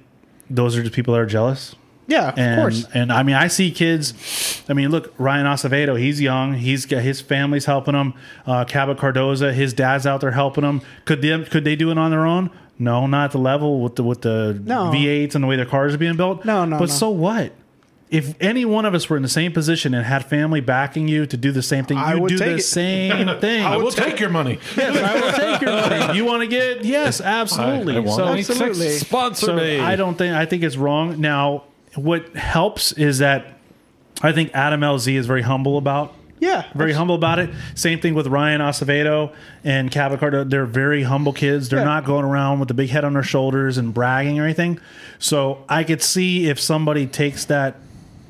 Speaker 3: those are just people that are jealous.
Speaker 4: yeah, of
Speaker 3: And,
Speaker 4: course.
Speaker 3: And I mean, I see kids. I mean, look, Ryan Acevedo, he's young. He's got his family's helping him. Uh, Cabot Cardoza, his dad's out there helping him. Could they could they do it on their own? No, not at the level with the with the
Speaker 4: No.
Speaker 3: V8s and the way their cars are being built.
Speaker 4: No, no,
Speaker 3: But
Speaker 4: no.
Speaker 3: so what? If any one of us were in the same position and had family backing you to do the same thing,
Speaker 4: I
Speaker 3: you
Speaker 4: would
Speaker 3: do
Speaker 4: take
Speaker 3: the
Speaker 4: it.
Speaker 3: same thing.
Speaker 1: I will take your money.
Speaker 3: yes, [laughs] I will take your money. You want to get yes, absolutely.
Speaker 1: I want
Speaker 3: so
Speaker 1: it.
Speaker 4: Absolutely.
Speaker 2: Sponsor
Speaker 3: so
Speaker 2: me.
Speaker 3: I don't think I think it's wrong. Now, what helps is that I think Adam LZ is very humble about
Speaker 4: yeah,
Speaker 3: very humble about it. Same thing with Ryan Acevedo and Cabacardo. They're very humble kids. They're
Speaker 4: Yeah.
Speaker 3: not going around with the big head on their shoulders and bragging or anything. So I could see if somebody takes that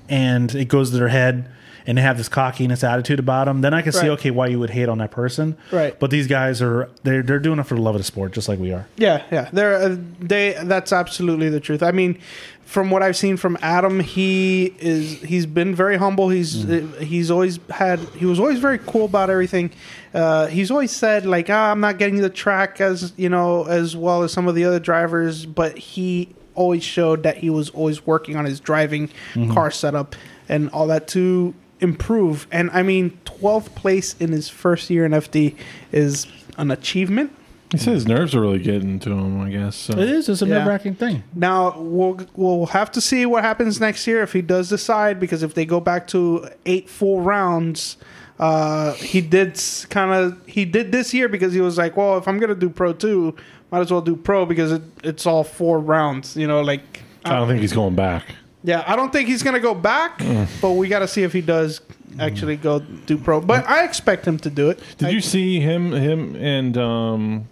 Speaker 3: and it goes to their head and they have this cockiness attitude about them, then I can see
Speaker 4: Right.
Speaker 3: okay why you would hate on that person.
Speaker 4: Right.
Speaker 3: But these guys are they're they're doing it for the love of the sport, just like we are.
Speaker 4: Yeah, yeah. There, uh, they. That's absolutely the truth. I mean, from what I've seen from Adam, he is. He's been very humble. He's uh, he's always had. He was always very cool about everything. Uh, he's always said like, ah, I'm not getting the track as you know as well as some of the other drivers, but he always showed that he was always working on his driving, car setup, and all that to improve. And I mean, 12th place in his first year in FD is an achievement.
Speaker 1: He said his nerves are really getting to him. I guess. So.
Speaker 3: It is. It's a
Speaker 4: Yeah.
Speaker 3: nerve wracking thing.
Speaker 4: Now we'll we'll have to see what happens next year if he does decide because if they go back to eight full rounds, uh, he did kind of he did this year because he was like, well, if I'm gonna do pro two, might as well do pro because it, it's all four rounds, you know, like
Speaker 1: I don't think he's going back.
Speaker 4: yeah, I don't think he's gonna go back,
Speaker 1: Mm.
Speaker 4: but we got to see if he does actually go do pro. But I expect him to do it.
Speaker 1: Did
Speaker 4: I-
Speaker 1: you see him? Him and um,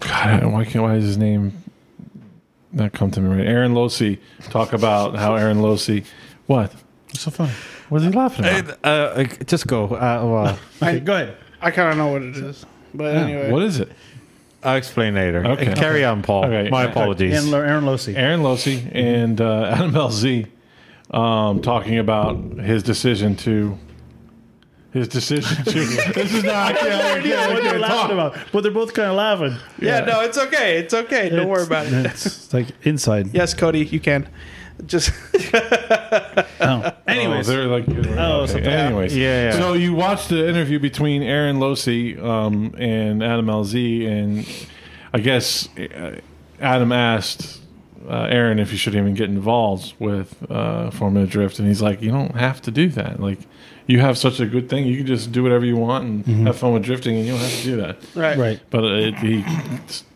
Speaker 1: God, why can't why is his name not come to me right? Aaron Losey talk about how Aaron Losey what?
Speaker 3: It's so funny.
Speaker 1: What is he laughing at?
Speaker 2: Uh, just go. Uh, well,
Speaker 3: Okay, go ahead.
Speaker 4: I kind of know what it is, but anyway,
Speaker 1: What is it?
Speaker 2: I'll explain later.
Speaker 1: Okay.
Speaker 2: Carry on, Paul.
Speaker 1: Okay.
Speaker 2: My
Speaker 1: Okay.
Speaker 2: apologies.
Speaker 3: And Lo- Aaron Losey.
Speaker 1: Aaron Losey and uh, [laughs] Adam LZ um, talking about his decision to his decision to this is not I can't, I
Speaker 3: Yeah,
Speaker 1: can't, I
Speaker 3: what they're
Speaker 1: can't
Speaker 3: laughing
Speaker 1: talk.
Speaker 3: about, but they're both kind of laughing.
Speaker 4: yeah, no, it's okay, it's okay. Don't worry
Speaker 3: It's-
Speaker 1: [laughs]
Speaker 4: about it.
Speaker 3: It's like inside.
Speaker 4: Yes, Cody, you can. Just [laughs]
Speaker 3: Oh.
Speaker 1: Oh,
Speaker 3: Anyways,
Speaker 1: they're like
Speaker 3: Oh,
Speaker 1: okay.
Speaker 3: something-
Speaker 1: anyways
Speaker 2: Yeah, yeah.
Speaker 1: so you watched the interview between Aaron Losey um, and Adam LZ and I guess uh, Adam asked uh, Aaron if he should even get involved with uh, Formula Drift and he's like you don't have to do that like you have such a good thing you can just do whatever you want and have fun with drifting and you don't have to do that
Speaker 4: right,
Speaker 3: right.
Speaker 1: but it, he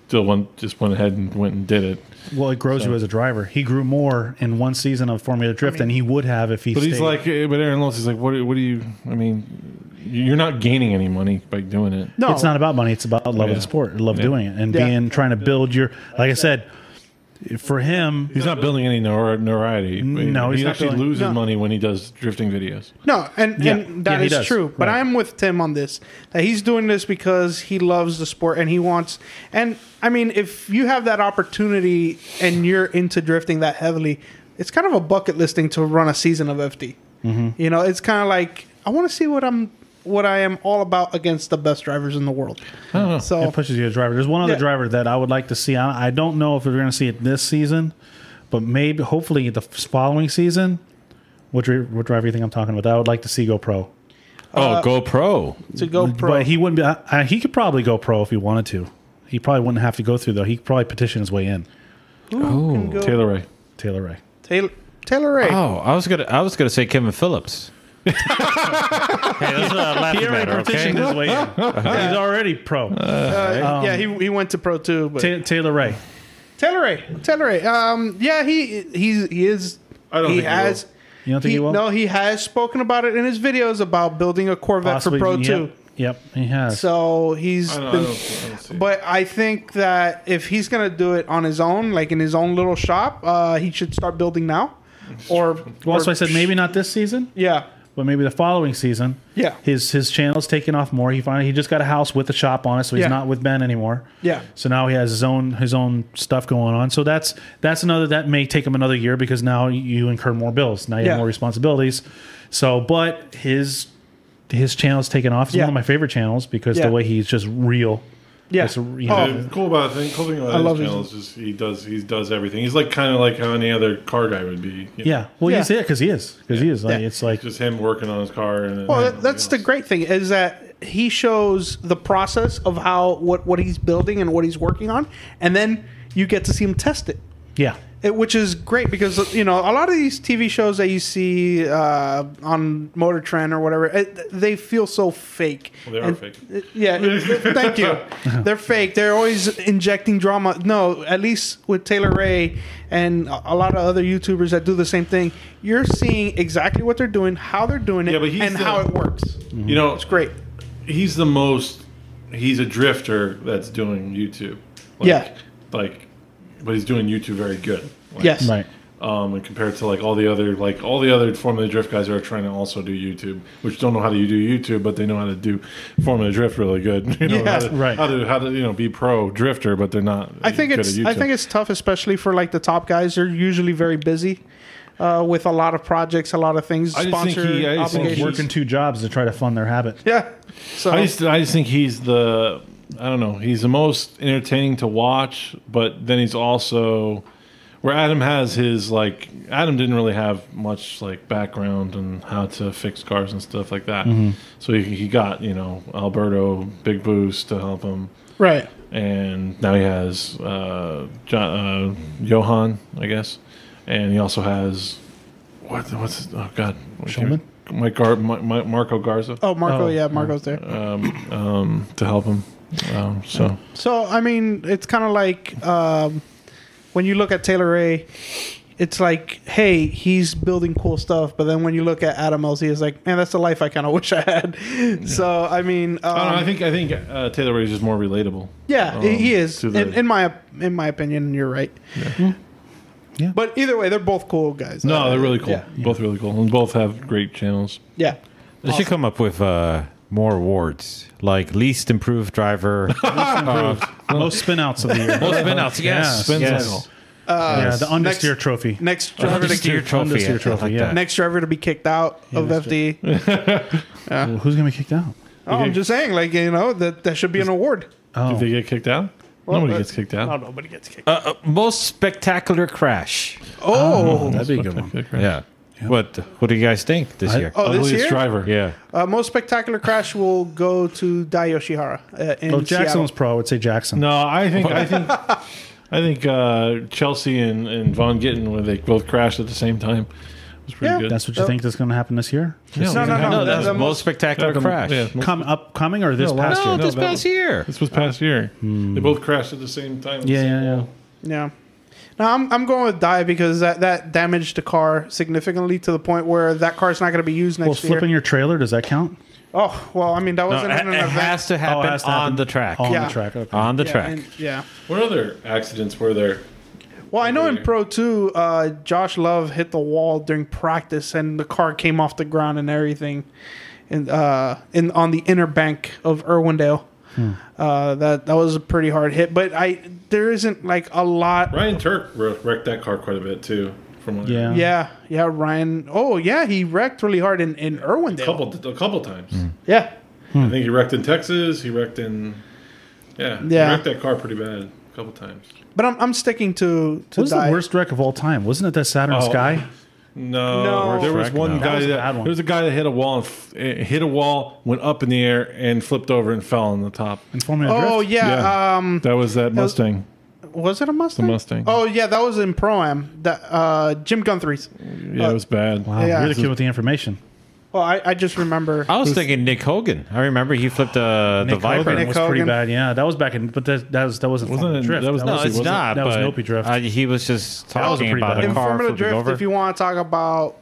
Speaker 1: still went just went ahead and went and did it
Speaker 3: Well, it grows you as a driver. He grew more in one season of Formula Drift than he would have if he.
Speaker 1: But he's
Speaker 3: stayed.
Speaker 1: like, eh, but Aaron Lewis is like, what? do- What do you? I mean, you're not gaining any money by doing it.
Speaker 4: no,
Speaker 3: it's not about money. It's about love of
Speaker 1: Yeah.
Speaker 3: the sport, love
Speaker 1: Yeah.
Speaker 3: doing it, and
Speaker 4: Yeah.
Speaker 3: being trying to build your. Like I said, for him,
Speaker 1: He's not building any nor- notoriety.
Speaker 3: No, he's
Speaker 1: he
Speaker 3: not
Speaker 1: actually
Speaker 3: building-
Speaker 1: loses
Speaker 4: no.
Speaker 1: money when he does drifting videos.
Speaker 4: No, and,
Speaker 3: Yeah.
Speaker 4: and that
Speaker 3: Yeah, he
Speaker 4: is
Speaker 3: does.
Speaker 4: true. But
Speaker 3: Right.
Speaker 4: I'm with Tim on this. That he's doing this because he loves the sport and he wants. And I mean, if you have that opportunity and you're into drifting that heavily, it's kind of a bucket list thing to run a season of FD.
Speaker 3: Mm-hmm.
Speaker 4: You know, it's kind of like I want to see what I'm, what I am all about against the best drivers in the world. So
Speaker 3: it pushes you as a driver. There's one other
Speaker 4: Yeah.
Speaker 3: driver that I would like to see. I, I don't know if we're going to see it this season, but maybe hopefully the f- following season. What, dri- what driver you think I'm talking about? I would like to see go pro.
Speaker 2: oh, GoPro.
Speaker 4: to go pro,
Speaker 3: But he wouldn't be. I, I, he could probably go pro if he wanted to. He probably wouldn't have to go through though. He could probably petition his way in.
Speaker 4: Who can go-
Speaker 1: Taylor Ray.
Speaker 3: Taylor Ray.
Speaker 4: Taylor, Taylor Ray. Uh,
Speaker 2: Oh, I was gonna. I was gonna say Kevin Phillips. hey, that's what I'm laughing
Speaker 3: He
Speaker 2: at,
Speaker 3: already petitioned
Speaker 2: okay?
Speaker 3: his
Speaker 4: [laughs]
Speaker 3: way in. He's already pro.
Speaker 4: Uh,
Speaker 3: Um,
Speaker 4: yeah, he, he went to pro too. But
Speaker 3: Ta- Taylor Ray.
Speaker 4: Taylor Ray, Taylor Ray. Um, yeah, he he's he is.
Speaker 1: I don't
Speaker 4: he
Speaker 1: think he
Speaker 4: has.
Speaker 3: You don't think he, will?
Speaker 4: No, he has spoken about it in his videos about building a Corvette
Speaker 3: Possibly,
Speaker 4: for Pro
Speaker 3: yep,
Speaker 4: Two.
Speaker 3: Yep, he has.
Speaker 4: So he's
Speaker 1: I don't, I
Speaker 4: been,
Speaker 1: don't, I don't see.
Speaker 4: but I think that if he's gonna do it on his own, like in his own little shop, uh, he should start building now. Or
Speaker 3: well, that's
Speaker 4: or-
Speaker 3: why I said maybe not this season,
Speaker 4: yeah,
Speaker 3: but maybe the following season.
Speaker 4: Yeah.
Speaker 3: His his channel's taking off more. He finally he just got a house with a shop on it, so he's
Speaker 4: Yeah.
Speaker 3: not with Ben anymore.
Speaker 4: Yeah.
Speaker 3: So now he has his own his own stuff going on. So that's that's another that may take him another year because now you incur more bills. Now you
Speaker 4: Yeah.
Speaker 3: have more responsibilities. So but his his channel's taken off. It's
Speaker 4: Yeah.
Speaker 3: one of my favorite channels because
Speaker 4: Yeah.
Speaker 3: the way he's just real.
Speaker 4: yeah.
Speaker 3: It's a- you
Speaker 4: Oh,
Speaker 3: know,
Speaker 1: The cool about thing, cool thing about
Speaker 4: I
Speaker 1: his
Speaker 4: love his-
Speaker 1: channel is just he does he does everything. He's like kind of like how any other car guy would be. you know?
Speaker 3: Yeah. Well
Speaker 4: Yeah.
Speaker 3: he's yeah, because he is. Because he is. Like,
Speaker 4: Yeah.
Speaker 3: it's like
Speaker 1: just him working on his car. And
Speaker 4: Well, that, that's the great thing is that he shows the process of how what what he's building and what he's working on, and then you get to see him test it.
Speaker 3: Yeah.
Speaker 4: It, which is great because you know a lot of these TV shows that you see uh, on Motor Trend or whatever, it, they feel so fake.
Speaker 1: Well, they are
Speaker 4: And-
Speaker 1: fake.
Speaker 4: it- yeah, it-
Speaker 1: [laughs]
Speaker 4: thank you. They're fake. They're always injecting drama. No, at least with Taylor Ray and a a lot of other YouTubers that do the same thing, you're seeing exactly what they're doing, how they're doing it,
Speaker 1: Yeah, but he's
Speaker 4: and
Speaker 1: the-
Speaker 4: how it works.
Speaker 1: you know it's
Speaker 4: Great.
Speaker 1: he's the most he's a drifter that's doing YouTube. Like,
Speaker 4: Yeah.
Speaker 1: Like but he's doing YouTube very good. Like,
Speaker 4: Yes.
Speaker 3: Right.
Speaker 1: Um and compared to like all the other like all the other Formula Drift guys are trying to also do YouTube, which don't know how to do YouTube, but they know how to do Formula Drift really good. [laughs] You know,
Speaker 4: Yeah.
Speaker 1: how to,
Speaker 3: Right.
Speaker 1: How to how to you know be pro drifter, but they're not.
Speaker 4: I think
Speaker 1: good
Speaker 4: it's
Speaker 1: at
Speaker 4: I
Speaker 1: YouTube.
Speaker 4: think it's tough, especially for like the top guys. They're usually very busy uh, with a lot of projects, a lot of things,
Speaker 1: I just think
Speaker 4: sponsor
Speaker 1: he- I just think
Speaker 4: obligations.
Speaker 1: he's-
Speaker 3: Working two jobs to try to fund their habit.
Speaker 4: yeah. So
Speaker 1: I just I just think he's the I don't know he's the most entertaining to watch, but then he's also where Adam has his like Adam didn't really have much like background on how to fix cars and stuff like that,
Speaker 4: Mm-hmm.
Speaker 1: so he, he got you know Alberto Big Boost to help him,
Speaker 4: right.
Speaker 1: and now he has uh, John, uh, Johan I guess, and he also has what what's oh god
Speaker 3: Shulman?
Speaker 1: Mike Gar- Mi- Mi- Marco Garza
Speaker 4: Oh, Marco.
Speaker 3: Oh.
Speaker 4: yeah, Marco's there.
Speaker 1: Uh, to help him. Um, so
Speaker 4: So I mean, it's kind of like um, when you look at Taylor Ray. it's like, hey, he's building cool stuff, but then when you look at Adam LZ, it's like, man, that's the life I kind of [laughs] wish I had. So I mean, um,
Speaker 1: I, don't know, I think I think uh, Taylor Ray's is more relatable.
Speaker 4: yeah,
Speaker 1: um,
Speaker 4: he is.
Speaker 1: to the-
Speaker 4: in, in my in my opinion, you're right.
Speaker 3: Yeah.
Speaker 4: But either way, they're both cool guys.
Speaker 1: no,
Speaker 4: Uh,
Speaker 1: they're really cool.
Speaker 4: Yeah.
Speaker 1: Both really cool, and both have great channels.
Speaker 4: yeah.
Speaker 2: They should come up with uh, more awards, like least improved driver.
Speaker 3: Most spinouts of the year.
Speaker 2: Most spinouts, yes.
Speaker 1: Spin
Speaker 2: Yes.
Speaker 1: cycle.
Speaker 3: yeah, the
Speaker 4: next-
Speaker 3: understeer trophy.
Speaker 4: Uh, Next driver, to,
Speaker 2: Understeer trophy.
Speaker 3: Understeer
Speaker 2: I
Speaker 3: trophy,
Speaker 2: like
Speaker 3: yeah.
Speaker 2: that.
Speaker 4: next driver to be kicked out of FD.
Speaker 3: Well, who's gonna be kicked out?
Speaker 4: Oh, I'm just saying, like you know, that that should be an award.
Speaker 3: Oh.
Speaker 1: Do they get kicked out? Nobody
Speaker 4: uh,
Speaker 1: gets kicked out.
Speaker 4: Oh, nobody gets kicked.
Speaker 2: Uh, uh, most spectacular crash.
Speaker 4: oh,
Speaker 3: That'd be a good one.
Speaker 2: Yeah. What What do you guys think this
Speaker 3: I-
Speaker 2: year?
Speaker 4: oh, this
Speaker 1: Ugliest
Speaker 4: year.
Speaker 1: driver.
Speaker 2: Yeah.
Speaker 4: Uh, most spectacular crash will go to Dai Yoshihara uh, in
Speaker 3: Oh, Jackson
Speaker 4: Seattle.
Speaker 3: was pro. I would say Jackson.
Speaker 1: No, I think I
Speaker 2: [laughs]
Speaker 1: think I think uh, Chelsea and, and Von Gittin when they both crashed at the same time it was pretty
Speaker 4: Yeah.
Speaker 1: good.
Speaker 3: That's what you
Speaker 4: Oh.
Speaker 3: think is going to happen this year?
Speaker 1: no,
Speaker 4: no, no,
Speaker 2: No,
Speaker 4: the-
Speaker 2: that's
Speaker 4: the
Speaker 2: most,
Speaker 4: most-
Speaker 2: spectacular crash.
Speaker 1: Yeah, most-
Speaker 3: Come upcoming or this past
Speaker 1: last
Speaker 3: year?
Speaker 2: No,
Speaker 1: No,
Speaker 2: this
Speaker 1: that
Speaker 2: past
Speaker 1: was-
Speaker 2: year.
Speaker 1: this was past year. They both crashed at the same time.
Speaker 3: Yeah, yeah, yeah.
Speaker 4: Yeah. No, I'm, I'm going with Dai because that, that damaged the car significantly to the point where that car's not going to be used next
Speaker 3: Well,
Speaker 4: year.
Speaker 3: flipping your trailer does that count?
Speaker 4: oh, well, I mean, that
Speaker 2: No,
Speaker 4: wasn't
Speaker 2: it,
Speaker 4: in an
Speaker 2: Oh, it
Speaker 4: event.
Speaker 2: has to happen Oh.
Speaker 3: it has to
Speaker 2: on
Speaker 3: happen.
Speaker 2: the track.
Speaker 3: On
Speaker 4: Yeah.
Speaker 3: the track. Okay.
Speaker 2: On the
Speaker 4: yeah,
Speaker 2: track.
Speaker 4: and- yeah.
Speaker 1: What other accidents were there?
Speaker 4: Well, I know in Pro 2, uh, Josh Love hit the wall during practice and the car came off the ground and everything in, uh, in on the inner bank of Irwindale.
Speaker 3: Hmm.
Speaker 4: Uh, that that was a pretty hard hit, but I there isn't like a lot.
Speaker 1: Ryan Turk wre- wrecked that car quite a bit too. From what I
Speaker 3: Yeah.
Speaker 1: heard.
Speaker 4: Yeah, yeah, Ryan. Oh, yeah, he wrecked really hard in in Irwindale.
Speaker 1: a couple a couple times.
Speaker 4: Yeah,
Speaker 1: I think he wrecked in Texas. He wrecked in yeah. he
Speaker 4: Yeah.
Speaker 1: wrecked that car pretty bad a couple times.
Speaker 4: but I'm I'm sticking to to
Speaker 3: What was the
Speaker 4: Dai.
Speaker 3: worst wreck of all time? Wasn't it that Saturn
Speaker 1: Oh.
Speaker 3: Sky?
Speaker 1: No,
Speaker 4: No.
Speaker 1: there was
Speaker 2: Correct,
Speaker 1: one
Speaker 2: no.
Speaker 1: guy
Speaker 3: That was a
Speaker 1: that,
Speaker 3: bad one.
Speaker 1: there was a guy that hit a wall and f- eh, hit a wall, went up in the air and flipped over and fell on the top.
Speaker 3: In Formula
Speaker 4: Oh
Speaker 3: Drift?
Speaker 4: yeah,
Speaker 1: Yeah.
Speaker 4: Um,
Speaker 1: That was that Mustang.
Speaker 4: was it a Mustang?
Speaker 1: Mustang.
Speaker 4: Oh yeah, that was in pro am. That uh, Jim Gunthries.
Speaker 1: Yeah, it was bad.
Speaker 3: Wow,
Speaker 4: yeah.
Speaker 3: you're the kid with the information.
Speaker 4: Well, I, I just remember.
Speaker 2: I was thinking Nick Hogan. I remember he flipped uh, the
Speaker 3: Nick Hogan
Speaker 2: Viper.
Speaker 4: Nick
Speaker 3: was pretty
Speaker 4: Hogan.
Speaker 3: bad. Yeah, that was back in, but that, that was that wasn't
Speaker 1: Wasn't
Speaker 3: Formula
Speaker 1: it-
Speaker 3: Drift.
Speaker 1: that was-
Speaker 2: No, it's
Speaker 1: wasn't-
Speaker 2: not.
Speaker 3: that was
Speaker 2: but,
Speaker 3: Nopi Drift.
Speaker 2: uh, he was just
Speaker 3: That was a
Speaker 2: talking
Speaker 3: pretty
Speaker 2: about
Speaker 3: bad
Speaker 2: a
Speaker 4: in
Speaker 3: one.
Speaker 2: car
Speaker 4: Formula
Speaker 2: flipping
Speaker 4: Drift,
Speaker 2: over.
Speaker 4: if you want to talk about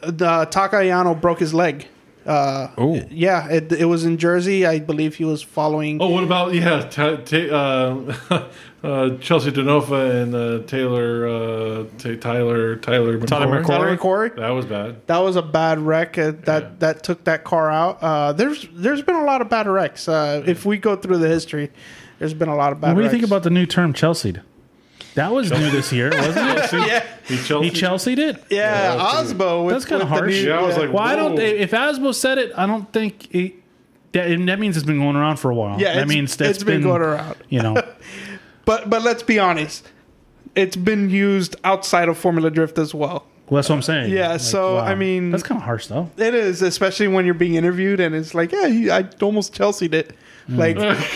Speaker 4: the Takayano broke his leg. Uh,
Speaker 2: Ooh.
Speaker 4: yeah, it, it was in Jersey. I believe he was following.
Speaker 1: Oh, what about yeah, ta ta- uh, [laughs] uh, Chelsea Danova and uh, Taylor uh, Ta Tyler Tyler
Speaker 2: Tyler
Speaker 1: McCoy?
Speaker 4: Tyler Corey.
Speaker 1: That was bad.
Speaker 4: That was a bad wreck uh, that that took that car out. Uh, there's there's been a lot of bad wrecks. Uh, if we go through the history, there's been a lot of bad.
Speaker 3: what do you
Speaker 4: wrecks.
Speaker 3: think about the new term Chelsea? That was new this year, wasn't it?
Speaker 4: Yeah,
Speaker 1: He
Speaker 3: He
Speaker 1: [laughs] Chelsea.
Speaker 3: Chelsea'd it.
Speaker 4: yeah,
Speaker 1: Yeah,
Speaker 4: Osbo. With,
Speaker 3: That's kinda
Speaker 4: with the
Speaker 3: harsh.
Speaker 4: new-
Speaker 1: Yeah, I was like,
Speaker 3: Well, I don't.
Speaker 1: Whoa.
Speaker 3: If Asbo said it, I don't think it, that, and that means it's been going around for a while.
Speaker 4: Yeah,
Speaker 3: that
Speaker 4: it's-
Speaker 3: means that's
Speaker 4: it's been going around.
Speaker 3: You know,
Speaker 4: But but let's be honest, it's been used outside of Formula Drift as well.
Speaker 3: well, that's what I'm saying.
Speaker 4: [laughs] Yeah, so, I mean-
Speaker 3: that's kind of harsh though.
Speaker 4: It is, especially when you're being interviewed and it's like, yeah, you, I almost Chelsea'd it.
Speaker 3: Mm.
Speaker 4: Like,
Speaker 3: [laughs]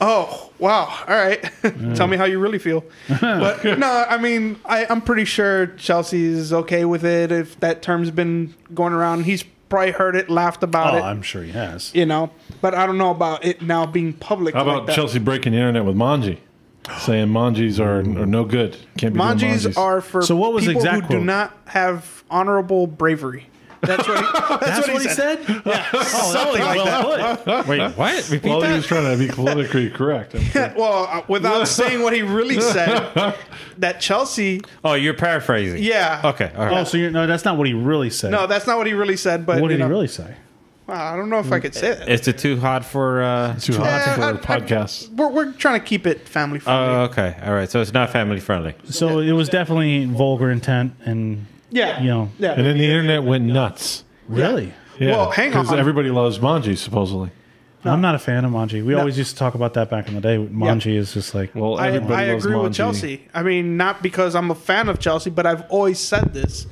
Speaker 4: oh wow, all right.
Speaker 3: Mm.
Speaker 4: Tell me how you
Speaker 3: [laughs]
Speaker 4: really feel. but no, I mean, I, I'm pretty sure Chelsea's okay with it. If that term's been going around, he's probably heard it, laughed about
Speaker 3: Oh,
Speaker 4: it.
Speaker 3: I'm sure he has.
Speaker 4: you know, but I don't know about it now being public.
Speaker 1: How
Speaker 4: like
Speaker 1: about
Speaker 4: that.
Speaker 1: Chelsea breaking the internet with Manji, saying Manjis are, are no good. Can't be doing
Speaker 4: Manjis are for
Speaker 3: So what was the
Speaker 4: people
Speaker 3: exact
Speaker 4: who do
Speaker 3: quote?
Speaker 4: not have honorable bravery.
Speaker 3: [laughs]
Speaker 4: That's what he, that's what he said. [laughs]
Speaker 3: Yeah. Oh, that was well put.
Speaker 2: Wait, what? Repeat
Speaker 1: Well, he
Speaker 2: that?
Speaker 1: was trying to be politically correct. I'm sure.
Speaker 4: Well, uh,
Speaker 3: [laughs]
Speaker 4: without saying what he really said, that Chelsea.
Speaker 2: Oh, you're paraphrasing.
Speaker 4: Yeah.
Speaker 2: Okay. All
Speaker 3: Oh,
Speaker 2: right.
Speaker 3: so you're, no, that's not what he really said.
Speaker 4: No, that's not what he really said. But
Speaker 3: what did
Speaker 4: you
Speaker 3: he
Speaker 4: know,
Speaker 3: really say?
Speaker 4: well, I don't know if I could say that.
Speaker 2: Is it too hot for? Uh,
Speaker 1: Too hot
Speaker 4: Yeah,
Speaker 1: for
Speaker 4: Eh, I- I-
Speaker 1: podcasts.
Speaker 4: We're, we're trying to keep it family friendly.
Speaker 3: Uh,
Speaker 2: oh, okay. All right. So it's not family friendly.
Speaker 3: So it was definitely vulgar intent, and
Speaker 4: yeah.
Speaker 3: you know,
Speaker 4: Yeah.
Speaker 1: and then the internet went nuts.
Speaker 3: really,
Speaker 1: Yeah,
Speaker 4: Well, hang
Speaker 1: because
Speaker 4: on.
Speaker 1: everybody loves Manji supposedly.
Speaker 3: I'm not a fan of Manji. We always used to talk about that back in the day. Manji is just like, well,
Speaker 1: Well,
Speaker 4: I,
Speaker 1: everybody
Speaker 4: I
Speaker 1: loves
Speaker 4: agree with
Speaker 1: Manji. [laughs]
Speaker 4: Chelsea. I mean, not because I'm a fan of Chelsea, but I've always said this.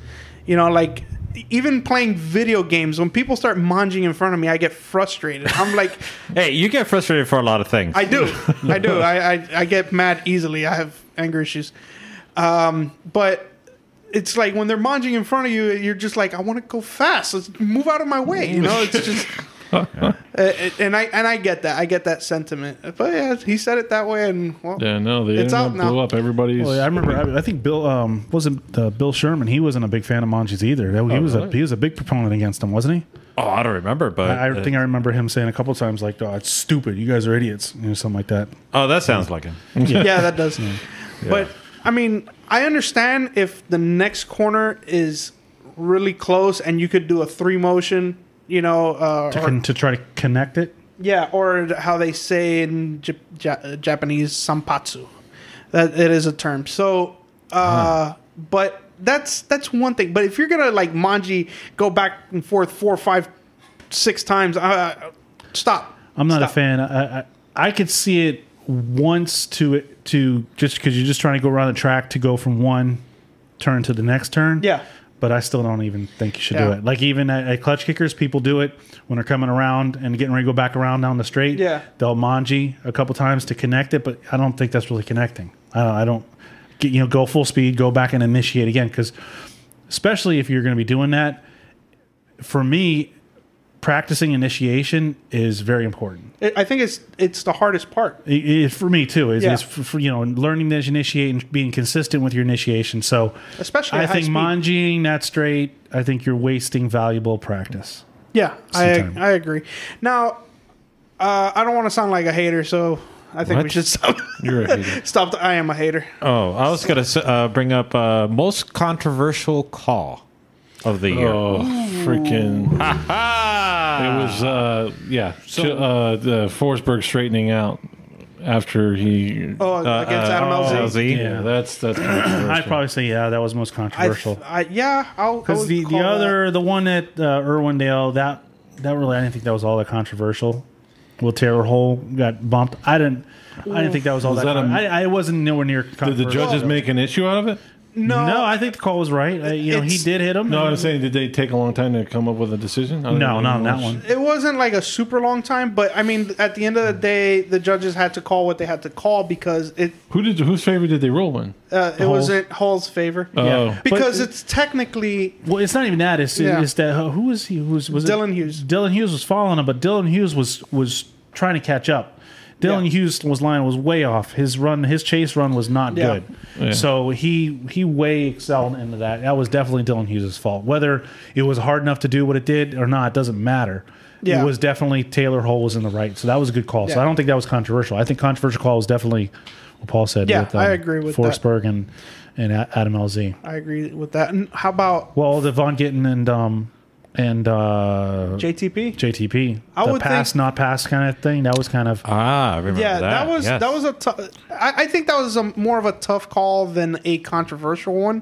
Speaker 4: You know, like even playing video games, when people start munging in front of me, I get frustrated. I'm like,
Speaker 2: Hey, you get frustrated for a lot of things.
Speaker 4: I do, I do. I, I I get mad easily. I have anger issues, um, but. It's like when they're munging in front of you, you're just like, I want to go fast. Let's move out of my way. You know, it's just Uh, it- and I and I get that. I get that sentiment. But yeah, he said it that way, and well,
Speaker 1: Yeah, no, the
Speaker 4: It's out
Speaker 1: internet
Speaker 4: now.
Speaker 1: blew up. Everybody's.
Speaker 3: Well, yeah, I remember. I, I think Bill um, wasn't uh, Bill Sherman. He wasn't a big fan of Munchies either. He
Speaker 4: Oh,
Speaker 3: was a he was a big proponent against them, wasn't he?
Speaker 2: Oh, I don't remember, but
Speaker 3: I, I
Speaker 2: uh,
Speaker 3: think I remember him saying a couple times like, "Oh, it's stupid. You guys are idiots," you know, something like that.
Speaker 2: oh, that sounds like him.
Speaker 4: yeah, that does. But I mean, I understand if the next corner is really close and you could do a three motion, you know, uh,
Speaker 3: To,
Speaker 4: or-
Speaker 3: con- to try to connect it.
Speaker 4: yeah, or how they say in J- ja- uh, Japanese, sampatsu. That it is a term. So, uh, but that's that's one thing. But if you're gonna like manji go back and forth four, five, six times, uh, stop.
Speaker 3: I'm not
Speaker 4: Stop.
Speaker 3: a fan. I, I I could see it once to it to just because you're just trying to go around the track to go from one turn to the next turn.
Speaker 4: Yeah.
Speaker 3: But I still don't even think you should do
Speaker 4: Yeah.
Speaker 3: it. Like even at, at clutch kickers, people do it when they're coming around and getting ready to go back around down the straight.
Speaker 4: Yeah.
Speaker 3: they'll manji a couple times to connect it, but I don't think that's really connecting. I don't. I don't get, you know go full speed, go back and initiate again because especially if you're going to be doing that. For me, practicing initiation is very important.
Speaker 4: It, I think it's it's the hardest part.
Speaker 3: It, it- for me too. Is,
Speaker 4: Yeah.
Speaker 3: is for, for, you know learning to initiate and being consistent with your initiation. So
Speaker 4: Especially
Speaker 3: I
Speaker 4: at high
Speaker 3: think
Speaker 4: speed.
Speaker 3: manjiing that straight. I think you're wasting valuable practice.
Speaker 4: Yeah, I
Speaker 3: Sometime.
Speaker 4: I agree. Now, uh, I don't want to sound like a hater, so I think we
Speaker 2: What?
Speaker 4: should [laughs] stop.
Speaker 1: You're a
Speaker 3: [laughs]
Speaker 1: hater.
Speaker 4: stop. The, I am a hater.
Speaker 2: Oh, I was gonna s- uh, bring up uh, most controversial call of the year.
Speaker 1: Oh, freaking! It
Speaker 2: Ah,
Speaker 1: was uh, yeah, chi- uh, the Forsberg straightening out after he. uh,
Speaker 4: Oh,
Speaker 3: uh,
Speaker 4: against Adam LZ.
Speaker 2: LZ.
Speaker 1: yeah, that's that's.
Speaker 3: [coughs] I'd
Speaker 1: controversial.
Speaker 3: probably say yeah, that was most
Speaker 4: I,
Speaker 3: controversial.
Speaker 4: I, yeah, I'll I
Speaker 3: Because
Speaker 4: would
Speaker 3: the, the
Speaker 4: call that-
Speaker 3: other the one at uh, Irwindale that that really I didn't think that was all that controversial. Well, Taylor Hole got bumped. I didn't. I didn't think that was all
Speaker 1: Was
Speaker 3: that.
Speaker 1: that a-
Speaker 3: con- I I wasn't nowhere near.
Speaker 1: Did the judges make an issue out of it?
Speaker 4: no,
Speaker 3: No, I think the call was right. I, you know, he
Speaker 4: It's-
Speaker 3: did hit him.
Speaker 1: No, I'm saying, did they take a long time to come up with a decision? I don't
Speaker 3: no,
Speaker 1: even
Speaker 3: not on
Speaker 1: know.
Speaker 3: that one.
Speaker 4: it wasn't like a super long time, but I mean, at the end of
Speaker 3: Hmm.
Speaker 4: the day, the judges had to call what they had to call because it
Speaker 1: Who did whose favor did they rule in?
Speaker 4: uh, it
Speaker 3: Hall's-
Speaker 4: wasn't Hall's favor
Speaker 2: Uh,
Speaker 1: Oh.
Speaker 4: because
Speaker 3: But-
Speaker 4: it's technically
Speaker 3: Well, it's not even that. It's,
Speaker 4: Yeah.
Speaker 3: it's that uh, who was he? Who was, was it-
Speaker 4: Dylan Hughes.
Speaker 3: Dylan Hughes was following him, but Dylan Hughes was was trying to catch up. Dylan
Speaker 4: Yeah.
Speaker 3: Hughes was line was way off. His run, his chase run was not
Speaker 4: Yeah.
Speaker 3: good. So he he way excelled into that. That was definitely Dylan Hughes' fault. Whether it was hard enough to do what it did or not, doesn't matter.
Speaker 4: Yeah.
Speaker 3: It was definitely Taylor Hole was in the right, so that was a good call. So
Speaker 4: Yeah.
Speaker 3: I don't think that was controversial. I think controversial call was definitely what Paul said.
Speaker 4: Yeah,
Speaker 3: with, um,
Speaker 4: I agree with that.
Speaker 3: Forsberg and and A- Adam LZ.
Speaker 4: I agree with that. And how about
Speaker 3: Well, the Von Gittin and um and uh
Speaker 4: JTP?
Speaker 3: JTP,
Speaker 4: I
Speaker 3: the
Speaker 4: would
Speaker 3: pass
Speaker 4: think-
Speaker 3: not pass kind of thing. That was kind of
Speaker 2: Ah, I remember
Speaker 4: Yeah,
Speaker 2: that.
Speaker 4: that, was
Speaker 2: yes.
Speaker 4: that was a tough. I, I think that was a, more of a tough call than a controversial one,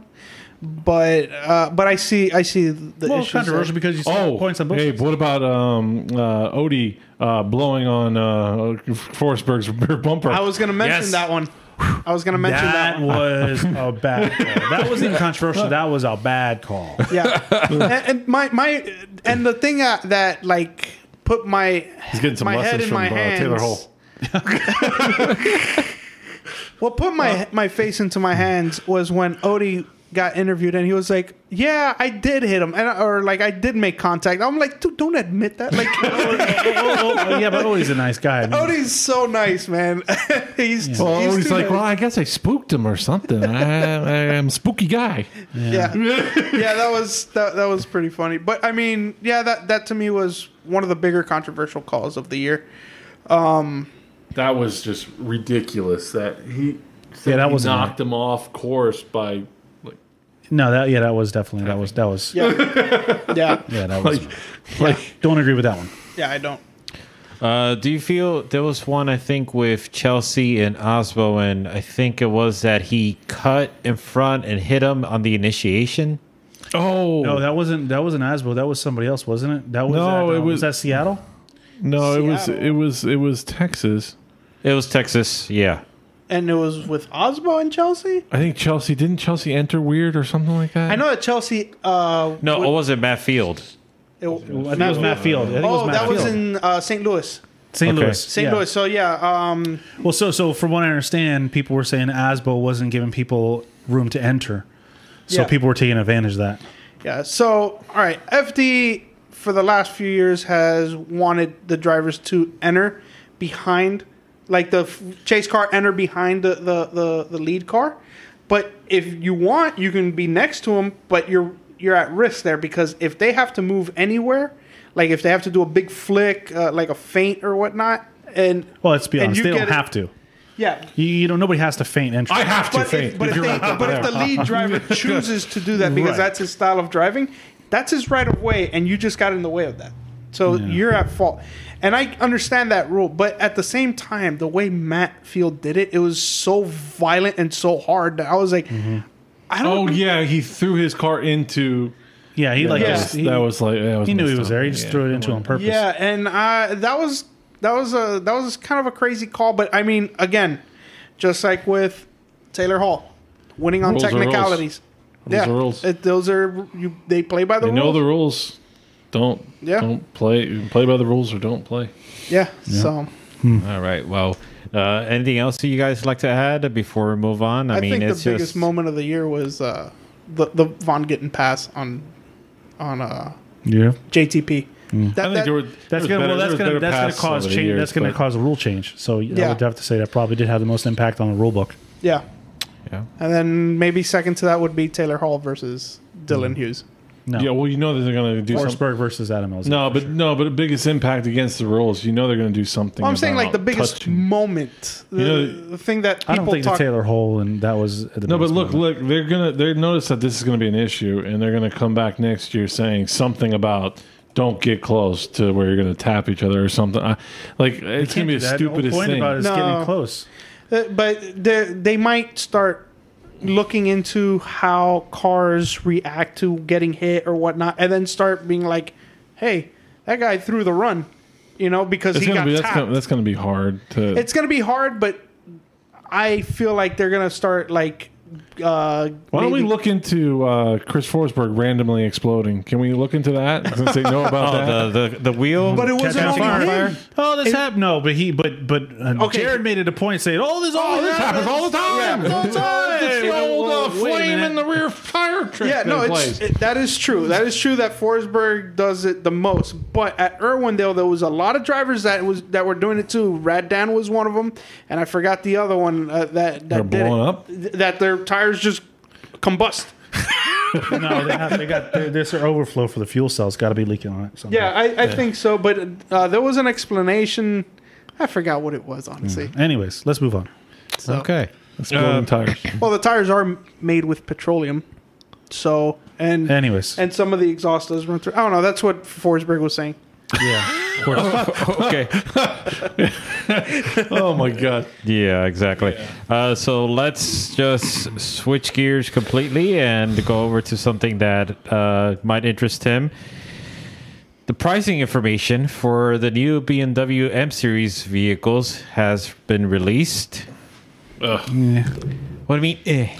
Speaker 4: but uh, but I see I see the
Speaker 3: well,
Speaker 4: issues
Speaker 3: controversial
Speaker 4: there.
Speaker 3: because you saw
Speaker 1: Oh,
Speaker 3: points on both.
Speaker 1: hey,
Speaker 3: sides.
Speaker 1: what about um, uh, Odie uh, blowing on uh, Forsberg's [laughs] rear bumper?
Speaker 4: I was going to mention
Speaker 2: Yes.
Speaker 4: that one. I was going to mention
Speaker 3: that
Speaker 4: that. one.
Speaker 3: was [laughs] a bad. call. That wasn't even controversial. That was a bad [laughs] call.
Speaker 4: Yeah,
Speaker 1: [laughs]
Speaker 4: and, and my my and the thing that, that like put my
Speaker 1: He's getting some
Speaker 4: my head
Speaker 1: lessons
Speaker 4: in
Speaker 1: from
Speaker 4: my
Speaker 1: uh, Taylor
Speaker 4: hands.
Speaker 1: Hole.
Speaker 4: [laughs] Well, put my my face into my hands was when Odie got interviewed and he was like, "Yeah, I did hit him," and or like I did make contact. I'm like, "Dude, don't admit that." Like.
Speaker 1: [laughs]
Speaker 3: oh, oh, yeah, but Odie's a nice guy. I mean,
Speaker 4: Odie's so nice, man. [laughs] he's
Speaker 1: Well,
Speaker 4: he's
Speaker 1: he's
Speaker 4: too
Speaker 1: like,
Speaker 4: nice.
Speaker 1: well, I guess I spooked him or something. I, I am a spooky guy.
Speaker 4: yeah, yeah. That was that, that was pretty funny. But I mean, yeah, that that to me was one of the bigger controversial calls of the year.
Speaker 1: That was just ridiculous. That he,
Speaker 3: Yeah, that he wasn't knocked
Speaker 1: him off course by like,
Speaker 3: no, that yeah, that was definitely that was that was yeah,
Speaker 4: Yeah,
Speaker 3: that was.
Speaker 1: like
Speaker 3: Don't agree with that one.
Speaker 4: yeah. I don't.
Speaker 2: Uh, do you feel there was one I think with Chelsea and Osbo, and I think it was that he cut in front and hit him on the initiation.
Speaker 1: oh
Speaker 3: No,
Speaker 1: no,
Speaker 3: that wasn't that wasn't Asbo. That was somebody else, wasn't it? That was
Speaker 1: No,
Speaker 3: at,
Speaker 1: it
Speaker 3: um,
Speaker 1: was-
Speaker 3: was that Seattle.
Speaker 1: it was
Speaker 4: Seattle.
Speaker 1: it was it was Texas.
Speaker 2: It was Texas, yeah.
Speaker 4: And it was with Osbo and Chelsea.
Speaker 1: I think Chelsea didn't Chelsea enter weird or something like that.
Speaker 4: I know that Chelsea. Uh,
Speaker 2: No,
Speaker 4: would-
Speaker 2: it wasn't Matt Field.
Speaker 4: it-
Speaker 3: I think it oh, was Matt Field. I think it was
Speaker 4: oh,
Speaker 3: Matt
Speaker 4: that was
Speaker 3: Field.
Speaker 4: in uh, St. Louis.
Speaker 3: St.
Speaker 2: Okay.
Speaker 3: Louis.
Speaker 4: St.
Speaker 3: yeah.
Speaker 4: Louis. So yeah, um,
Speaker 3: Well, so so from what I understand, people were saying ASBO wasn't giving people room to enter, so
Speaker 4: Yeah.
Speaker 3: people were taking advantage of that.
Speaker 4: yeah. So all right, FD for the last few years has wanted the drivers to enter behind, like the f- chase car enter behind the, the, the, the lead car. But if you want, you can be next to them, but you're you're at risk there because if they have to move anywhere, like if they have to do a big flick, uh, like a feint or whatnot, and
Speaker 3: Well, let's be
Speaker 4: and
Speaker 3: honest.
Speaker 4: you
Speaker 3: They don't
Speaker 4: get it-
Speaker 3: have to.
Speaker 4: yeah,
Speaker 3: You, you don't. Nobody has to faint entry.
Speaker 1: I have to
Speaker 4: but
Speaker 1: faint.
Speaker 4: if, but, if,
Speaker 1: you're
Speaker 4: they,
Speaker 1: right there.
Speaker 4: but if the
Speaker 1: [laughs]
Speaker 4: lead driver chooses to do that because
Speaker 3: Right.
Speaker 4: that's his style of driving, that's his right of way, and you just got in the way of that. So you're at fault. And I understand that rule, but at the same time, the way Matt Field did it, it was so violent and so hard that I was like, I
Speaker 1: oh
Speaker 4: don't.
Speaker 1: yeah, he threw his car into.
Speaker 3: yeah, he like
Speaker 1: That,
Speaker 4: Yeah.
Speaker 1: was,
Speaker 3: just, he,
Speaker 1: that was like that was
Speaker 3: he knew he
Speaker 1: messed
Speaker 3: was
Speaker 1: up.
Speaker 3: there. He just
Speaker 1: Yeah.
Speaker 3: threw it into him on purpose.
Speaker 4: Yeah, and uh, that was that was a that was kind of a crazy call, but I mean, again, just like with Taylor Hall, winning on
Speaker 1: Rules are rules.
Speaker 4: technicalities.
Speaker 1: Rules
Speaker 4: yeah,
Speaker 1: are rules.
Speaker 4: It- those are you, they play by the
Speaker 1: They
Speaker 4: rules.
Speaker 1: know the rules. Don't
Speaker 4: Yeah.
Speaker 1: don't play play by the rules or don't play.
Speaker 4: Yeah, so
Speaker 2: All right. Well, uh, anything else that you guys like to add before we move on? I,
Speaker 4: I,
Speaker 2: mean,
Speaker 4: think the
Speaker 2: it's
Speaker 4: biggest
Speaker 2: just
Speaker 4: moment of the year was uh, the the Von Gittin pass on on uh,
Speaker 3: yeah.
Speaker 2: Hmm.
Speaker 4: JTP. That,
Speaker 1: I think
Speaker 4: that-
Speaker 1: there were
Speaker 3: That's gonna well, that's gonna that's gonna cause change. that's gonna
Speaker 1: cause.
Speaker 3: cause a rule change. So I
Speaker 4: Yeah.
Speaker 3: would have to say that probably did have the most impact on the rule book.
Speaker 4: yeah,
Speaker 2: Yeah.
Speaker 4: and then maybe second to that would be Taylor Hall versus
Speaker 1: Hmm.
Speaker 4: Dylan Hughes.
Speaker 3: No,
Speaker 1: Yeah, well, you know that they're going to do something.
Speaker 3: Forsberg versus Adam Elzey.
Speaker 1: No, but no, but the biggest impact against the rules, you know they're going to do something.
Speaker 4: Well, I'm saying
Speaker 1: about
Speaker 4: like the biggest
Speaker 1: touching.
Speaker 4: moment, the,
Speaker 1: You know-
Speaker 4: the thing that people
Speaker 3: I don't think
Speaker 4: talk.
Speaker 3: the Taylor hole and that was the
Speaker 1: No, but
Speaker 3: biggest
Speaker 1: look,
Speaker 3: moment.
Speaker 1: look, they're gonna they notice that this is going to be an issue, and they're going to come back next year saying something about don't get close to where you're going to tap each other or something. I, like it's
Speaker 3: Can't
Speaker 1: going to be the
Speaker 3: do that. The whole
Speaker 1: stupidest
Speaker 3: point
Speaker 1: thing.
Speaker 3: about it is getting
Speaker 4: No.
Speaker 3: close.
Speaker 4: Uh, but they they might start looking into how cars react to getting hit or whatnot, and then start being like, "Hey, that guy threw the run," you know, because
Speaker 1: It's
Speaker 4: he
Speaker 1: going to
Speaker 4: got
Speaker 1: be that's
Speaker 4: tapped.
Speaker 1: gonna, that's going to be hard to.
Speaker 4: it's gonna be hard, but I feel like they're gonna start like. Uh,
Speaker 1: why don't we
Speaker 4: maybe-
Speaker 1: look into uh, Chris Forsberg randomly exploding? Can we look into that since they
Speaker 3: [laughs]
Speaker 1: know about that?
Speaker 2: Oh, the, the the wheel.
Speaker 4: But it wasn't
Speaker 3: Catch
Speaker 4: only
Speaker 3: on fire.
Speaker 4: him.
Speaker 3: Oh, this happened. No, but he, but but uh,
Speaker 4: Okay.
Speaker 3: Jared made it a point saying, "Oh, this, oh, this happens all the time."
Speaker 4: Yeah.
Speaker 3: All the time.
Speaker 1: Rolled a
Speaker 3: Wait a
Speaker 1: flame
Speaker 3: minute.
Speaker 1: in the rear tire trick.
Speaker 4: Yeah, no,
Speaker 1: they
Speaker 4: it's,
Speaker 1: played.
Speaker 4: it- that is true. That is true that Forsberg does it the most. But at Irwindale, there was a lot of drivers that was that were doing it too. Raddan was one of them, and I forgot the other one uh, that that
Speaker 1: They're
Speaker 4: did it.
Speaker 1: blowing up?
Speaker 4: Th- That their tires just combust.
Speaker 3: no, they have, they got they- this are overflow for the fuel cells. Got to be leaking on it. somehow.
Speaker 4: Yeah, I, I think so. But uh, there was an explanation. I forgot what it was honestly.
Speaker 1: Mm.
Speaker 3: Anyways, let's move on.
Speaker 4: So.
Speaker 2: okay.
Speaker 1: Exploding [laughs] tires.
Speaker 4: Well, the tires are m- made with petroleum, so and
Speaker 3: Anyways,
Speaker 4: and some of the exhaust does run through. I don't know. That's what Forsberg was saying.
Speaker 3: yeah,
Speaker 2: Okay.
Speaker 1: Oh my god!
Speaker 2: Yeah, exactly. Uh, so let's just switch gears completely and go over to something that uh, might interest him. The pricing information for the new BMW M Series vehicles has been released. What do you mean? eh?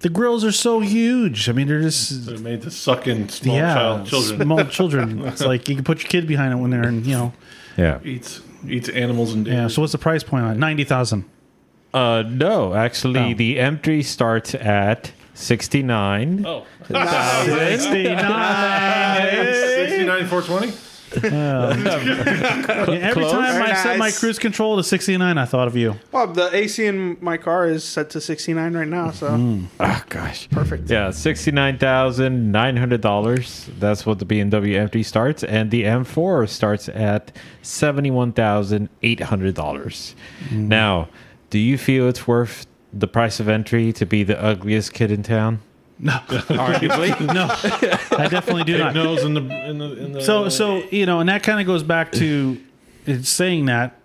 Speaker 3: the grills are so huge. I mean, they're just
Speaker 1: They're made to suck in small
Speaker 3: yeah,
Speaker 1: child children.
Speaker 3: small children. It's like you can put your kid behind it when they're in, you know.
Speaker 2: Yeah.
Speaker 1: eats eats animals and
Speaker 3: Yeah.
Speaker 1: deer.
Speaker 3: So what's the price point on it? Ninety thousand.
Speaker 2: Uh, no, actually,
Speaker 3: Oh.
Speaker 2: the M3 starts at sixty nine.
Speaker 1: oh.
Speaker 3: Sixty nine.
Speaker 1: 69 420
Speaker 3: Every time I
Speaker 4: Very
Speaker 3: set my
Speaker 4: nice.
Speaker 3: cruise control to sixty nine, I thought of you.
Speaker 4: Well, the AC in my car is set to 69 right now, so
Speaker 1: Hmm.
Speaker 2: Oh gosh.
Speaker 4: perfect.
Speaker 2: Yeah, sixty nine thousand nine hundred dollars. That's what the BMW M3 starts, and the M4 starts at seventy one thousand eight hundred dollars. Now, do you feel it's worth the price of entry to be the ugliest kid in town?
Speaker 3: [laughs] No, I definitely do not.
Speaker 1: nose in the in the, in the
Speaker 3: So, so you know, and that kind of goes back to it's saying that.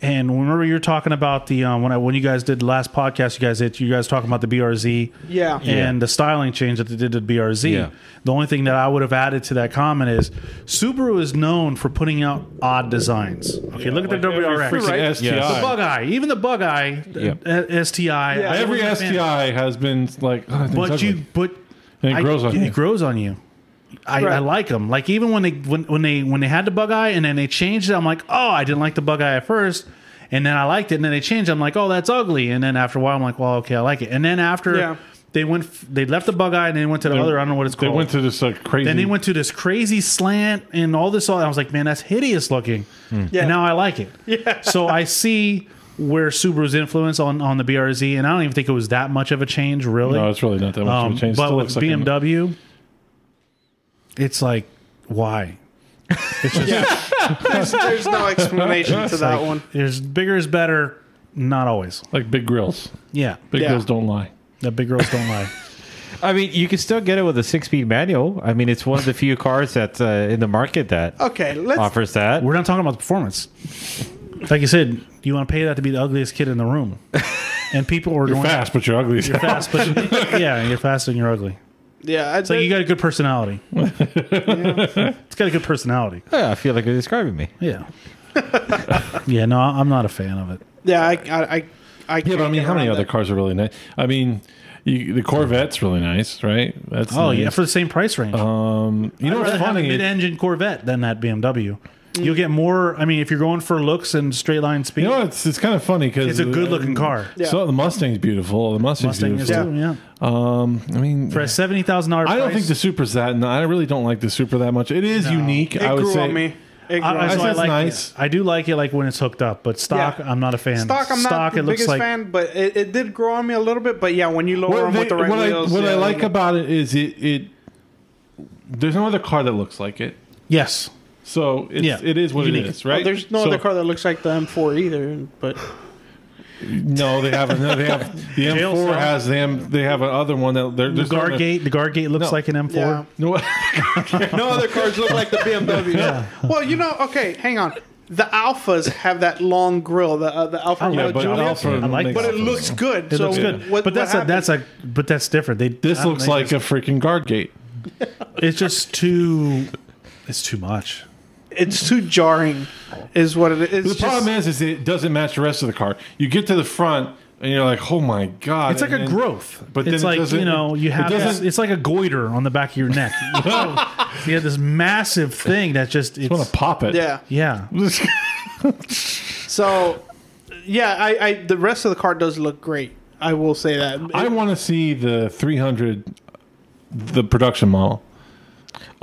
Speaker 3: And remember, you're talking about the um, when I when you guys did the last podcast, you guys did you guys talking about the BRZ
Speaker 4: Yeah.
Speaker 3: and the styling change that they did to the BRZ.
Speaker 2: Yeah.
Speaker 3: The only thing that I would have added to that comment is Subaru is known for putting out odd designs. Okay, look at
Speaker 1: like
Speaker 3: the
Speaker 1: every
Speaker 3: WRX.
Speaker 1: freaking
Speaker 4: Right.
Speaker 1: STI.
Speaker 2: Yes.
Speaker 3: The bug eye, even the bug eye,
Speaker 2: Yeah.
Speaker 3: uh, STI.
Speaker 4: Yeah.
Speaker 3: I
Speaker 1: every
Speaker 3: wasn't a
Speaker 1: STI
Speaker 3: fan.
Speaker 1: has been like oh, that thing's
Speaker 3: but
Speaker 1: ugly.
Speaker 3: you but
Speaker 1: and it
Speaker 3: I-
Speaker 1: grows on you.
Speaker 3: It grows on you. I, I
Speaker 4: Right.
Speaker 3: like them. Like even when they when, when they when they had the bug eye and then they changed it, I'm like, oh, I didn't like the bug eye at first, and then I liked it, and then they changed. it. I'm like, oh, that's ugly, and then after a while, I'm like, well, okay, I like it, and then after
Speaker 4: Yeah.
Speaker 3: They went. f- They left the bug eye and then went to the other. I don't know what it's
Speaker 1: They
Speaker 3: called.
Speaker 1: went to this like crazy.
Speaker 3: Then they went to this crazy slant and all this. All I was like, man, that's hideous looking.
Speaker 1: Hmm.
Speaker 4: Yeah.
Speaker 3: And now I like it. Yeah. So I see where Subaru's influence on on the BRZ, and I don't even think it was that much of a change, really.
Speaker 1: No, it's really not that much of
Speaker 3: um,
Speaker 1: a change.
Speaker 3: but
Speaker 1: Still
Speaker 3: with
Speaker 1: looks like a-
Speaker 3: BMW, it's like why?
Speaker 4: [laughs] There's no explanation to that one.
Speaker 3: There's bigger is better. Not always.
Speaker 1: like big grills.
Speaker 3: Yeah.
Speaker 1: Big
Speaker 4: Yeah.
Speaker 1: grills don't lie.
Speaker 3: The big girls don't
Speaker 1: [laughs]
Speaker 3: lie.
Speaker 2: I mean, you can still get it with a six-speed manual. I mean, it's one of the few cars that's uh, in the market that
Speaker 4: Okay, let's.
Speaker 2: offers that.
Speaker 3: We're not talking about the performance. Like you said, you want to pay that to be the ugliest kid in the room, and people are
Speaker 1: You're
Speaker 3: going
Speaker 1: fast, but you're ugly. as hell.
Speaker 3: [laughs] fast, but [laughs] yeah, you're fast and you're ugly.
Speaker 4: Yeah, I'd
Speaker 3: It's like
Speaker 4: say
Speaker 3: you got a
Speaker 1: [laughs]
Speaker 3: good personality. It's got a good personality.
Speaker 2: Yeah, I feel like you're describing me.
Speaker 3: Yeah. [laughs] yeah, no, I'm not a fan of it.
Speaker 4: Yeah, I, I, I, I
Speaker 1: Yeah, but I
Speaker 4: can't
Speaker 1: mean,
Speaker 4: get
Speaker 1: how many
Speaker 4: around
Speaker 1: other
Speaker 4: that.
Speaker 1: cars are really nice? I mean, you, the Corvette's really nice, right? That's
Speaker 3: Oh,
Speaker 1: nice.
Speaker 3: yeah, for the same price range.
Speaker 1: You know what's
Speaker 3: I'd rather have a
Speaker 1: funny?
Speaker 3: mid-engine Corvette than that BMW. You'll get more. I mean, if you're going for looks and straight line speed,
Speaker 1: You know, it's it's kind of funny because
Speaker 3: it's a good-looking car.
Speaker 4: Yeah.
Speaker 1: So the Mustang's beautiful. The Mustang's
Speaker 3: Mustang is
Speaker 1: beautiful.
Speaker 3: too. Yeah,
Speaker 1: Um, I mean,
Speaker 3: for a seventy thousand dollars.
Speaker 1: I don't think the Super's that. and I really don't like the Super that much. It is unique.
Speaker 4: It
Speaker 1: I would
Speaker 4: grew
Speaker 1: say
Speaker 4: on me. It grew
Speaker 3: I, I,
Speaker 4: on
Speaker 1: That's
Speaker 3: so I
Speaker 4: me.
Speaker 1: just
Speaker 3: like
Speaker 1: nice.
Speaker 3: It. I do like it like when it's hooked up, but stock
Speaker 4: Yeah.
Speaker 3: I'm not a fan.
Speaker 4: Stock, I'm not the biggest fan, but it, it did grow on me a little bit. But yeah, when you lower them
Speaker 1: they-
Speaker 4: with the right
Speaker 1: what
Speaker 4: wheels,
Speaker 1: I, what I
Speaker 4: yeah,
Speaker 1: like about it is it, it. There's no other car that looks like it.
Speaker 3: yes.
Speaker 1: So it's,
Speaker 3: Yeah.
Speaker 1: it is what
Speaker 3: Unique.
Speaker 1: it is,
Speaker 4: Well,
Speaker 1: right?
Speaker 4: there's no
Speaker 1: So-
Speaker 4: other car that looks like the M4 either. But
Speaker 1: No, they have no, they have
Speaker 3: [laughs]
Speaker 1: the
Speaker 3: Jail
Speaker 1: M4
Speaker 3: cell.
Speaker 1: has them. They have another one that they're
Speaker 3: The
Speaker 1: there's
Speaker 3: guard
Speaker 1: no-
Speaker 3: gate. The guard gate looks
Speaker 1: No.
Speaker 3: like an M4.
Speaker 4: yeah,
Speaker 1: No,
Speaker 4: no other cars look like the [laughs] BMW. Well, you know, okay, hang on. The Alphas have that long grill. The uh, the Alpha
Speaker 1: [laughs] yeah,
Speaker 3: I
Speaker 4: Romeo
Speaker 3: like
Speaker 1: but
Speaker 4: Giulia,
Speaker 3: Julia.
Speaker 1: Alpha
Speaker 3: I like
Speaker 1: makes-
Speaker 4: but it
Speaker 3: Alphas.
Speaker 4: looks good.
Speaker 3: It
Speaker 4: so
Speaker 3: looks good,
Speaker 4: What,
Speaker 3: but that's
Speaker 4: what
Speaker 3: a, that's a but that's different. They I
Speaker 1: this
Speaker 3: don't
Speaker 1: looks
Speaker 3: think
Speaker 1: like a
Speaker 3: it's-
Speaker 1: freaking guard gate.
Speaker 3: it's just too it's too much.
Speaker 4: it's too jarring, is what it is.
Speaker 1: The
Speaker 4: It's
Speaker 1: problem
Speaker 4: just-
Speaker 1: is, is it doesn't match the rest of the car. You get to the front and you're like, oh my god!
Speaker 3: It's like
Speaker 1: and
Speaker 3: a
Speaker 1: then- [laughs]
Speaker 3: growth,
Speaker 1: but
Speaker 3: but
Speaker 1: then
Speaker 3: it's
Speaker 1: it
Speaker 3: like
Speaker 1: doesn't-
Speaker 3: you know you
Speaker 1: it
Speaker 3: have this,
Speaker 1: doesn't-
Speaker 3: it's like a goiter on the back of
Speaker 1: [laughs]
Speaker 3: your neck. you have this massive thing that just
Speaker 1: You want
Speaker 3: it's
Speaker 1: to pop it?
Speaker 4: yeah.
Speaker 3: yeah.
Speaker 4: So, yeah, I, I the rest of the car does look great. I will say that.
Speaker 1: [laughs] I want to see the 300, the production model.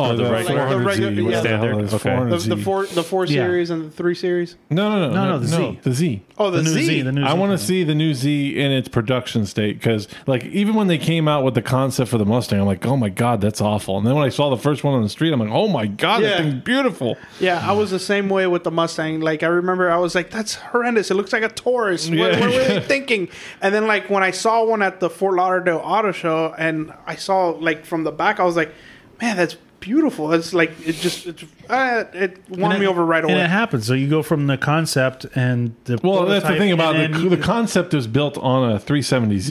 Speaker 1: Oh,
Speaker 2: the
Speaker 4: regular- Like the regular- yeah, the-
Speaker 2: okay.
Speaker 4: the, the four the four
Speaker 3: Yeah.
Speaker 4: series and the three series.
Speaker 1: No, no, no,
Speaker 3: No, no, the Z.
Speaker 1: The Z.
Speaker 4: Oh, the,
Speaker 3: new
Speaker 4: Z.
Speaker 3: the new
Speaker 1: I
Speaker 3: Z
Speaker 1: want to
Speaker 3: thing.
Speaker 1: see the new Z in its production state because, like, even when they came out with the concept for the Mustang, I'm like, oh my god, that's awful. And then when I saw the first one on the street, I'm like, oh my god,
Speaker 4: Yeah.
Speaker 1: that thing's beautiful.
Speaker 4: yeah, I was the same way with the Mustang. Like I remember, I was like, "That's horrendous. It looks like a Taurus. What,
Speaker 1: Yeah.
Speaker 4: what were they thinking?" And then like when I saw one at the Fort Lauderdale Auto Show, and I saw like from the back, I was like, "Man, that's beautiful." It's like it just it, uh, it won
Speaker 3: And
Speaker 4: me
Speaker 3: it-
Speaker 4: over right
Speaker 3: And
Speaker 4: away.
Speaker 3: it happens. So you go from the concept and the
Speaker 1: Well, that's the
Speaker 3: prototype
Speaker 1: thing about
Speaker 3: and
Speaker 1: the,
Speaker 3: then-
Speaker 1: the concept is built on a 370Z.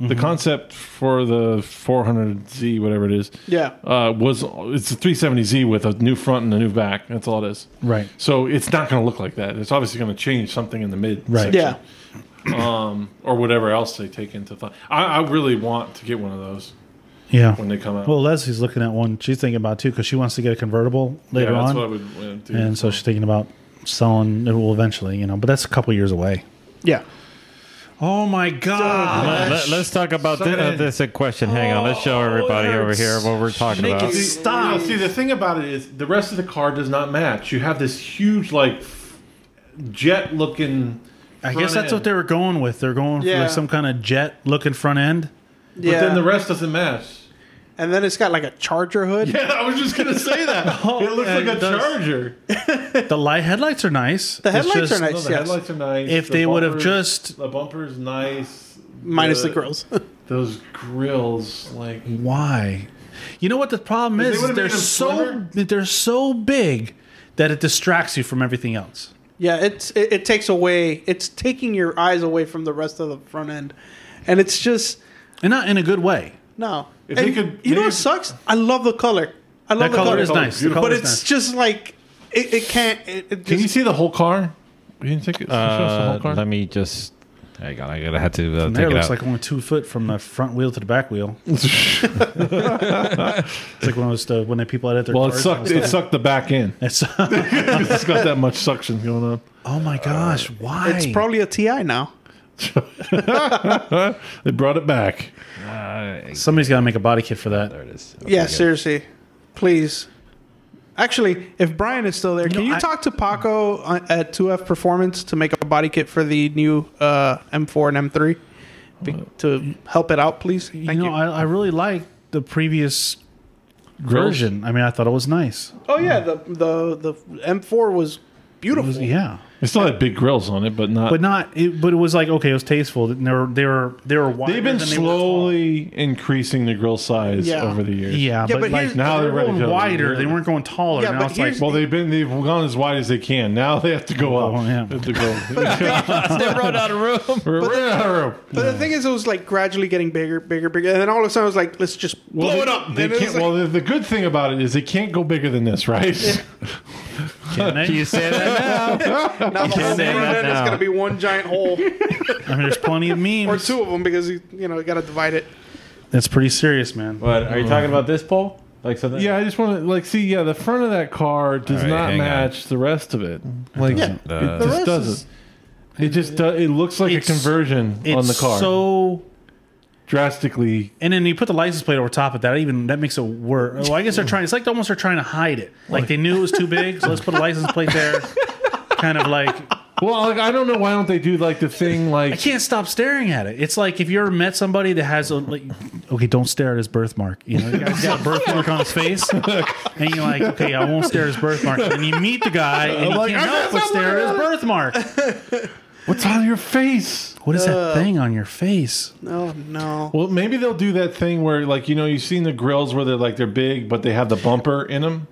Speaker 1: The
Speaker 3: Mm-hmm.
Speaker 1: concept for the 400Z, whatever it is,
Speaker 4: Yeah.
Speaker 1: uh, was it's a 370Z with a new front and a new back. That's all it is.
Speaker 3: right.
Speaker 1: So it's not going to look like that. It's obviously going to change something in the mid,
Speaker 3: Right.
Speaker 4: yeah,
Speaker 1: or whatever else they take into thought. I, I really want to get one of those
Speaker 3: Yeah.
Speaker 1: when they come out.
Speaker 3: Well, Leslie's looking at one. She's thinking about too because she wants to get a convertible later
Speaker 1: yeah, that's
Speaker 3: on,
Speaker 1: what I would uh, do.
Speaker 3: and so she's thinking about selling it will eventually, you know. But that's a couple years away.
Speaker 4: yeah.
Speaker 3: Oh my god!
Speaker 2: Let, us talk about thi- uh, this in question. Hang on, let's show everybody over here what we're talking
Speaker 3: Make
Speaker 2: about.
Speaker 3: it stop.
Speaker 1: No, see, the thing about it is the rest of the car does not match. You have this huge, like, jet looking.
Speaker 3: I guess that's what they were going with. They're going for
Speaker 4: Yeah.
Speaker 3: like some kind of jet looking front end.
Speaker 1: But
Speaker 4: yeah.
Speaker 1: then the rest doesn't match. [laughs]
Speaker 4: and then it's got like a charger hood.
Speaker 1: Yeah, I was just gonna
Speaker 3: [laughs]
Speaker 1: say that. it looks
Speaker 3: yeah,
Speaker 1: like a
Speaker 3: it does.
Speaker 1: charger.
Speaker 3: The light headlights are nice.
Speaker 4: The headlights are
Speaker 1: No,
Speaker 4: nice.
Speaker 1: the
Speaker 4: yes.
Speaker 1: headlights are nice.
Speaker 3: If
Speaker 1: The
Speaker 3: they would have
Speaker 1: bumper's-
Speaker 3: just-
Speaker 1: the bumper's nice,
Speaker 4: minus the grills. [laughs]
Speaker 1: Those grills, like
Speaker 3: Mm. Why? You know what the problem
Speaker 1: If they
Speaker 3: is?
Speaker 1: would've
Speaker 3: is they're
Speaker 1: made them
Speaker 3: so
Speaker 1: slimmer-
Speaker 3: they're so big that it distracts you from everything else.
Speaker 4: yeah, it's it, it takes away. It's taking your eyes away from the rest of the front end, and it's just
Speaker 3: And not in a good way.
Speaker 4: no.
Speaker 1: If
Speaker 4: And
Speaker 1: they could-
Speaker 4: you know
Speaker 1: they-
Speaker 4: what sucks? I love the color. I
Speaker 3: That
Speaker 4: love the
Speaker 3: color,
Speaker 4: color,
Speaker 3: is
Speaker 1: color
Speaker 3: nice.
Speaker 1: is
Speaker 3: The
Speaker 1: beautiful.
Speaker 3: color
Speaker 4: but
Speaker 3: is
Speaker 4: it's
Speaker 3: nice.
Speaker 4: just like it, it can't. It, it
Speaker 1: Can you
Speaker 4: just-
Speaker 1: see the whole car? You didn't take it.
Speaker 2: Uh, let me just. Hang on, I gotta have to uh, take
Speaker 3: there it
Speaker 2: it
Speaker 3: looks
Speaker 2: out.
Speaker 3: like only two foot from the front wheel to the back
Speaker 4: [laughs]
Speaker 3: wheel. it's like when I was uh, when the people edit their
Speaker 1: well, it
Speaker 3: cars.
Speaker 1: sucked. It sucked the back end.
Speaker 3: It's, [laughs]
Speaker 1: It's got that much suction going on.
Speaker 3: oh my
Speaker 4: Uh,
Speaker 3: gosh! Why?
Speaker 4: It's probably a Ti now.
Speaker 1: They brought it back.
Speaker 3: Somebody's got to make a body kit for that.
Speaker 2: There it is. Okay,
Speaker 4: yeah,
Speaker 2: good.
Speaker 4: seriously, please. Actually, if Brian is still there, can you
Speaker 3: I-
Speaker 4: talk to Paco on- at 2F Performance to make a body kit for the new uh, M4 and M3 Be- to help it out, please? Thank you.
Speaker 3: Uh, you know, I, I really like the previous version. I mean, I thought it was nice.
Speaker 4: oh yeah, the the the M4 was
Speaker 3: It
Speaker 4: beautiful.
Speaker 3: was, yeah,
Speaker 1: It still had big grills on it, but not.
Speaker 3: but not. It, but it was like okay, it was tasteful. They were they were they were wider
Speaker 1: they've been
Speaker 3: than they were tall.
Speaker 1: slowly increasing the grill size
Speaker 4: Yeah.
Speaker 1: over the years.
Speaker 3: Yeah,
Speaker 4: Yeah,
Speaker 3: but,
Speaker 4: but
Speaker 3: like
Speaker 4: here's-
Speaker 1: Now
Speaker 3: now
Speaker 1: they're
Speaker 3: they're
Speaker 1: ready to
Speaker 3: going
Speaker 1: go.
Speaker 3: wider.
Speaker 1: Yeah.
Speaker 3: They weren't going taller.
Speaker 4: Yeah,
Speaker 3: now
Speaker 4: but
Speaker 3: it's like
Speaker 4: here's-
Speaker 1: Well, they've been they've gone as wide as they can. Now they have to go up.
Speaker 3: Oh, yeah.
Speaker 1: They have to go.
Speaker 2: they run out of
Speaker 1: [laughs]
Speaker 2: room.
Speaker 1: We're, we're out of room.
Speaker 4: But the thing is, it was like gradually getting bigger, bigger, bigger, and then all of a sudden, I was like, let's just blow
Speaker 1: they-
Speaker 4: it up.
Speaker 1: They
Speaker 4: And it
Speaker 1: can't,
Speaker 4: was like-
Speaker 1: well, the, the good thing about it is they can't go bigger than this, right?
Speaker 3: can they?
Speaker 2: You say that now?
Speaker 4: now the whole
Speaker 2: say that
Speaker 4: front end is
Speaker 2: now.
Speaker 4: going to be one giant hole
Speaker 3: I mean, there's plenty of memes.
Speaker 4: or two of them because you you know you got to divide it.
Speaker 3: That's pretty serious, man.
Speaker 2: What are you talking about? This pole? Like something?
Speaker 1: Yeah, I just want to like see. Yeah, the front of that car does
Speaker 2: right,
Speaker 1: not
Speaker 2: hang on.
Speaker 1: match the rest of it. Like
Speaker 4: doesn't,
Speaker 2: uh,
Speaker 1: it
Speaker 4: The
Speaker 1: just
Speaker 4: rest
Speaker 1: doesn't. It just do, it looks like a
Speaker 3: It's-
Speaker 1: conversion on the car.
Speaker 3: so.
Speaker 1: drastically,
Speaker 3: And then you put the license plate over top of that. Even that makes it worse. Well, I guess they're trying. It's like almost they're trying to hide it. Like they knew it was too big, so let's put a license plate there. Kind of like
Speaker 1: well, like I don't know why don't they do like the thing
Speaker 3: [laughs] I
Speaker 1: like
Speaker 3: can't stop staring at it. It's like if you ever met somebody that has a like, okay, don't stare at his birthmark. You know, the guy's got a birthmark on his face, and you're like, okay, I won't stare at his birthmark. And you meet the guy, and you can't help but stare at his birthmark.
Speaker 1: what's on your face.
Speaker 3: What is
Speaker 1: Uh.
Speaker 3: that thing on your face?
Speaker 4: Oh no!
Speaker 1: Well, maybe they'll do that thing where like you know you've seen the grills where they're like they're big but they have the bumper in them,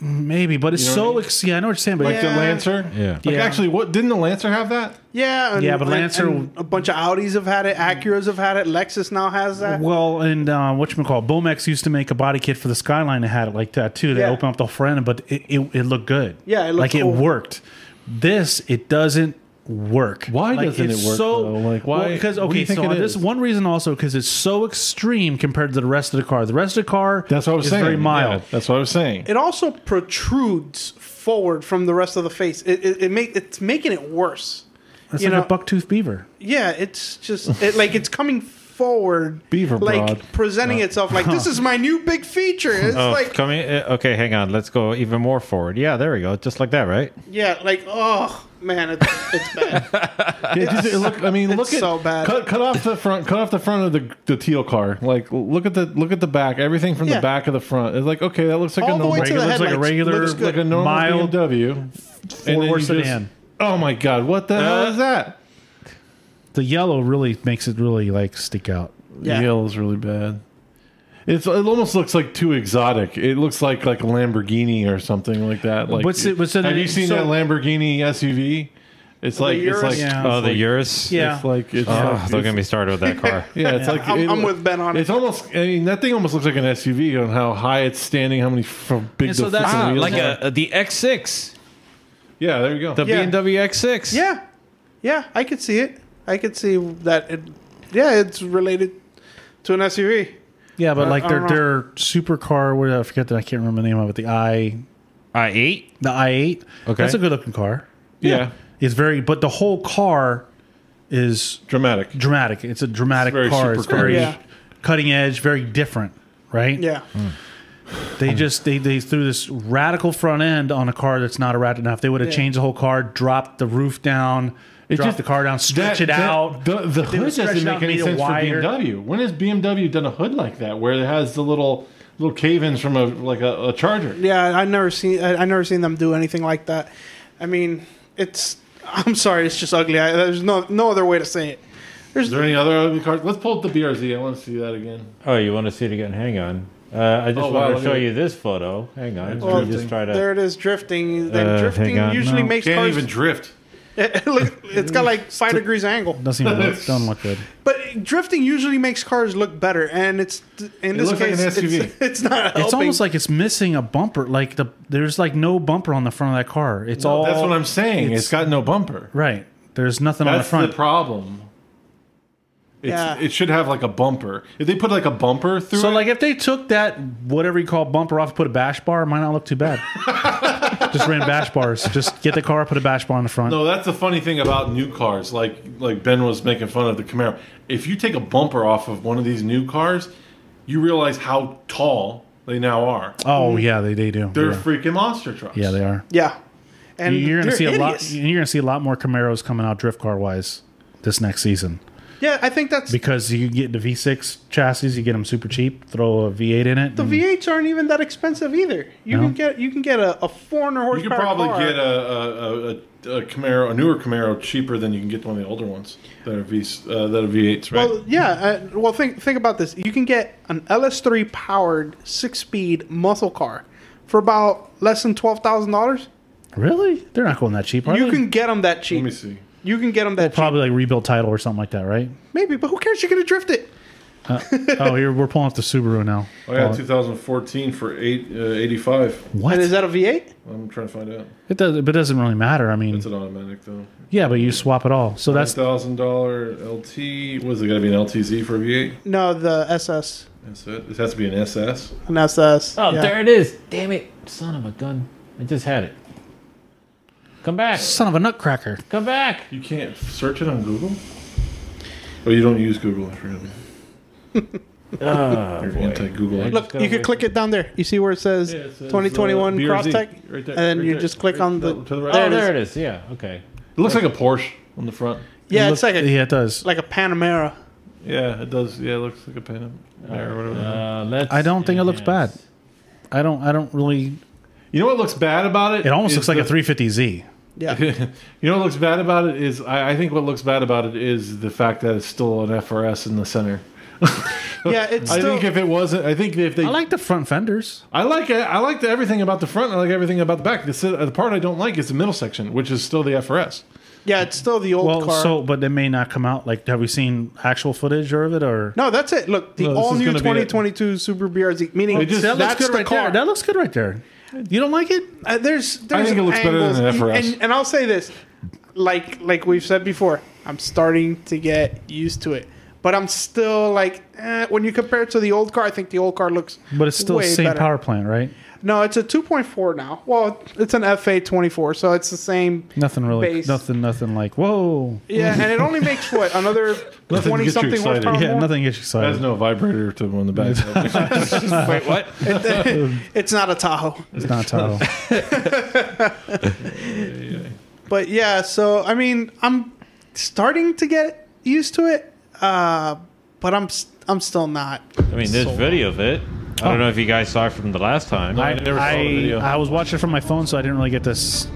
Speaker 3: Maybe, but it's
Speaker 1: know
Speaker 3: so.
Speaker 1: what I mean?
Speaker 3: ex- yeah, I know what you're saying, but
Speaker 1: like
Speaker 4: Yeah.
Speaker 1: the Lancer.
Speaker 2: Yeah.
Speaker 1: Like
Speaker 3: Yeah.
Speaker 1: actually, what didn't the Lancer have that?
Speaker 4: Yeah, and,
Speaker 3: Yeah, but
Speaker 4: and-
Speaker 3: Lancer-
Speaker 4: and a bunch of Audis have had it. Acuras have had it. Lexus now has that.
Speaker 3: Well, and uh, what you call Bomex used to make a body kit for the Skyline that had it like that too. They
Speaker 4: Yeah.
Speaker 3: opened up the front, end, but it, it, it looked good.
Speaker 4: Yeah, it looked
Speaker 3: like
Speaker 4: cool.
Speaker 3: it worked. This it doesn't work.
Speaker 1: Why
Speaker 3: Like,
Speaker 1: doesn't
Speaker 3: it's
Speaker 1: it work, though? Like, why-
Speaker 3: Well, Because
Speaker 1: what do
Speaker 3: okay,
Speaker 1: you think
Speaker 3: so
Speaker 1: it
Speaker 3: this
Speaker 1: is?
Speaker 3: one reason also because it's so extreme compared to the rest of the car. The rest of the car
Speaker 1: That's what I was
Speaker 3: is
Speaker 1: saying.
Speaker 3: very mild.
Speaker 1: Yeah, that's what I was saying.
Speaker 4: it also protrudes forward from the rest of the face. It it, it make it's making it worse.
Speaker 3: It's
Speaker 4: you
Speaker 3: like
Speaker 4: know,
Speaker 3: a bucktooth beaver.
Speaker 4: yeah, it's just it, like it's coming forward,
Speaker 1: Beaver
Speaker 4: like
Speaker 1: broad.
Speaker 4: presenting itself like this is my new big feature. It's
Speaker 2: Oh,
Speaker 4: like
Speaker 2: coming. uh, Okay, hang on. Let's go even more forward. Yeah, there we go. Just like that, right?
Speaker 4: yeah, like oh man, it's,
Speaker 2: [laughs]
Speaker 4: it's bad.
Speaker 1: Yeah, just, it look, I
Speaker 4: [laughs]
Speaker 1: mean, look at
Speaker 4: so bad.
Speaker 1: Cut, cut off the front. Cut off the front of the, the teal car. Like, look at the look at the back. Everything from
Speaker 4: Yeah.
Speaker 1: the back of the front. It's like okay, that looks like
Speaker 4: All
Speaker 1: a
Speaker 4: the way
Speaker 1: normal,
Speaker 4: to
Speaker 1: regular,
Speaker 4: the
Speaker 3: looks like a
Speaker 4: headlights.
Speaker 3: regular-
Speaker 4: looks good.
Speaker 1: like a normal
Speaker 3: mild
Speaker 1: BMW. And then
Speaker 3: four-door
Speaker 1: you
Speaker 3: sedan.
Speaker 1: oh my god, what the hell
Speaker 4: Uh,
Speaker 1: is that?
Speaker 3: The yellow really makes it really like stick out.
Speaker 1: The yell is really bad. It's it almost looks like too exotic. It looks like like a Lamborghini or something like that. Like
Speaker 3: What's it- what's in
Speaker 1: Have
Speaker 3: it-
Speaker 1: you seen
Speaker 3: so-
Speaker 1: that Lamborghini SUV? It's like it's
Speaker 4: Urus?
Speaker 1: like
Speaker 3: Yeah.
Speaker 2: Oh, the
Speaker 1: like-
Speaker 2: Urus.
Speaker 3: Yeah.
Speaker 1: It's like it's
Speaker 2: Oh,
Speaker 1: like-
Speaker 2: don't get me started with that
Speaker 3: [laughs]
Speaker 2: car.
Speaker 1: Yeah, it's like
Speaker 4: I'm- I'm with Ben on it.
Speaker 1: It's almost. I mean, that thing almost looks like an SUV on how high it's standing, how many how big
Speaker 3: And
Speaker 1: the
Speaker 3: so that's-
Speaker 1: freaking
Speaker 3: Ah,
Speaker 1: wheels
Speaker 2: like
Speaker 1: are.
Speaker 2: a, the X6,
Speaker 1: yeah. There you go.
Speaker 2: the
Speaker 4: Yeah.
Speaker 2: BMW X6.
Speaker 4: Yeah, yeah, I could see it. I could see that. It, yeah, it's related to an SUV.
Speaker 3: Yeah, but like
Speaker 4: I
Speaker 3: their
Speaker 4: don't know.
Speaker 3: their supercar. What I forget that I can't remember the name of it. The i
Speaker 2: i8.
Speaker 3: the i eight.
Speaker 2: Okay.
Speaker 3: that's a good looking car.
Speaker 1: yeah.
Speaker 3: It's very, but the whole car is
Speaker 1: dramatic.
Speaker 3: dramatic. It's a dramatic
Speaker 1: It's very
Speaker 3: car. It's
Speaker 1: super car.
Speaker 3: very
Speaker 4: Yeah.
Speaker 3: cutting edge, very different, right?
Speaker 4: Yeah,
Speaker 2: Hmm.
Speaker 3: They just they, they threw this radical front end on a car that's not a radical enough. They would have
Speaker 4: Yeah.
Speaker 3: changed the whole car, dropped the roof down, dropped
Speaker 1: just-
Speaker 3: the car down, stretch it
Speaker 1: That- that-
Speaker 3: out.
Speaker 1: The, the
Speaker 3: would
Speaker 1: hood
Speaker 3: stretch
Speaker 1: doesn't
Speaker 3: it
Speaker 1: make
Speaker 3: out,
Speaker 1: any
Speaker 3: made it
Speaker 1: sense for
Speaker 3: wider.
Speaker 1: BMW. When has BMW done a hood like that where it has the little little cave-ins from a like a, a Charger?
Speaker 4: yeah. I never seen. I, I never seen them do anything like that. I mean, it's. [laughs] I'm sorry, it's just ugly. I, there's no no other way to say it.
Speaker 1: Is there any other ugly cars? Let's pull up the BRZ. I want to see that again.
Speaker 2: Oh, you want to see it again? Hang on. Uh, I just
Speaker 1: Oh, wow,
Speaker 2: want
Speaker 1: look
Speaker 2: to show
Speaker 1: at-
Speaker 2: you this photo. Hang on.
Speaker 1: Well,
Speaker 2: Let me just try to.
Speaker 4: There it is, drifting. Then
Speaker 2: Uh,
Speaker 4: drifting
Speaker 2: hang on.
Speaker 4: usually
Speaker 3: No.
Speaker 4: makes
Speaker 1: Can't
Speaker 4: cars. [laughs]
Speaker 1: even drift.
Speaker 4: look, it's
Speaker 1: [laughs]
Speaker 4: got like five degrees angle.
Speaker 3: Doesn't even look, doesn't look good.
Speaker 4: But drifting usually makes cars look better, and it's in this
Speaker 1: looks like
Speaker 4: case
Speaker 1: an SUV.
Speaker 4: It's, it's not.
Speaker 3: It's almost like it's missing a bumper. Like the there's like no bumper on the front of that car. It's all
Speaker 1: That's what I'm saying. it's got no bumper.
Speaker 3: right. There's nothing on the
Speaker 1: That's the,
Speaker 3: front.
Speaker 1: problem. It's,
Speaker 4: Yeah.
Speaker 1: It should have like a bumper. If they put like a bumper through
Speaker 3: So,
Speaker 1: it,
Speaker 4: [laughs]
Speaker 3: like, if they took that whatever you call bumper off, put a bash bar, it might not look too bad. just ran bash bars. Just get the car, put a bash bar on the front.
Speaker 1: No, that's the funny thing about new cars. Like like Ben was making fun of the Camaro. If you take a bumper off of one of these new cars, you realize how tall they now are.
Speaker 3: Oh yeah, they, they do.
Speaker 1: They're
Speaker 3: yeah.
Speaker 1: freaking monster trucks.
Speaker 3: yeah, they are.
Speaker 4: Yeah, and
Speaker 3: You're gonna
Speaker 4: they're
Speaker 3: see a lot.
Speaker 4: hideous.
Speaker 3: You're gonna see a lot more Camaros coming out drift car wise this next season
Speaker 4: Yeah, I think that's
Speaker 3: because you get the V6 chassis, you get them super cheap. Throw a V8 in it.
Speaker 4: the
Speaker 3: and-
Speaker 4: V8s aren't even that expensive either. You
Speaker 3: No.
Speaker 4: can get you can get a, a 400 horsepower.
Speaker 1: You could probably
Speaker 4: car.
Speaker 1: get a, a, a, a Camaro, a newer Camaro, cheaper than you can get one of the older ones that are V uh, that are V8s, right?
Speaker 4: Well, yeah. Uh, well, think think about this. You can get an LS3 powered six speed muscle car for about less than twelve thousand dollars.
Speaker 3: Really? They're not going that cheap, are
Speaker 4: You
Speaker 3: they?
Speaker 4: can get them that
Speaker 1: Let me
Speaker 4: cheap.
Speaker 1: see.
Speaker 4: You can get them that cheap.
Speaker 3: probably like rebuild title or something like that,
Speaker 4: [laughs]
Speaker 3: right?
Speaker 4: Maybe, but who cares? You're gonna drift it.
Speaker 3: oh, here we're pulling up the Subaru now.
Speaker 1: I got
Speaker 3: Oh,
Speaker 1: 2014 for eight, uh, 85.
Speaker 3: what?
Speaker 4: And is that a V8?
Speaker 1: I'm trying to find out.
Speaker 3: it does. It doesn't really matter. I mean,
Speaker 1: It's an automatic though.
Speaker 3: yeah, but you swap it all. So that's
Speaker 1: thousand dollar LT. Was it going to be an LTZ for a V8?
Speaker 4: No, the SS.
Speaker 1: That's it. It has to be an SS.
Speaker 4: An SS.
Speaker 2: Oh,
Speaker 4: yeah.
Speaker 2: there it is. Damn it. Son of a gun. I just had it. Come back.
Speaker 3: son of a nutcracker.
Speaker 2: Come
Speaker 4: [laughs]
Speaker 2: back.
Speaker 1: You can't search it on Google. Oh, you don't use Google. I forgot.
Speaker 2: Oh,
Speaker 4: Uh,
Speaker 1: You're
Speaker 2: boy.
Speaker 1: anti-Google.
Speaker 4: Look,
Speaker 2: gotta
Speaker 4: you can
Speaker 2: wait
Speaker 4: click it down there. You see where it says
Speaker 1: Yeah, it says,
Speaker 4: 2021
Speaker 1: uh, BRZ,
Speaker 4: Crosstech,
Speaker 1: right there,
Speaker 4: and then
Speaker 1: right
Speaker 4: you
Speaker 1: there,
Speaker 4: just click
Speaker 1: right
Speaker 4: on the.
Speaker 1: down to the right.
Speaker 4: There
Speaker 2: Oh,
Speaker 4: it is.
Speaker 2: there it is. Yeah. Okay.
Speaker 1: It looks like a Porsche on the front.
Speaker 4: Yeah, it's like a
Speaker 3: yeah, it does.
Speaker 4: like a Panamera.
Speaker 1: Yeah, it does. Yeah, it looks like a Panamera or whatever.
Speaker 2: Uh, let's
Speaker 3: I don't think it looks
Speaker 2: enhance.
Speaker 3: bad. I don't. I don't really.
Speaker 1: you know what looks bad about it?
Speaker 3: It almost
Speaker 1: is
Speaker 3: looks like a
Speaker 1: the-
Speaker 3: 350Z.
Speaker 1: [laughs]
Speaker 4: Yeah,
Speaker 1: you know what looks bad about it is I, I think what looks bad about it is the fact that it's still an FRS in the center.
Speaker 4: yeah. It's
Speaker 1: I
Speaker 4: still,
Speaker 1: think if it wasn't, I think if they,
Speaker 3: I like the front fenders.
Speaker 1: I like it. I like the, everything about the front. and I like everything about the back. The, si- the part I don't like is the middle section, which is still the FRS.
Speaker 4: yeah. It's still the old
Speaker 3: Well,
Speaker 4: car.
Speaker 3: so but they may not come out. Like, have we seen actual footage of it or?
Speaker 4: No, that's it. Look, the
Speaker 1: No, this
Speaker 4: all
Speaker 1: is
Speaker 4: new
Speaker 1: gonna be it.
Speaker 4: 2022 Subaru BRZ. Meaning
Speaker 1: They just-
Speaker 4: that's
Speaker 1: that looks
Speaker 4: the car.
Speaker 3: That looks good right there.
Speaker 4: You don't like it? Uh, there's, there's
Speaker 1: think it looks better than
Speaker 4: angles.
Speaker 1: an FRS.
Speaker 4: And, and I'll say this, like like we've said before, I'm starting to get used to it. But I'm still like, eh, when you compare it to the old car, I think the old car looks.
Speaker 3: But it's still the
Speaker 4: way
Speaker 3: same
Speaker 4: better.
Speaker 3: power plant, right?
Speaker 4: No, it's a 2.4 now. Well, it's an FA24, so it's the same.
Speaker 3: Nothing really.
Speaker 4: Base.
Speaker 3: Nothing. Nothing like whoa.
Speaker 4: Yeah, and it only makes what another
Speaker 1: gets you
Speaker 4: 20 something
Speaker 1: excited.
Speaker 4: horsepower.
Speaker 3: Yeah,
Speaker 4: more?
Speaker 3: nothing gets you
Speaker 1: It
Speaker 3: excited.
Speaker 1: has no vibrator to on the back.
Speaker 2: Wait, what?
Speaker 4: [laughs] It's not a Tahoe.
Speaker 3: It's
Speaker 1: [laughs]
Speaker 3: not Tahoe.
Speaker 4: But yeah, so I mean, I'm starting to get used to it, uh, but I'm s- I'm still not.
Speaker 2: I mean, there's video of it. I
Speaker 3: Oh.
Speaker 2: don't know if you guys saw it from the last time.
Speaker 1: I never saw the
Speaker 3: I,
Speaker 1: video.
Speaker 3: I was watching from my phone, so I didn't really get this.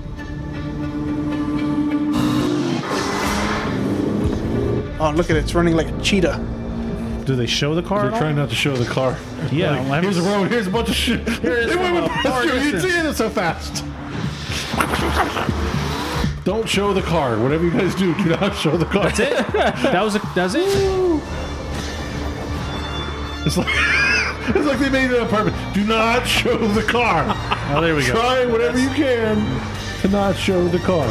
Speaker 4: Oh, look at it! It's running like a cheetah.
Speaker 3: Do they show the car?
Speaker 1: They're
Speaker 3: at all?
Speaker 1: trying not to show the car.
Speaker 3: yeah.
Speaker 1: Like,
Speaker 3: well, I
Speaker 1: here's a
Speaker 3: haven't-
Speaker 1: road. Here's a bunch of shit.
Speaker 3: is
Speaker 1: They went [laughs]
Speaker 3: a far
Speaker 1: past you. You'd
Speaker 3: distance.
Speaker 1: see it so fast. [laughs] Don't show the car. Whatever you guys do, do not [laughs] show the car. That's it. [laughs]
Speaker 3: that was a, that's it.
Speaker 1: It's like, it's like they made it on purpose. Do not show the car.
Speaker 3: Oh, [laughs] there we go.
Speaker 1: Try whatever you can to not show the car.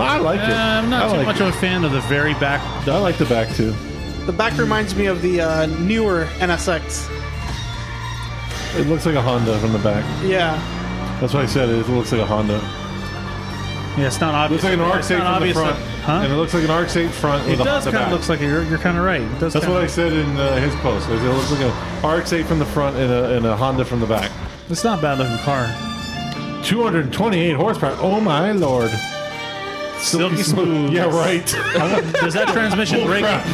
Speaker 1: I like it.
Speaker 3: Uh, I'm not
Speaker 1: I
Speaker 3: too
Speaker 1: like
Speaker 3: much
Speaker 1: it.
Speaker 3: of a fan of the very back.
Speaker 1: I like the back too.
Speaker 4: The back reminds me of the uh, newer NSX.
Speaker 1: It looks like a Honda from the back.
Speaker 4: Yeah,
Speaker 1: That's why I said it, it looks like a Honda. It
Speaker 3: Yeah, it's not obvious.
Speaker 1: looks like an
Speaker 3: It's
Speaker 1: RX-8 from
Speaker 3: not
Speaker 1: the
Speaker 3: obvious
Speaker 1: front,
Speaker 3: that- huh?
Speaker 1: and it looks like an RX-8 front
Speaker 3: It
Speaker 1: with a Honda
Speaker 3: does kind of
Speaker 1: back.
Speaker 3: looks like you're, you're kind of right. It does
Speaker 1: That's
Speaker 3: kinda,
Speaker 1: what I said in uh, his post. I said It looks like an RX-8 from the front and a, and a Honda from the back.
Speaker 3: It's not a bad looking car.
Speaker 1: 228 horsepower. Oh my lord!
Speaker 3: Silky smooth.
Speaker 1: Yeah, right.
Speaker 3: [laughs] Does that transmission
Speaker 1: Holy [laughs]
Speaker 3: break?
Speaker 1: crap.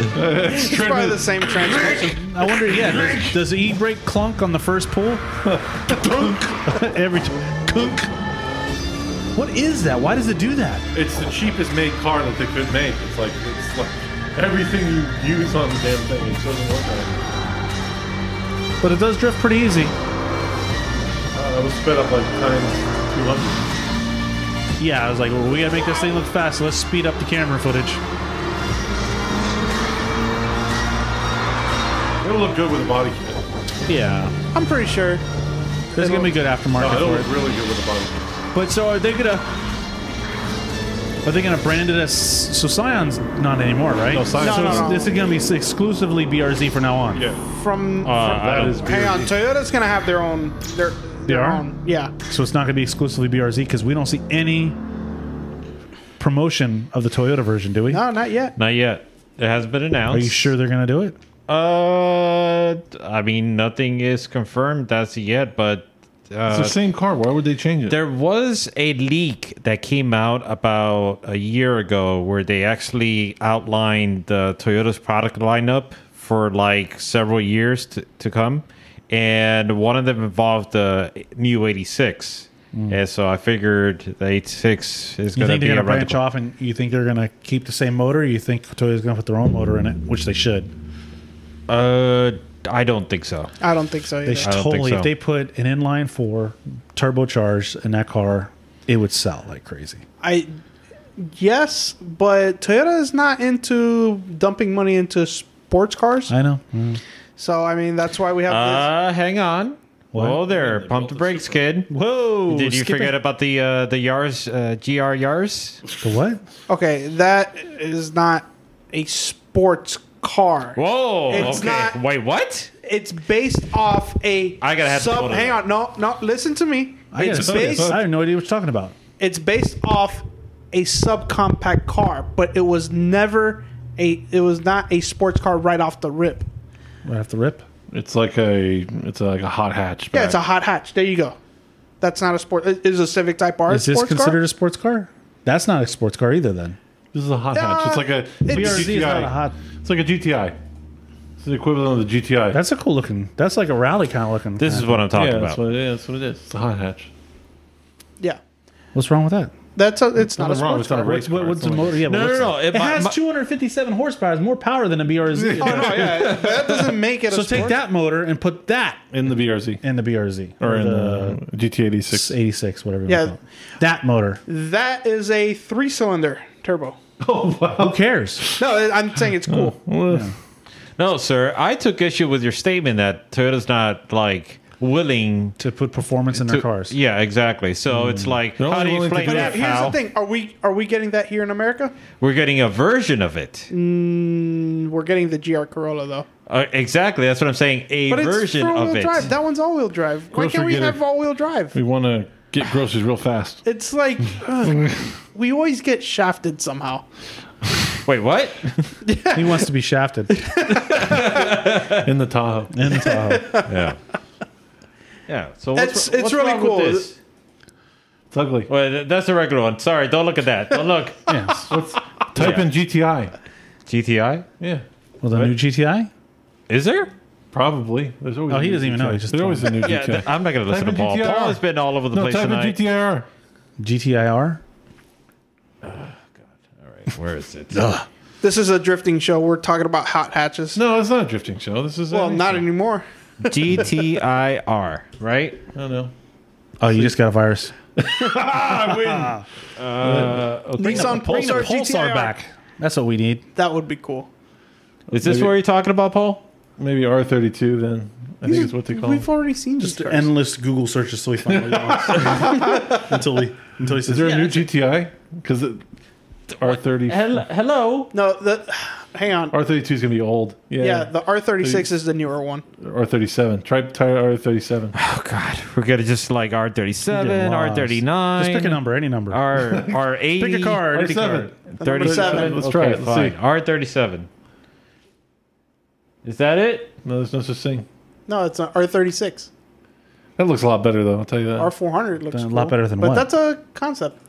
Speaker 4: it's probably the same transmission.
Speaker 3: I wonder. Yeah, does, does the e brake clunk on the first pull? [laughs] Every t-
Speaker 1: Kunk.
Speaker 3: what is that? Why does it do that?
Speaker 1: It's the cheapest made car that they could make. It's like it's like everything you use on the damn thing. It doesn't work on it.
Speaker 3: But it does drift pretty easy.
Speaker 1: Uh, that was sped up like times two hundred.
Speaker 3: Yeah, I was like, well, we gotta make this thing look fast. So let's speed up the camera footage.
Speaker 1: It'll look good with a body kit.
Speaker 3: Yeah,
Speaker 4: I'm pretty sure.
Speaker 3: there's gonna be good
Speaker 1: No,
Speaker 3: aftermarket
Speaker 1: it'll
Speaker 3: for
Speaker 1: look
Speaker 3: it.
Speaker 1: really good with a body kit.
Speaker 3: But so are they gonna? Are they gonna brand it as? So Scion's not anymore, right?
Speaker 1: No, Scion's-
Speaker 3: So
Speaker 4: No, no, no.
Speaker 3: This is gonna be exclusively BRZ from now on.
Speaker 1: Yeah,
Speaker 4: From,
Speaker 2: Uh, I
Speaker 1: that
Speaker 2: don't-
Speaker 1: is
Speaker 4: from hang on,
Speaker 1: BRZ.
Speaker 4: Toyota's gonna have their own their
Speaker 3: They
Speaker 4: their
Speaker 3: are?
Speaker 4: own. Yeah.
Speaker 3: So it's not going to be exclusively BRZ because we don't see any promotion of the Toyota version, do we?
Speaker 4: No, not yet.
Speaker 2: Not yet. It hasn't been announced.
Speaker 3: Are you sure they're going to do it?
Speaker 2: Uh, I mean, nothing is confirmed as yet, but
Speaker 1: It's
Speaker 2: uh,
Speaker 1: the same car. Why would they change it?
Speaker 2: there was a leak that came out about a year ago where they actually outlined the Toyota's product lineup for like several years to, to come, and one of them involved the new '86. And so I figured the '86 is
Speaker 3: Hmm. You
Speaker 2: going to
Speaker 3: think
Speaker 2: be a
Speaker 3: they're going to branch off and you think they're going to keep the same motor? You think Toyota's going to put their own motor in it, which they should.
Speaker 2: Uh, I don't think so.
Speaker 4: I don't think so.
Speaker 3: They
Speaker 4: Either.
Speaker 3: should
Speaker 2: I don't think
Speaker 3: totally.
Speaker 2: so.
Speaker 3: If they put an inline four turbocharged in that car, it would sell like crazy.
Speaker 4: I yes, but Toyota is not into dumping money into sports cars.
Speaker 3: I know.
Speaker 2: Mm.
Speaker 4: So I mean that's why we have
Speaker 2: Uh, hang on.
Speaker 3: What?
Speaker 2: Whoa there! Pump the brakes, kid.
Speaker 3: Whoa!
Speaker 2: Did you
Speaker 3: skip
Speaker 2: forget
Speaker 3: it.
Speaker 2: about the uh, the Yars uh, GR Yars?
Speaker 3: the what?
Speaker 4: this. Okay, that is not a sports car.
Speaker 2: Whoa!
Speaker 4: It's
Speaker 2: okay.
Speaker 4: not-
Speaker 2: Wait, what?
Speaker 4: It's based off a
Speaker 2: I gotta have to
Speaker 4: sub.
Speaker 2: put it
Speaker 4: Hang
Speaker 2: up.
Speaker 4: on, no, no. Listen to me.
Speaker 3: I got
Speaker 4: it's
Speaker 3: it.
Speaker 4: based.
Speaker 3: I have no idea what you're talking about.
Speaker 4: It's based off a subcompact car, but it was never a. It was not a sports car right off the rip.
Speaker 3: Right have to rip.
Speaker 1: It's like a it's like a hot hatch.
Speaker 4: Yeah, it's a hot hatch. There you go. That's not a sport. It is a Civic Type R. a
Speaker 3: Is this
Speaker 4: sports car?
Speaker 3: considered a sports car? That's not a sports car either. Then
Speaker 1: This is a hot hatch. It's like a
Speaker 4: it's-
Speaker 1: GTI.
Speaker 3: BRZ is not a hot.
Speaker 1: It's like a GTI. It's the equivalent of the GTI.
Speaker 3: That's a cool looking. That's like a rally kind of looking.
Speaker 2: This is what I'm talking
Speaker 1: yeah,
Speaker 2: about.
Speaker 1: that's what it is. That's what it is. It's a hot hatch.
Speaker 4: Yeah,
Speaker 3: What's wrong with that?
Speaker 4: that's a. Oh, It's not a
Speaker 1: Nothing wrong.
Speaker 4: sports
Speaker 1: It's not a
Speaker 4: car.
Speaker 1: race car.
Speaker 3: what's
Speaker 1: It's
Speaker 3: the
Speaker 1: not
Speaker 3: motor?
Speaker 1: like-
Speaker 3: Yeah,
Speaker 2: No,
Speaker 3: but
Speaker 2: no,
Speaker 3: what's
Speaker 2: no,
Speaker 3: that?
Speaker 2: it-
Speaker 3: It,
Speaker 2: my-
Speaker 3: has
Speaker 2: my-
Speaker 3: 257 horsepower. It's more power than a BRZ.
Speaker 4: Oh no, yeah, but that doesn't make it.
Speaker 3: so
Speaker 4: a
Speaker 3: take
Speaker 4: sports-
Speaker 3: that motor and put that
Speaker 1: in the BRZ
Speaker 3: in the BRZ
Speaker 1: or in
Speaker 3: the
Speaker 1: the GT86.
Speaker 3: 86, whatever. You
Speaker 4: Yeah.
Speaker 3: want to call it. that motor.
Speaker 4: That is a three-cylinder turbo.
Speaker 3: Who cares?
Speaker 4: No, I'm saying
Speaker 3: Oh.
Speaker 4: it's cool.
Speaker 2: No, sir, I took issue with your statement that Toyota's not like willing
Speaker 3: to put performance in
Speaker 2: to
Speaker 3: their cars.
Speaker 2: Yeah, exactly. So it's like
Speaker 1: They're
Speaker 2: how
Speaker 1: only
Speaker 2: do you
Speaker 1: willing to
Speaker 2: explain
Speaker 1: do
Speaker 4: But
Speaker 2: that?
Speaker 4: here's
Speaker 2: pal?
Speaker 4: the thing: Are we are we getting that here in America?
Speaker 2: We're getting a version of it.
Speaker 4: We're getting the GR Corolla though.
Speaker 2: Uh, exactly. That's what I'm saying. A
Speaker 4: But
Speaker 2: version
Speaker 4: it's
Speaker 2: of
Speaker 4: four-wheel
Speaker 2: it.
Speaker 4: drive. That one's all-wheel drive. Why
Speaker 1: Grocery
Speaker 4: can't we
Speaker 1: getter.
Speaker 4: have all-wheel
Speaker 1: [laughs]
Speaker 4: drive?
Speaker 1: We want to get groceries real fast.
Speaker 4: [laughs] It's like ugh, we always get shafted somehow.
Speaker 2: Wait, what?
Speaker 3: He wants to be shafted uh, in
Speaker 1: In the Tahoe.
Speaker 3: the Tahoe.
Speaker 2: yeah. Yeah. So
Speaker 4: It's-
Speaker 2: what's,
Speaker 4: it's
Speaker 2: what's
Speaker 4: really
Speaker 2: wrong with
Speaker 4: cool.
Speaker 2: this?
Speaker 1: It's ugly.
Speaker 2: Well, th- that's the regular one. Sorry, don't look at that. Don't
Speaker 4: [laughs]
Speaker 2: look.
Speaker 3: Yes.
Speaker 1: What's, type
Speaker 2: Yeah.
Speaker 1: in GTI.
Speaker 2: GTI?
Speaker 1: Yeah.
Speaker 3: Well, the new GTI.
Speaker 2: Is there?
Speaker 1: Probably. There's always.
Speaker 3: Oh,
Speaker 1: a
Speaker 3: he
Speaker 1: new
Speaker 3: doesn't even
Speaker 1: GTI.
Speaker 3: know. He's just
Speaker 1: There's always a new
Speaker 2: Yeah,
Speaker 1: GTI.
Speaker 2: th- I'm not going to listen to
Speaker 1: Type in
Speaker 2: Paul.
Speaker 1: GTR.
Speaker 2: Paul has been all over the
Speaker 1: no,
Speaker 2: place
Speaker 1: type in
Speaker 2: tonight.
Speaker 1: GTIR.
Speaker 3: GTIR.
Speaker 2: Where is it?
Speaker 4: This is a drifting show. We're talking about hot hatches.
Speaker 1: No, it's not a drifting show. This is
Speaker 4: well, not
Speaker 1: A,
Speaker 4: anymore.
Speaker 2: GTIR, right?
Speaker 1: I don't know.
Speaker 3: Oh, you just got a virus.
Speaker 1: Uh,
Speaker 4: Nissan Pulsar, GTR.
Speaker 3: back. That's what we need.
Speaker 4: That would be cool.
Speaker 2: Is this
Speaker 1: Maybe-
Speaker 2: what you're talking about, Paul?
Speaker 1: Maybe R32 then. I think it's what they call. it.
Speaker 4: We've already seen these cars.
Speaker 3: Endless Google searches till we finally
Speaker 1: [laughs]
Speaker 3: until we until he says
Speaker 1: Is there
Speaker 3: yeah.
Speaker 1: a new GTI? Because R30
Speaker 2: hello?
Speaker 4: no, the hang on.
Speaker 1: R32 is gonna be old. Yeah.
Speaker 4: yeah, the R36 is the newer one.
Speaker 1: R37. Try tire R37.
Speaker 2: Oh, God. We're going to just like R37, R39.
Speaker 3: Just pick a number, any number.
Speaker 2: R, R80.
Speaker 3: pick a car, any car.
Speaker 1: R7.
Speaker 4: Seven.
Speaker 1: Let's try it. Let's
Speaker 2: fine.
Speaker 1: see.
Speaker 2: R37. Is that it?
Speaker 1: No, there's no such thing.
Speaker 4: No, it's an R36.
Speaker 1: That looks a lot better though. I'll tell you that.
Speaker 4: R400 looks
Speaker 3: Oh. A
Speaker 4: cool.
Speaker 3: lot better than
Speaker 4: but
Speaker 3: what?
Speaker 4: that's a concept.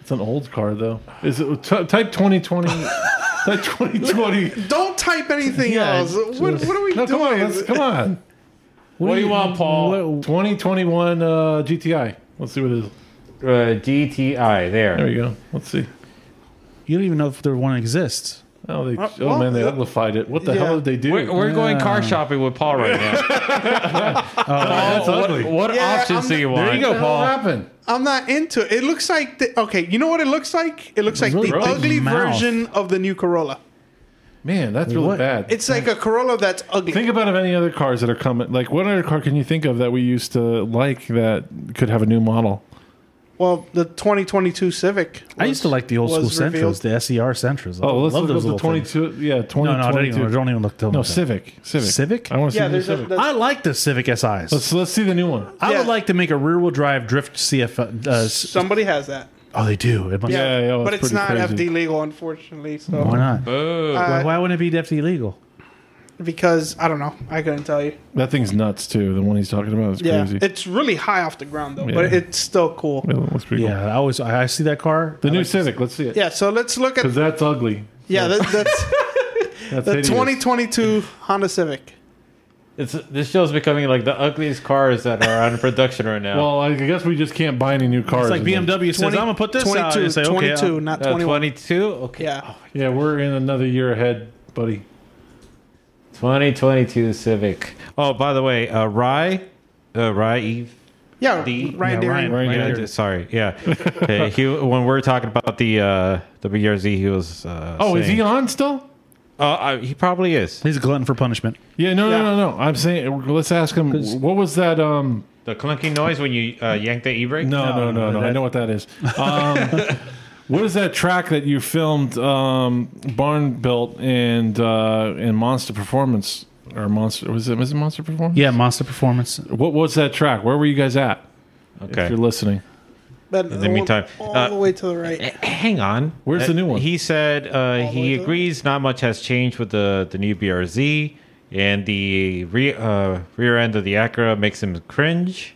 Speaker 1: it's an old car though. Is it t- type 2020? type 2020.
Speaker 4: Don't type anything
Speaker 1: Yeah,
Speaker 4: else. What, what are we
Speaker 1: No, come on.
Speaker 4: doing?
Speaker 1: Let's, come on.
Speaker 2: What, do you want, Paul?
Speaker 1: What- 2021 uh, GTI. Let's see what it is.
Speaker 2: Uh, GTI.
Speaker 1: There you go. Let's see.
Speaker 3: You don't even know if there one exists.
Speaker 1: Oh, they, oh
Speaker 4: well,
Speaker 1: man, they
Speaker 4: uh,
Speaker 1: uglified it. What the
Speaker 4: yeah.
Speaker 1: hell did they do?
Speaker 2: We're, we're going car
Speaker 3: Yeah.
Speaker 2: shopping with Paul right now.
Speaker 1: that's
Speaker 2: Paul,
Speaker 1: ugly.
Speaker 2: what, what
Speaker 4: Yeah,
Speaker 2: options
Speaker 4: I'm-
Speaker 2: do you want?
Speaker 1: there you go, Paul. What happened?
Speaker 4: I'm not into it. It looks like the, okay. You know what it looks like? It looks like
Speaker 1: really
Speaker 4: the
Speaker 1: big
Speaker 4: ugly
Speaker 3: mouth.
Speaker 4: version of the new Corolla.
Speaker 1: Man, that's really
Speaker 3: What?
Speaker 1: bad.
Speaker 4: It's like a Corolla that's ugly.
Speaker 1: Think about of any other cars that are coming. Like, what other car can you think of that we used to like that could have a new model?
Speaker 4: Well, the 2022 Civic.
Speaker 3: I used to like the old school
Speaker 4: was revealed.
Speaker 3: Centras, the SER Centras.
Speaker 1: Oh, let's
Speaker 3: I
Speaker 1: look
Speaker 3: love
Speaker 1: up
Speaker 3: those
Speaker 1: the
Speaker 3: little
Speaker 1: twenty
Speaker 3: things.
Speaker 1: two. Yeah, twenty
Speaker 3: No, no, don't even,
Speaker 1: two.
Speaker 3: don't even look. Don't
Speaker 1: No,
Speaker 3: look that.
Speaker 1: Civic, Civic,
Speaker 3: Civic?
Speaker 1: I want to see the
Speaker 4: Yeah,
Speaker 1: new
Speaker 4: there's a-
Speaker 1: Civic.
Speaker 4: the-
Speaker 3: I like the Civic SIs.
Speaker 1: let's let's see the new one.
Speaker 3: I
Speaker 4: Yeah.
Speaker 3: would like to make a rear wheel drive drift CF. Uh, s-
Speaker 4: Somebody has that.
Speaker 3: oh, they do. It must,
Speaker 1: Yeah, yeah, well,
Speaker 4: but
Speaker 1: it's
Speaker 4: it's not
Speaker 1: pretty crazy.
Speaker 4: FD legal, unfortunately. So
Speaker 3: Why not? why,
Speaker 4: Uh,
Speaker 3: why wouldn't it be FD legal?
Speaker 4: because I don't know, I couldn't tell you.
Speaker 1: That thing's nuts too. The one he's talking about is
Speaker 4: Yeah,
Speaker 1: crazy.
Speaker 4: it's really high off the ground though,
Speaker 1: Yeah.
Speaker 4: but it's still cool.
Speaker 1: Yeah, it looks pretty cool.
Speaker 3: Yeah, I always I, I see that car.
Speaker 1: The
Speaker 3: I
Speaker 1: new
Speaker 3: like-
Speaker 1: Civic. Let's see it.
Speaker 4: Yeah, so let's look at
Speaker 1: Because that's ugly.
Speaker 4: yeah, that,
Speaker 3: [laughs]
Speaker 4: that's
Speaker 1: That's
Speaker 4: the
Speaker 1: hideous.
Speaker 4: 2022 Honda Civic.
Speaker 2: It's this show's becoming like the ugliest cars that are on production right now.
Speaker 1: Well, I guess we just can't buy any new cars.
Speaker 3: It's like
Speaker 1: in them.
Speaker 3: BMW says,
Speaker 4: 20
Speaker 3: I'm gonna put this out. And
Speaker 4: 22,
Speaker 3: they say, okay,
Speaker 4: 22,
Speaker 3: I'll-
Speaker 4: not
Speaker 2: Uh,
Speaker 4: 21.
Speaker 2: 22? Okay.
Speaker 4: Yeah,
Speaker 3: Oh,
Speaker 1: Yeah, we're in another year ahead, buddy.
Speaker 2: 2022 Civic. Oh, by the way, uh, Rye, uh, Rye Eve.
Speaker 4: yeah,
Speaker 2: The-
Speaker 4: Ryan
Speaker 3: yeah, Ryan-
Speaker 4: Deering.
Speaker 1: Ryan
Speaker 2: Yeah,
Speaker 1: Deering.
Speaker 2: d- sorry. Yeah. [laughs] Hey, he, when we are talking about the uh, the BRZ, he was. Uh,
Speaker 1: Oh, is
Speaker 2: saying-
Speaker 1: he on still?
Speaker 2: Uh, I, he probably is.
Speaker 3: He's a glutton for punishment.
Speaker 1: Yeah, no,
Speaker 4: Yeah.
Speaker 1: no, no, no. I'm saying let's ask him. What was that? Um,
Speaker 2: The clunky noise when you uh, yank the e brake.
Speaker 1: no, no, no, no. I
Speaker 3: that-
Speaker 1: know what that [laughs] is. Um, what is that track that you filmed? Um, Barn built and uh, and Monster Performance or Monster was it? Was it Monster Performance?
Speaker 3: Yeah, monster performance.
Speaker 1: What was that track? Where were you guys at? If
Speaker 2: Okay.
Speaker 1: you're listening,
Speaker 4: But
Speaker 2: the meantime,
Speaker 4: all,
Speaker 2: uh,
Speaker 4: the way to the right.
Speaker 2: H- Hang on.
Speaker 1: Where's the new one?
Speaker 2: He said uh,
Speaker 4: the way
Speaker 2: he
Speaker 4: to-
Speaker 2: agrees not much has changed with the, the new BRZ, and the re, uh, rear end of the Acura makes him cringe.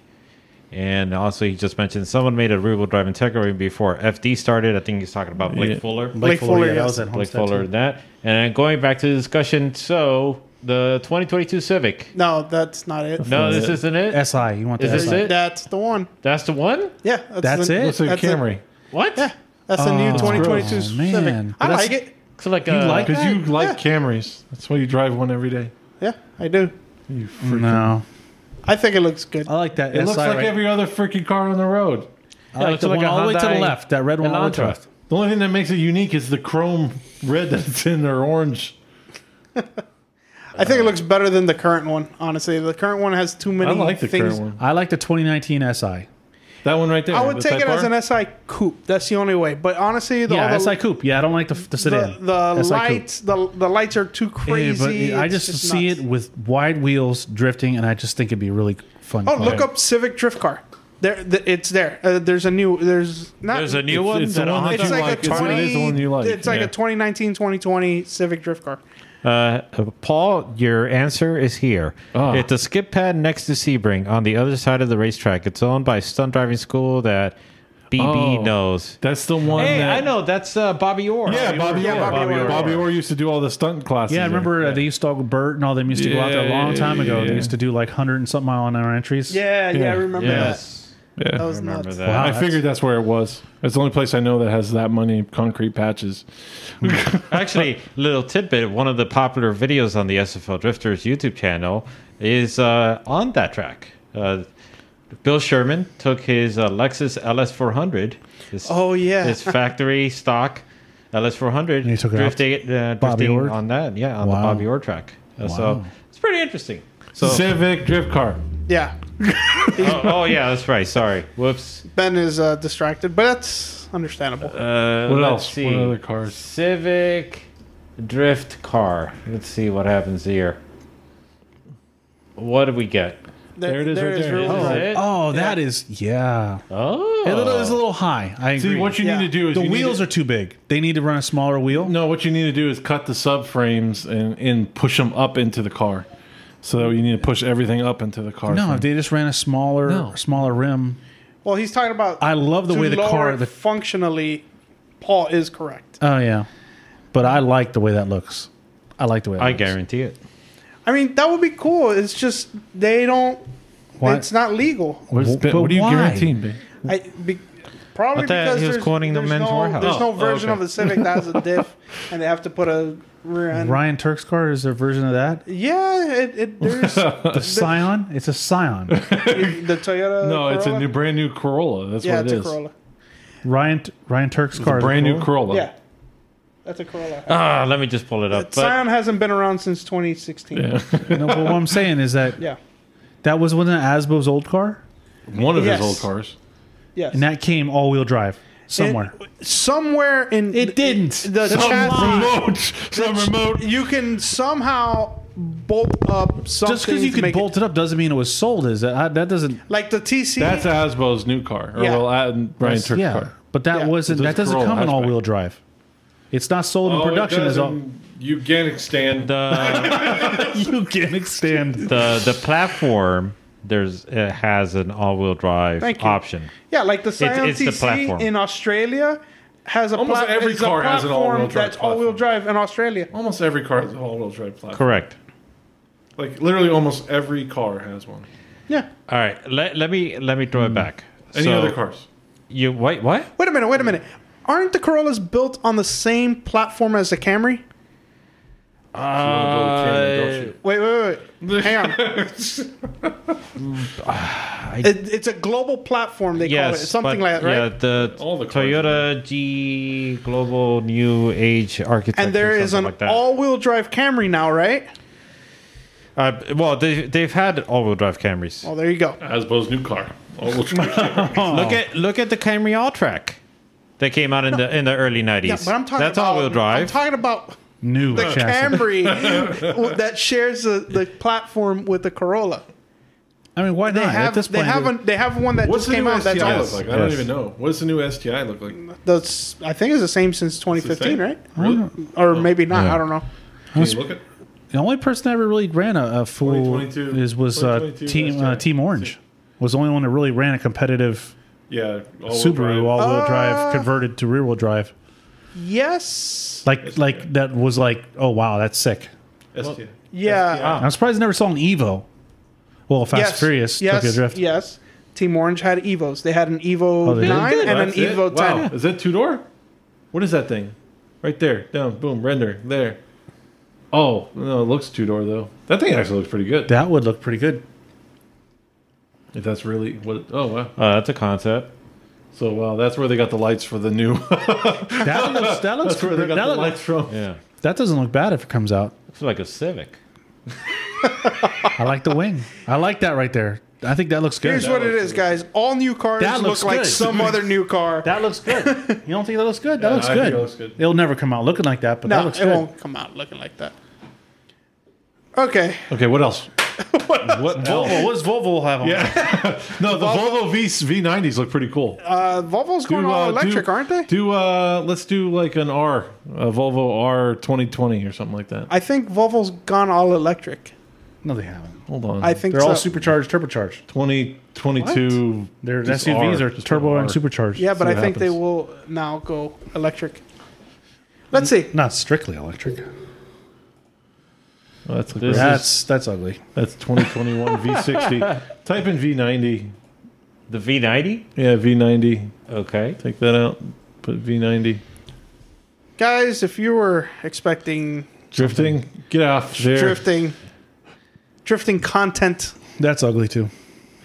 Speaker 2: And also, he just mentioned someone made a rear wheel drive Integra before FD started. I think he's talking about Blake
Speaker 1: Yeah.
Speaker 2: Fuller.
Speaker 4: Blake
Speaker 3: yeah,
Speaker 4: Fuller,
Speaker 3: that
Speaker 4: yes.
Speaker 3: was at
Speaker 2: Blake
Speaker 3: Homestead,
Speaker 2: Fuller,
Speaker 3: too.
Speaker 2: that. And going back to the discussion, so the 2022 Civic.
Speaker 4: No, that's not it.
Speaker 2: No,
Speaker 1: That's
Speaker 2: this
Speaker 1: it.
Speaker 2: isn't it.
Speaker 3: SI. You want the
Speaker 2: Is this
Speaker 3: SI?
Speaker 2: it?
Speaker 4: That's the one.
Speaker 2: That's the one.
Speaker 4: Yeah,
Speaker 3: That's
Speaker 4: the-
Speaker 3: it?
Speaker 1: what's a
Speaker 4: that's
Speaker 1: Camry?
Speaker 2: What?
Speaker 4: Yeah, that's the new
Speaker 3: Oh,
Speaker 4: 2022
Speaker 3: man.
Speaker 4: Civic. I
Speaker 3: But that's-
Speaker 4: like it.
Speaker 2: It's like a,
Speaker 3: like
Speaker 1: Because Uh, you like
Speaker 4: Yeah.
Speaker 1: Camrys. That's why you drive one every day.
Speaker 4: Yeah, I do.
Speaker 1: You freaking.
Speaker 3: No,
Speaker 4: I think it looks good.
Speaker 3: I like that.
Speaker 1: It
Speaker 3: SI
Speaker 1: looks like
Speaker 3: right-
Speaker 1: every other freaking car on the road.
Speaker 3: I
Speaker 2: Yeah, it
Speaker 3: like
Speaker 2: looks
Speaker 3: the
Speaker 2: like
Speaker 3: one
Speaker 2: a
Speaker 3: all the way to the
Speaker 2: Hyundai
Speaker 3: left. That red one all the way to the
Speaker 2: Elantra.
Speaker 3: left.
Speaker 1: The only thing that makes it unique is the chrome red that's in there orange.
Speaker 4: I think it looks better than the current one. Honestly, the current one has too many.
Speaker 1: I like the
Speaker 4: things.
Speaker 1: current one.
Speaker 3: I like the 2019 SI.
Speaker 1: That one right there.
Speaker 4: I would
Speaker 1: the
Speaker 4: take it
Speaker 1: Type
Speaker 4: as
Speaker 1: R?
Speaker 4: an SI coupe. That's the only way. But honestly, the,
Speaker 3: Yeah,
Speaker 4: all the,
Speaker 3: SI coupe. Yeah, I don't like the, the
Speaker 4: the,
Speaker 3: sedan.
Speaker 4: the
Speaker 3: SI coupe.
Speaker 4: lights, the, the lights are too
Speaker 3: Yeah,
Speaker 4: crazy.
Speaker 3: but I
Speaker 4: It's
Speaker 3: just see
Speaker 4: nuts.
Speaker 3: it with wide wheels drifting, and I just think it'd be really fun.
Speaker 4: Oh, look up Civic Drift Car. There, th- it's there. Uh, there's a new. There's not.
Speaker 2: There's a new
Speaker 1: It's-
Speaker 2: one.
Speaker 1: it's the
Speaker 2: that
Speaker 1: one that
Speaker 2: Honda
Speaker 1: you
Speaker 4: It's like,
Speaker 1: like.
Speaker 4: a
Speaker 1: It's- it
Speaker 4: 20,
Speaker 1: is the one you like.
Speaker 4: It's like
Speaker 1: Yeah.
Speaker 4: a 2019, 2020 Civic Drift Car.
Speaker 2: Uh, Paul, your answer is here.
Speaker 1: Ah.
Speaker 2: It's a skip pad next to Sebring on the other side of the racetrack. It's owned by stunt driving school that BB
Speaker 1: Oh.
Speaker 2: knows.
Speaker 1: That's the one.
Speaker 2: Hey,
Speaker 1: that,
Speaker 2: I know that's uh, Bobby Orr.
Speaker 1: Yeah, Bobby
Speaker 4: Yeah,
Speaker 1: Orr.
Speaker 4: Bobby
Speaker 1: Bobby Orr.
Speaker 4: Orr.
Speaker 1: Bobby Orr used to do all the stunt classes.
Speaker 3: Yeah, I
Speaker 1: there.
Speaker 3: remember uh, they used to all Bert and all them used to go out there a long
Speaker 1: Yeah,
Speaker 3: time ago.
Speaker 1: yeah.
Speaker 3: They used to do like 100 and something mile an hour entries.
Speaker 4: Yeah, yeah, I remember
Speaker 1: Yeah.
Speaker 2: Yes,
Speaker 4: that. That was
Speaker 2: remember
Speaker 4: nuts.
Speaker 2: that.
Speaker 3: Wow.
Speaker 1: I figured Ah, that's where it was. It's the only place I know that has that many concrete patches.
Speaker 2: Actually, little tidbit: one of the popular videos on the SFL Drifters YouTube channel is uh, on that track. Uh, Bill Sherman took his uh, Lexus LS400. His,
Speaker 4: Oh, yeah.
Speaker 2: his factory stock LS400.
Speaker 3: he took it off
Speaker 2: drifting, uh,
Speaker 3: Bobby
Speaker 2: drifting
Speaker 3: Orr?
Speaker 2: on that, yeah, on the
Speaker 3: Wow.
Speaker 2: Bobby Orr track. Uh, So
Speaker 3: Wow.
Speaker 2: it's pretty interesting. So,
Speaker 1: Civic drift car.
Speaker 4: Yeah,
Speaker 2: oh, oh, yeah, that's right. Sorry, whoops.
Speaker 4: Ben is uh, distracted, but that's understandable.
Speaker 2: Uh,
Speaker 1: What
Speaker 2: let's
Speaker 1: else?
Speaker 2: See.
Speaker 1: What other cars?
Speaker 2: Civic drift car. Let's see what happens here. What do we get?
Speaker 1: there it is right there.
Speaker 4: real
Speaker 1: Is
Speaker 4: drive.
Speaker 2: it?
Speaker 3: Oh, that is yeah.
Speaker 2: Oh,
Speaker 3: It little- it's a little high. I agree.
Speaker 1: See, what you
Speaker 4: Yeah.
Speaker 1: need to do is
Speaker 3: the
Speaker 1: you need
Speaker 3: wheels
Speaker 1: to-
Speaker 3: are too big. They need to run a smaller wheel.
Speaker 1: No, what you need to do is cut the subframes and, and push them up into the car. So you need to push everything up into the car.
Speaker 3: No,
Speaker 1: frame.
Speaker 3: if they just ran a smaller
Speaker 1: No.
Speaker 3: smaller rim.
Speaker 4: Well, he's talking about.
Speaker 3: I love the
Speaker 4: to
Speaker 3: way the
Speaker 4: lower
Speaker 3: car-
Speaker 4: it
Speaker 3: the-
Speaker 4: functionally, Paul is correct.
Speaker 3: Oh yeah, but I like the way that looks. I like the way. It
Speaker 2: I
Speaker 3: looks.
Speaker 2: guarantee it.
Speaker 4: I mean, that would be cool. It's just they don't.
Speaker 3: Why-
Speaker 4: It's not legal.
Speaker 1: What, is,
Speaker 3: But
Speaker 1: what are you
Speaker 3: why?
Speaker 1: guaranteeing, babe?
Speaker 4: I be, probably
Speaker 2: I thought
Speaker 4: because
Speaker 2: he was
Speaker 4: there's,
Speaker 2: quoting the
Speaker 4: there's
Speaker 2: men's
Speaker 4: no,
Speaker 2: warehouse.
Speaker 4: There's
Speaker 1: Oh,
Speaker 4: no
Speaker 1: oh,
Speaker 4: version
Speaker 1: okay.
Speaker 4: of a Civic that has a
Speaker 3: [laughs]
Speaker 4: diff, and they have to put a rear end.
Speaker 3: Ryan Turk's car is their version of that.
Speaker 4: Yeah, it,
Speaker 3: [laughs]
Speaker 4: it there's the
Speaker 3: The Scion. It's a Scion.
Speaker 4: Toyota.
Speaker 1: No, it's a
Speaker 4: Corolla.
Speaker 1: new, brand new Corolla. That's
Speaker 4: Yeah,
Speaker 1: what
Speaker 4: it's
Speaker 1: it
Speaker 4: a
Speaker 1: is.
Speaker 4: Corolla.
Speaker 3: Ryan Ryan Turk's car. is a
Speaker 1: Brand new
Speaker 3: Corolla.
Speaker 1: Corolla.
Speaker 4: Yeah, that's a Corolla.
Speaker 2: Ah, let me just pull it up. But
Speaker 4: Scion hasn't been around since 2016. Yeah,
Speaker 3: No, but what I'm saying is that
Speaker 4: yeah.
Speaker 3: that was one of Asbo's old car.
Speaker 1: One of
Speaker 4: Yes.
Speaker 1: his old cars.
Speaker 4: Yes.
Speaker 3: and that came all wheel drive somewhere.
Speaker 4: It- somewhere in
Speaker 3: It didn't.
Speaker 4: The chassis-
Speaker 1: remote, [laughs] some
Speaker 4: the ch-
Speaker 1: remote.
Speaker 4: You can somehow bolt up something.
Speaker 3: Just because you
Speaker 4: to
Speaker 3: could
Speaker 4: make it-
Speaker 3: bolt it up doesn't mean it was sold. Is that I- that doesn't?
Speaker 4: like the TC.
Speaker 1: That's Asbo's new car, or
Speaker 4: Yeah.
Speaker 1: well, Ad- Brian Turk's
Speaker 3: yeah,
Speaker 1: car.
Speaker 3: but that
Speaker 4: Yeah.
Speaker 3: wasn't.
Speaker 1: It
Speaker 3: That
Speaker 1: does
Speaker 3: doesn't
Speaker 1: Corolla
Speaker 3: come in
Speaker 1: hatchback.
Speaker 3: all wheel drive. It's not sold
Speaker 4: Oh,
Speaker 3: in production. Is
Speaker 4: [laughs]
Speaker 3: all
Speaker 1: Ugandistan.
Speaker 2: The
Speaker 3: you can [laughs] extend.
Speaker 2: the the platform there's it has an all wheel drive
Speaker 4: Thank you.
Speaker 2: option.
Speaker 4: yeah, like the
Speaker 2: It's-
Speaker 4: Scion
Speaker 2: it's the
Speaker 4: TC
Speaker 2: platform.
Speaker 4: in Australia has a
Speaker 1: Almost
Speaker 4: plat-
Speaker 1: every
Speaker 4: is a
Speaker 1: car has an all-wheel
Speaker 4: platform
Speaker 1: drive
Speaker 4: That's
Speaker 1: platform.
Speaker 4: all-wheel drive in Australia.
Speaker 1: Almost every car has an all-wheel drive platform.
Speaker 2: Correct.
Speaker 1: Like literally, almost every car has one.
Speaker 4: Yeah.
Speaker 2: All right. Let, let me let me
Speaker 3: Hmm.
Speaker 2: throw it back.
Speaker 1: Any
Speaker 2: So,
Speaker 1: other cars?
Speaker 2: You wait. What?
Speaker 4: Wait a minute. Wait a minute. Aren't the Corollas built on the same platform as the Camry?
Speaker 3: uh,
Speaker 4: Wait, wait, wait. Hang on.
Speaker 1: [laughs]
Speaker 2: [sighs]
Speaker 4: it, it's a global platform. They call it something
Speaker 2: but-
Speaker 4: like that, right?
Speaker 2: Yeah, the
Speaker 1: All the cars
Speaker 2: Toyota G Global New Age Architecture.
Speaker 4: and there is
Speaker 2: something
Speaker 4: an
Speaker 2: like that.
Speaker 4: all-wheel drive Camry now, right?
Speaker 2: Uh, well, they they've had all-wheel drive Camrys.
Speaker 4: Oh, there you go.
Speaker 1: Asbo's new car. All-wheel
Speaker 3: [laughs]
Speaker 1: drive.
Speaker 2: Look at look at the Camry Alltrack that came out in the in the early
Speaker 4: Yeah,
Speaker 2: nineties.
Speaker 4: but I'm talking
Speaker 2: that's
Speaker 4: about,
Speaker 2: all-wheel
Speaker 4: I'm
Speaker 2: drive.
Speaker 4: talking about
Speaker 3: New [laughs]
Speaker 4: the
Speaker 3: chassis. [laughs]
Speaker 4: Camry that shares the, the platform with the Corolla.
Speaker 3: I mean, why
Speaker 4: They
Speaker 3: not? At
Speaker 4: have
Speaker 3: this
Speaker 4: they
Speaker 3: point,
Speaker 4: have
Speaker 3: it-
Speaker 4: an, they have one that
Speaker 1: What's
Speaker 4: just
Speaker 1: the
Speaker 4: came
Speaker 1: new
Speaker 4: out.
Speaker 1: STI
Speaker 4: That's
Speaker 1: look
Speaker 4: all.
Speaker 1: like? I don't
Speaker 2: Yes.
Speaker 1: even know. What's the new STI look like? It's
Speaker 4: That's I think it's the same since
Speaker 1: the
Speaker 4: 2015,
Speaker 1: same?
Speaker 4: right?
Speaker 1: Really?
Speaker 4: Or maybe not.
Speaker 2: Yeah.
Speaker 4: I don't know.
Speaker 1: Can you look at?
Speaker 3: the only person that ever really ran a, a full
Speaker 1: 2022
Speaker 3: is was uh,
Speaker 1: 2022
Speaker 3: team uh,
Speaker 1: STI.
Speaker 3: Team Orange. Was the only one that really ran a competitive
Speaker 1: Yeah, all-wheel
Speaker 3: Subaru
Speaker 1: drive.
Speaker 3: all wheel drive
Speaker 4: Uh,
Speaker 3: converted to rear wheel drive.
Speaker 4: Yes.
Speaker 3: Like like that was like oh wow that's sick.
Speaker 1: STI.
Speaker 4: Yeah.
Speaker 3: I'm surprised I never saw an Evo. Well, Fast
Speaker 4: yes.
Speaker 3: and Furious
Speaker 4: Yes.
Speaker 3: Tokyo Drift.
Speaker 4: Yes. Team Orange had Evos. They had an
Speaker 3: Oh,
Speaker 4: Evo
Speaker 3: they
Speaker 4: nine
Speaker 3: did? They did.
Speaker 4: and an
Speaker 1: That's it?
Speaker 4: Evo ten.
Speaker 1: Wow, is that two door? What is that thing? Right there, down, boom, render there. Oh no, it looks two door though. That thing actually looks pretty good.
Speaker 3: That would look pretty
Speaker 1: [laughs]
Speaker 3: good.
Speaker 1: If that's really what. Oh wow.
Speaker 2: Uh, that's a concept.
Speaker 1: So wow, that's where they got the lights for the new. [laughs]
Speaker 3: That looks that looks
Speaker 1: that's where they got
Speaker 3: pretty, that,
Speaker 1: the
Speaker 3: look-
Speaker 1: lights from.
Speaker 2: Yeah,
Speaker 3: that doesn't look bad if it comes out.
Speaker 2: it's like a Civic.
Speaker 3: I like the wing. I like that right there. I think that looks good.
Speaker 4: Here's what it is, guys. All new cars
Speaker 3: That
Speaker 4: look
Speaker 3: looks
Speaker 4: like
Speaker 3: good.
Speaker 4: some other new car.
Speaker 3: that looks good. You don't think that looks good? That
Speaker 1: Yeah,
Speaker 3: looks,
Speaker 1: I think
Speaker 3: good.
Speaker 1: it looks good.
Speaker 3: It'll never come out looking like that, but
Speaker 4: no,
Speaker 3: that
Speaker 4: it
Speaker 3: looks good.
Speaker 4: won't come out looking like that. Okay.
Speaker 1: Okay, what else?
Speaker 2: What?
Speaker 3: Volvo, what does Volvo have on? Yeah.
Speaker 1: No, the Volvo V V90s look pretty cool.
Speaker 4: Uh, Volvo's going all electric,
Speaker 1: do,
Speaker 4: aren't they?
Speaker 1: Do uh, let's do like an R, a Volvo R 2020 or something like that.
Speaker 4: I think Volvo's gone all electric.
Speaker 3: No, they haven't.
Speaker 1: Hold on,
Speaker 4: I think
Speaker 3: They're all
Speaker 4: so.
Speaker 3: supercharged, turbocharged.
Speaker 1: 2022.
Speaker 3: Their
Speaker 1: just
Speaker 3: SUVs
Speaker 1: R,
Speaker 3: are
Speaker 1: just
Speaker 3: turbo
Speaker 1: R.
Speaker 3: and supercharged.
Speaker 4: Yeah, but I
Speaker 1: what
Speaker 4: think they
Speaker 1: happens.
Speaker 4: will now go electric. Let's see.
Speaker 3: Not strictly electric.
Speaker 1: Oh, that's like
Speaker 2: This
Speaker 1: that's,
Speaker 3: That's that's ugly.
Speaker 1: that's 2021
Speaker 3: [laughs]
Speaker 1: V60. Type in V90.
Speaker 2: The V90.
Speaker 1: Yeah, V90.
Speaker 2: Okay.
Speaker 1: Take that out. Put V90.
Speaker 4: Guys, if you were expecting
Speaker 1: Drifting. Get off there.
Speaker 4: drifting drifting content,
Speaker 3: That's ugly too.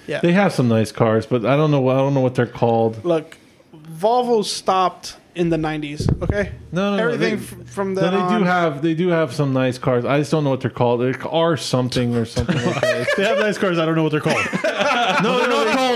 Speaker 1: They have some nice cars, but I don't know. I don't know what they're called.
Speaker 4: look, Volvo stopped in the 90s, okay?
Speaker 1: No, no, no,
Speaker 4: Everything
Speaker 1: they-
Speaker 4: f- from
Speaker 1: No,
Speaker 4: then
Speaker 1: they
Speaker 4: on.
Speaker 1: do have they do have some nice cars. I just don't know what they're called. They're R something or something.
Speaker 3: [laughs]
Speaker 1: like that.
Speaker 3: They have nice cars. I don't know what
Speaker 1: [laughs]
Speaker 3: they're called.
Speaker 1: No, they're not called.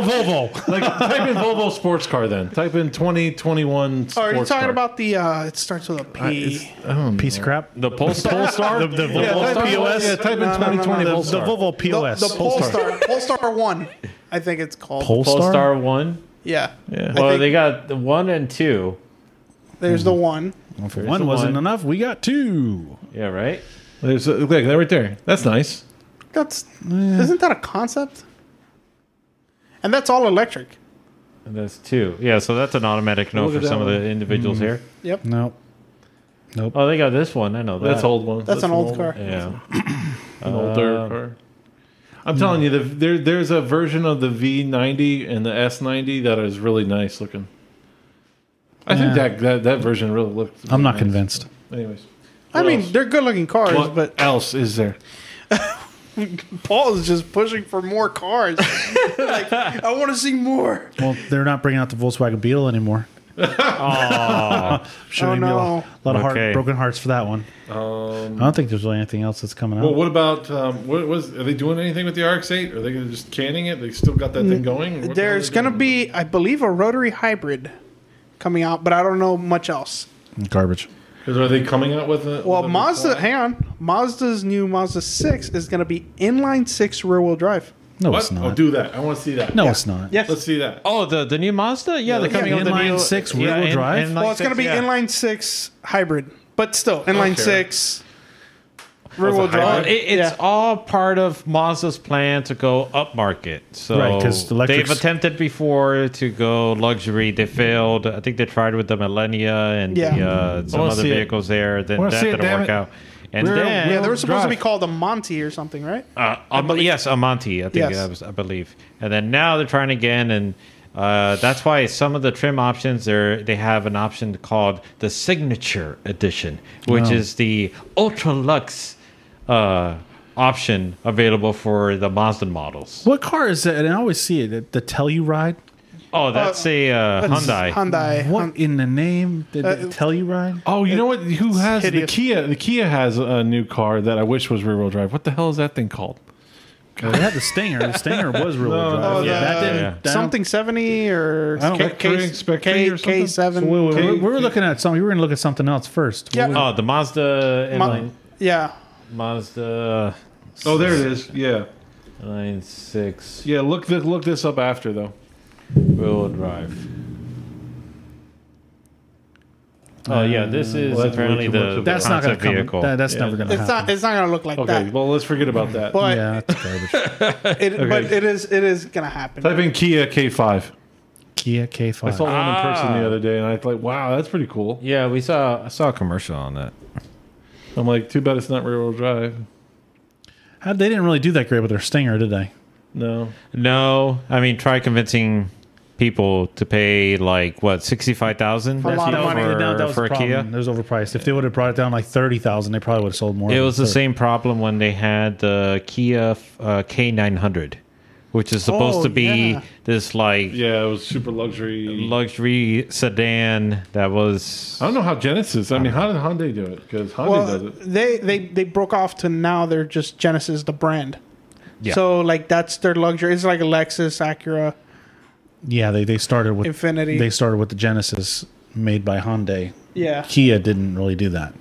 Speaker 3: Volvo.
Speaker 1: Like type in Volvo sports car then. Type in 2021 sports
Speaker 4: Oh, are you talking
Speaker 1: car.
Speaker 4: about the, uh, it starts with a P.
Speaker 1: I, it's, I don't know.
Speaker 3: Piece of crap.
Speaker 2: The Polestar.
Speaker 3: The, the Volvo
Speaker 1: type in-
Speaker 3: POS.
Speaker 1: Yeah, type in
Speaker 4: no, no,
Speaker 1: 2020
Speaker 4: no,
Speaker 3: the, the
Speaker 1: Polestar.
Speaker 3: Volvo
Speaker 4: the,
Speaker 3: POS.
Speaker 4: the Polestar. Polestar 1, I think it's called.
Speaker 2: Polestar one.
Speaker 4: yeah.
Speaker 1: Yeah.
Speaker 4: I
Speaker 2: Well,
Speaker 4: think
Speaker 2: they got the one and two.
Speaker 4: There's the one.
Speaker 3: One
Speaker 2: the
Speaker 3: wasn't
Speaker 2: one.
Speaker 3: enough. We got two.
Speaker 2: Yeah. Right.
Speaker 1: There's a, look that right there. That's nice.
Speaker 4: That's isn't that a concept? And that's all electric.
Speaker 2: And that's two. Yeah. So that's an automatic no
Speaker 1: Look at
Speaker 2: for
Speaker 1: that
Speaker 2: some of
Speaker 1: one.
Speaker 2: the individuals here.
Speaker 4: Yep.
Speaker 3: No.
Speaker 2: Oh, they got this one. I know that.
Speaker 1: That's old one.
Speaker 4: That's, an old, Uh, car. [laughs]
Speaker 2: Yeah.
Speaker 1: An older car. I'm telling you, the, there there's a version of the V90 and the S90 that is really nice looking. I think
Speaker 3: Yeah.
Speaker 1: that, that that version really looks.
Speaker 3: I'm not
Speaker 1: nice.
Speaker 3: convinced.
Speaker 1: Anyways,
Speaker 4: I
Speaker 1: What
Speaker 4: mean,
Speaker 1: else?
Speaker 4: they're good looking cars,
Speaker 1: what
Speaker 4: but
Speaker 1: else is there?
Speaker 4: Paul is just pushing for
Speaker 1: [laughs]
Speaker 4: more cars. like, I want to see more.
Speaker 3: Well, they're not bringing out the Volkswagen Beetle anymore. Sure, [laughs] gonna
Speaker 4: Oh,
Speaker 3: be a
Speaker 4: no.
Speaker 3: lot- lot of
Speaker 2: Okay.
Speaker 3: heart, broken hearts for that one. I don't think there's really anything else that's coming out.
Speaker 1: Um, Well, what about um, what was? Are they doing anything with the RX-8? Are they gonna just canning it? They still got that thing going? What the hell
Speaker 4: There's
Speaker 1: are they
Speaker 4: going to
Speaker 1: doing?
Speaker 4: be, I believe, a rotary hybrid coming out, but I don't know much else.
Speaker 3: Garbage.
Speaker 1: 'Cause Are they coming out with a?
Speaker 4: Well,
Speaker 1: with a
Speaker 4: Mazda,
Speaker 1: reply?
Speaker 4: hang on. Mazda's new Mazda 6 is going to be inline six rear wheel drive.
Speaker 3: No,
Speaker 1: What?
Speaker 3: it's not.
Speaker 1: Oh, do that. I want to see that.
Speaker 3: no, it's not.
Speaker 4: Yes.
Speaker 1: Let's see that.
Speaker 2: Oh, the the new Mazda. Yeah, they're
Speaker 1: the
Speaker 2: coming out with the
Speaker 3: inline
Speaker 2: new
Speaker 3: six rear-wheel
Speaker 2: in-
Speaker 3: drive?
Speaker 2: inline
Speaker 4: well, it's going to
Speaker 2: six,
Speaker 4: be
Speaker 2: yeah.
Speaker 4: inline six hybrid, but still, inline
Speaker 1: Okay. Oh,
Speaker 4: six rear wheel
Speaker 1: it's a hybrid?
Speaker 2: Well,
Speaker 4: drive.
Speaker 2: it, it's
Speaker 4: Yeah.
Speaker 2: all part of Mazda's plan to go upmarket. So
Speaker 3: Right, 'cause the electrics-
Speaker 2: they've attempted before to go luxury. They failed. I think they tried with the Millennia and the,
Speaker 4: Yeah.
Speaker 2: uh, some
Speaker 1: wanna
Speaker 2: other
Speaker 1: see it.
Speaker 2: vehicles there. Then
Speaker 1: wanna
Speaker 2: that
Speaker 1: see it,
Speaker 2: didn't
Speaker 1: damn
Speaker 2: work
Speaker 1: it.
Speaker 2: out. And
Speaker 1: Rear-
Speaker 2: then
Speaker 1: rear
Speaker 4: yeah, they were supposed to be
Speaker 1: drive.
Speaker 4: called a Monty or something, right?
Speaker 2: Uh, I believe, yes, Amante, I think
Speaker 4: Yes.
Speaker 2: I, was, I believe. And then now they're trying again, and uh, that's why some of the trim options they they have an option called the Signature Edition, which is the ultra luxe uh, option available for the Mazda models.
Speaker 3: What car is that? And I always see it. The, the Telluride.
Speaker 2: Oh, that's a uh,
Speaker 4: That's
Speaker 2: Hyundai.
Speaker 4: Hyundai.
Speaker 3: What
Speaker 4: Hun-
Speaker 3: in the name? The, the
Speaker 4: Uh,
Speaker 3: Telluride.
Speaker 1: Oh, you know what? Who has the
Speaker 4: hideous.
Speaker 1: Kia? The Kia has a new car that I wish was rear-wheel drive. What the hell is that thing called?
Speaker 3: They had the Stinger. The
Speaker 1: [laughs]
Speaker 3: Stinger was real
Speaker 1: No,
Speaker 3: drive.
Speaker 1: no,
Speaker 2: yeah,
Speaker 3: that
Speaker 2: yeah,
Speaker 3: didn't.
Speaker 2: yeah.
Speaker 3: that
Speaker 4: something 70 or
Speaker 3: I don't
Speaker 4: K-
Speaker 1: like Korean
Speaker 4: K-
Speaker 1: Spectre
Speaker 4: K-
Speaker 1: or something?
Speaker 4: K7.
Speaker 3: don't-
Speaker 4: K-
Speaker 3: we, we were looking at something. We were going to look at something else first.
Speaker 4: Yeah.
Speaker 2: Oh, the Mazda
Speaker 4: Ma-
Speaker 2: inline,
Speaker 4: yeah.
Speaker 2: Mazda
Speaker 1: Oh, there it is. Yeah,
Speaker 2: Line 6
Speaker 1: yeah. Look, this, look this up after though.
Speaker 2: wheel drive. Oh yeah, this is
Speaker 1: that's way
Speaker 2: apparently
Speaker 1: too much
Speaker 2: the
Speaker 1: of a-
Speaker 3: That's not going
Speaker 2: concept
Speaker 3: to come.
Speaker 2: vehicle.
Speaker 3: That, that's
Speaker 1: Yeah.
Speaker 3: never going to
Speaker 4: It's
Speaker 3: happen.
Speaker 4: not. It's not gonna look like
Speaker 1: Okay,
Speaker 4: that.
Speaker 1: well, let's forget about that.
Speaker 4: But
Speaker 3: yeah, that's garbage.
Speaker 4: it, but it is. It is gonna happen.
Speaker 1: Type in Kia K5.
Speaker 3: Kia
Speaker 4: [laughs]
Speaker 1: I saw
Speaker 3: K5.
Speaker 1: one in person
Speaker 2: Ah.
Speaker 1: the other day, and I thought, "Wow, that's pretty cool."
Speaker 2: yeah, we saw I saw a commercial on that.
Speaker 1: I'm like, "Too bad it's not rear-wheel drive."
Speaker 3: How, Uh, they didn't really do that great with their Stinger, did they?
Speaker 1: No,
Speaker 2: No, I mean try convincing people to pay like what sixty five thousand
Speaker 4: For a lot of money.
Speaker 2: for,
Speaker 3: No, that was
Speaker 2: for
Speaker 3: the
Speaker 2: a Kia.
Speaker 3: problem. It was overpriced. If they would have brought it down like thirty thousand, they probably would have sold more.
Speaker 2: It
Speaker 4: Oh,
Speaker 3: than
Speaker 2: was the
Speaker 3: 30.
Speaker 2: same problem when they had the Kia uh, K nine hundred, which is supposed
Speaker 4: Oh,
Speaker 2: to be
Speaker 4: yeah.
Speaker 2: this like
Speaker 1: yeah, it was super luxury.
Speaker 2: luxury sedan that was
Speaker 1: I don't know how Genesis. I mean, how did Hyundai do it? Because Hyundai does
Speaker 4: well,
Speaker 1: it.
Speaker 4: they, they they broke off to now they're just Genesis the brand.
Speaker 2: Yeah.
Speaker 4: So like that's their luxury. It's like a Lexus, Acura.
Speaker 3: Yeah, they, they started with
Speaker 4: Infinity.
Speaker 3: They started with the Genesis made by Hyundai.
Speaker 4: Yeah.
Speaker 3: Kia didn't really do that.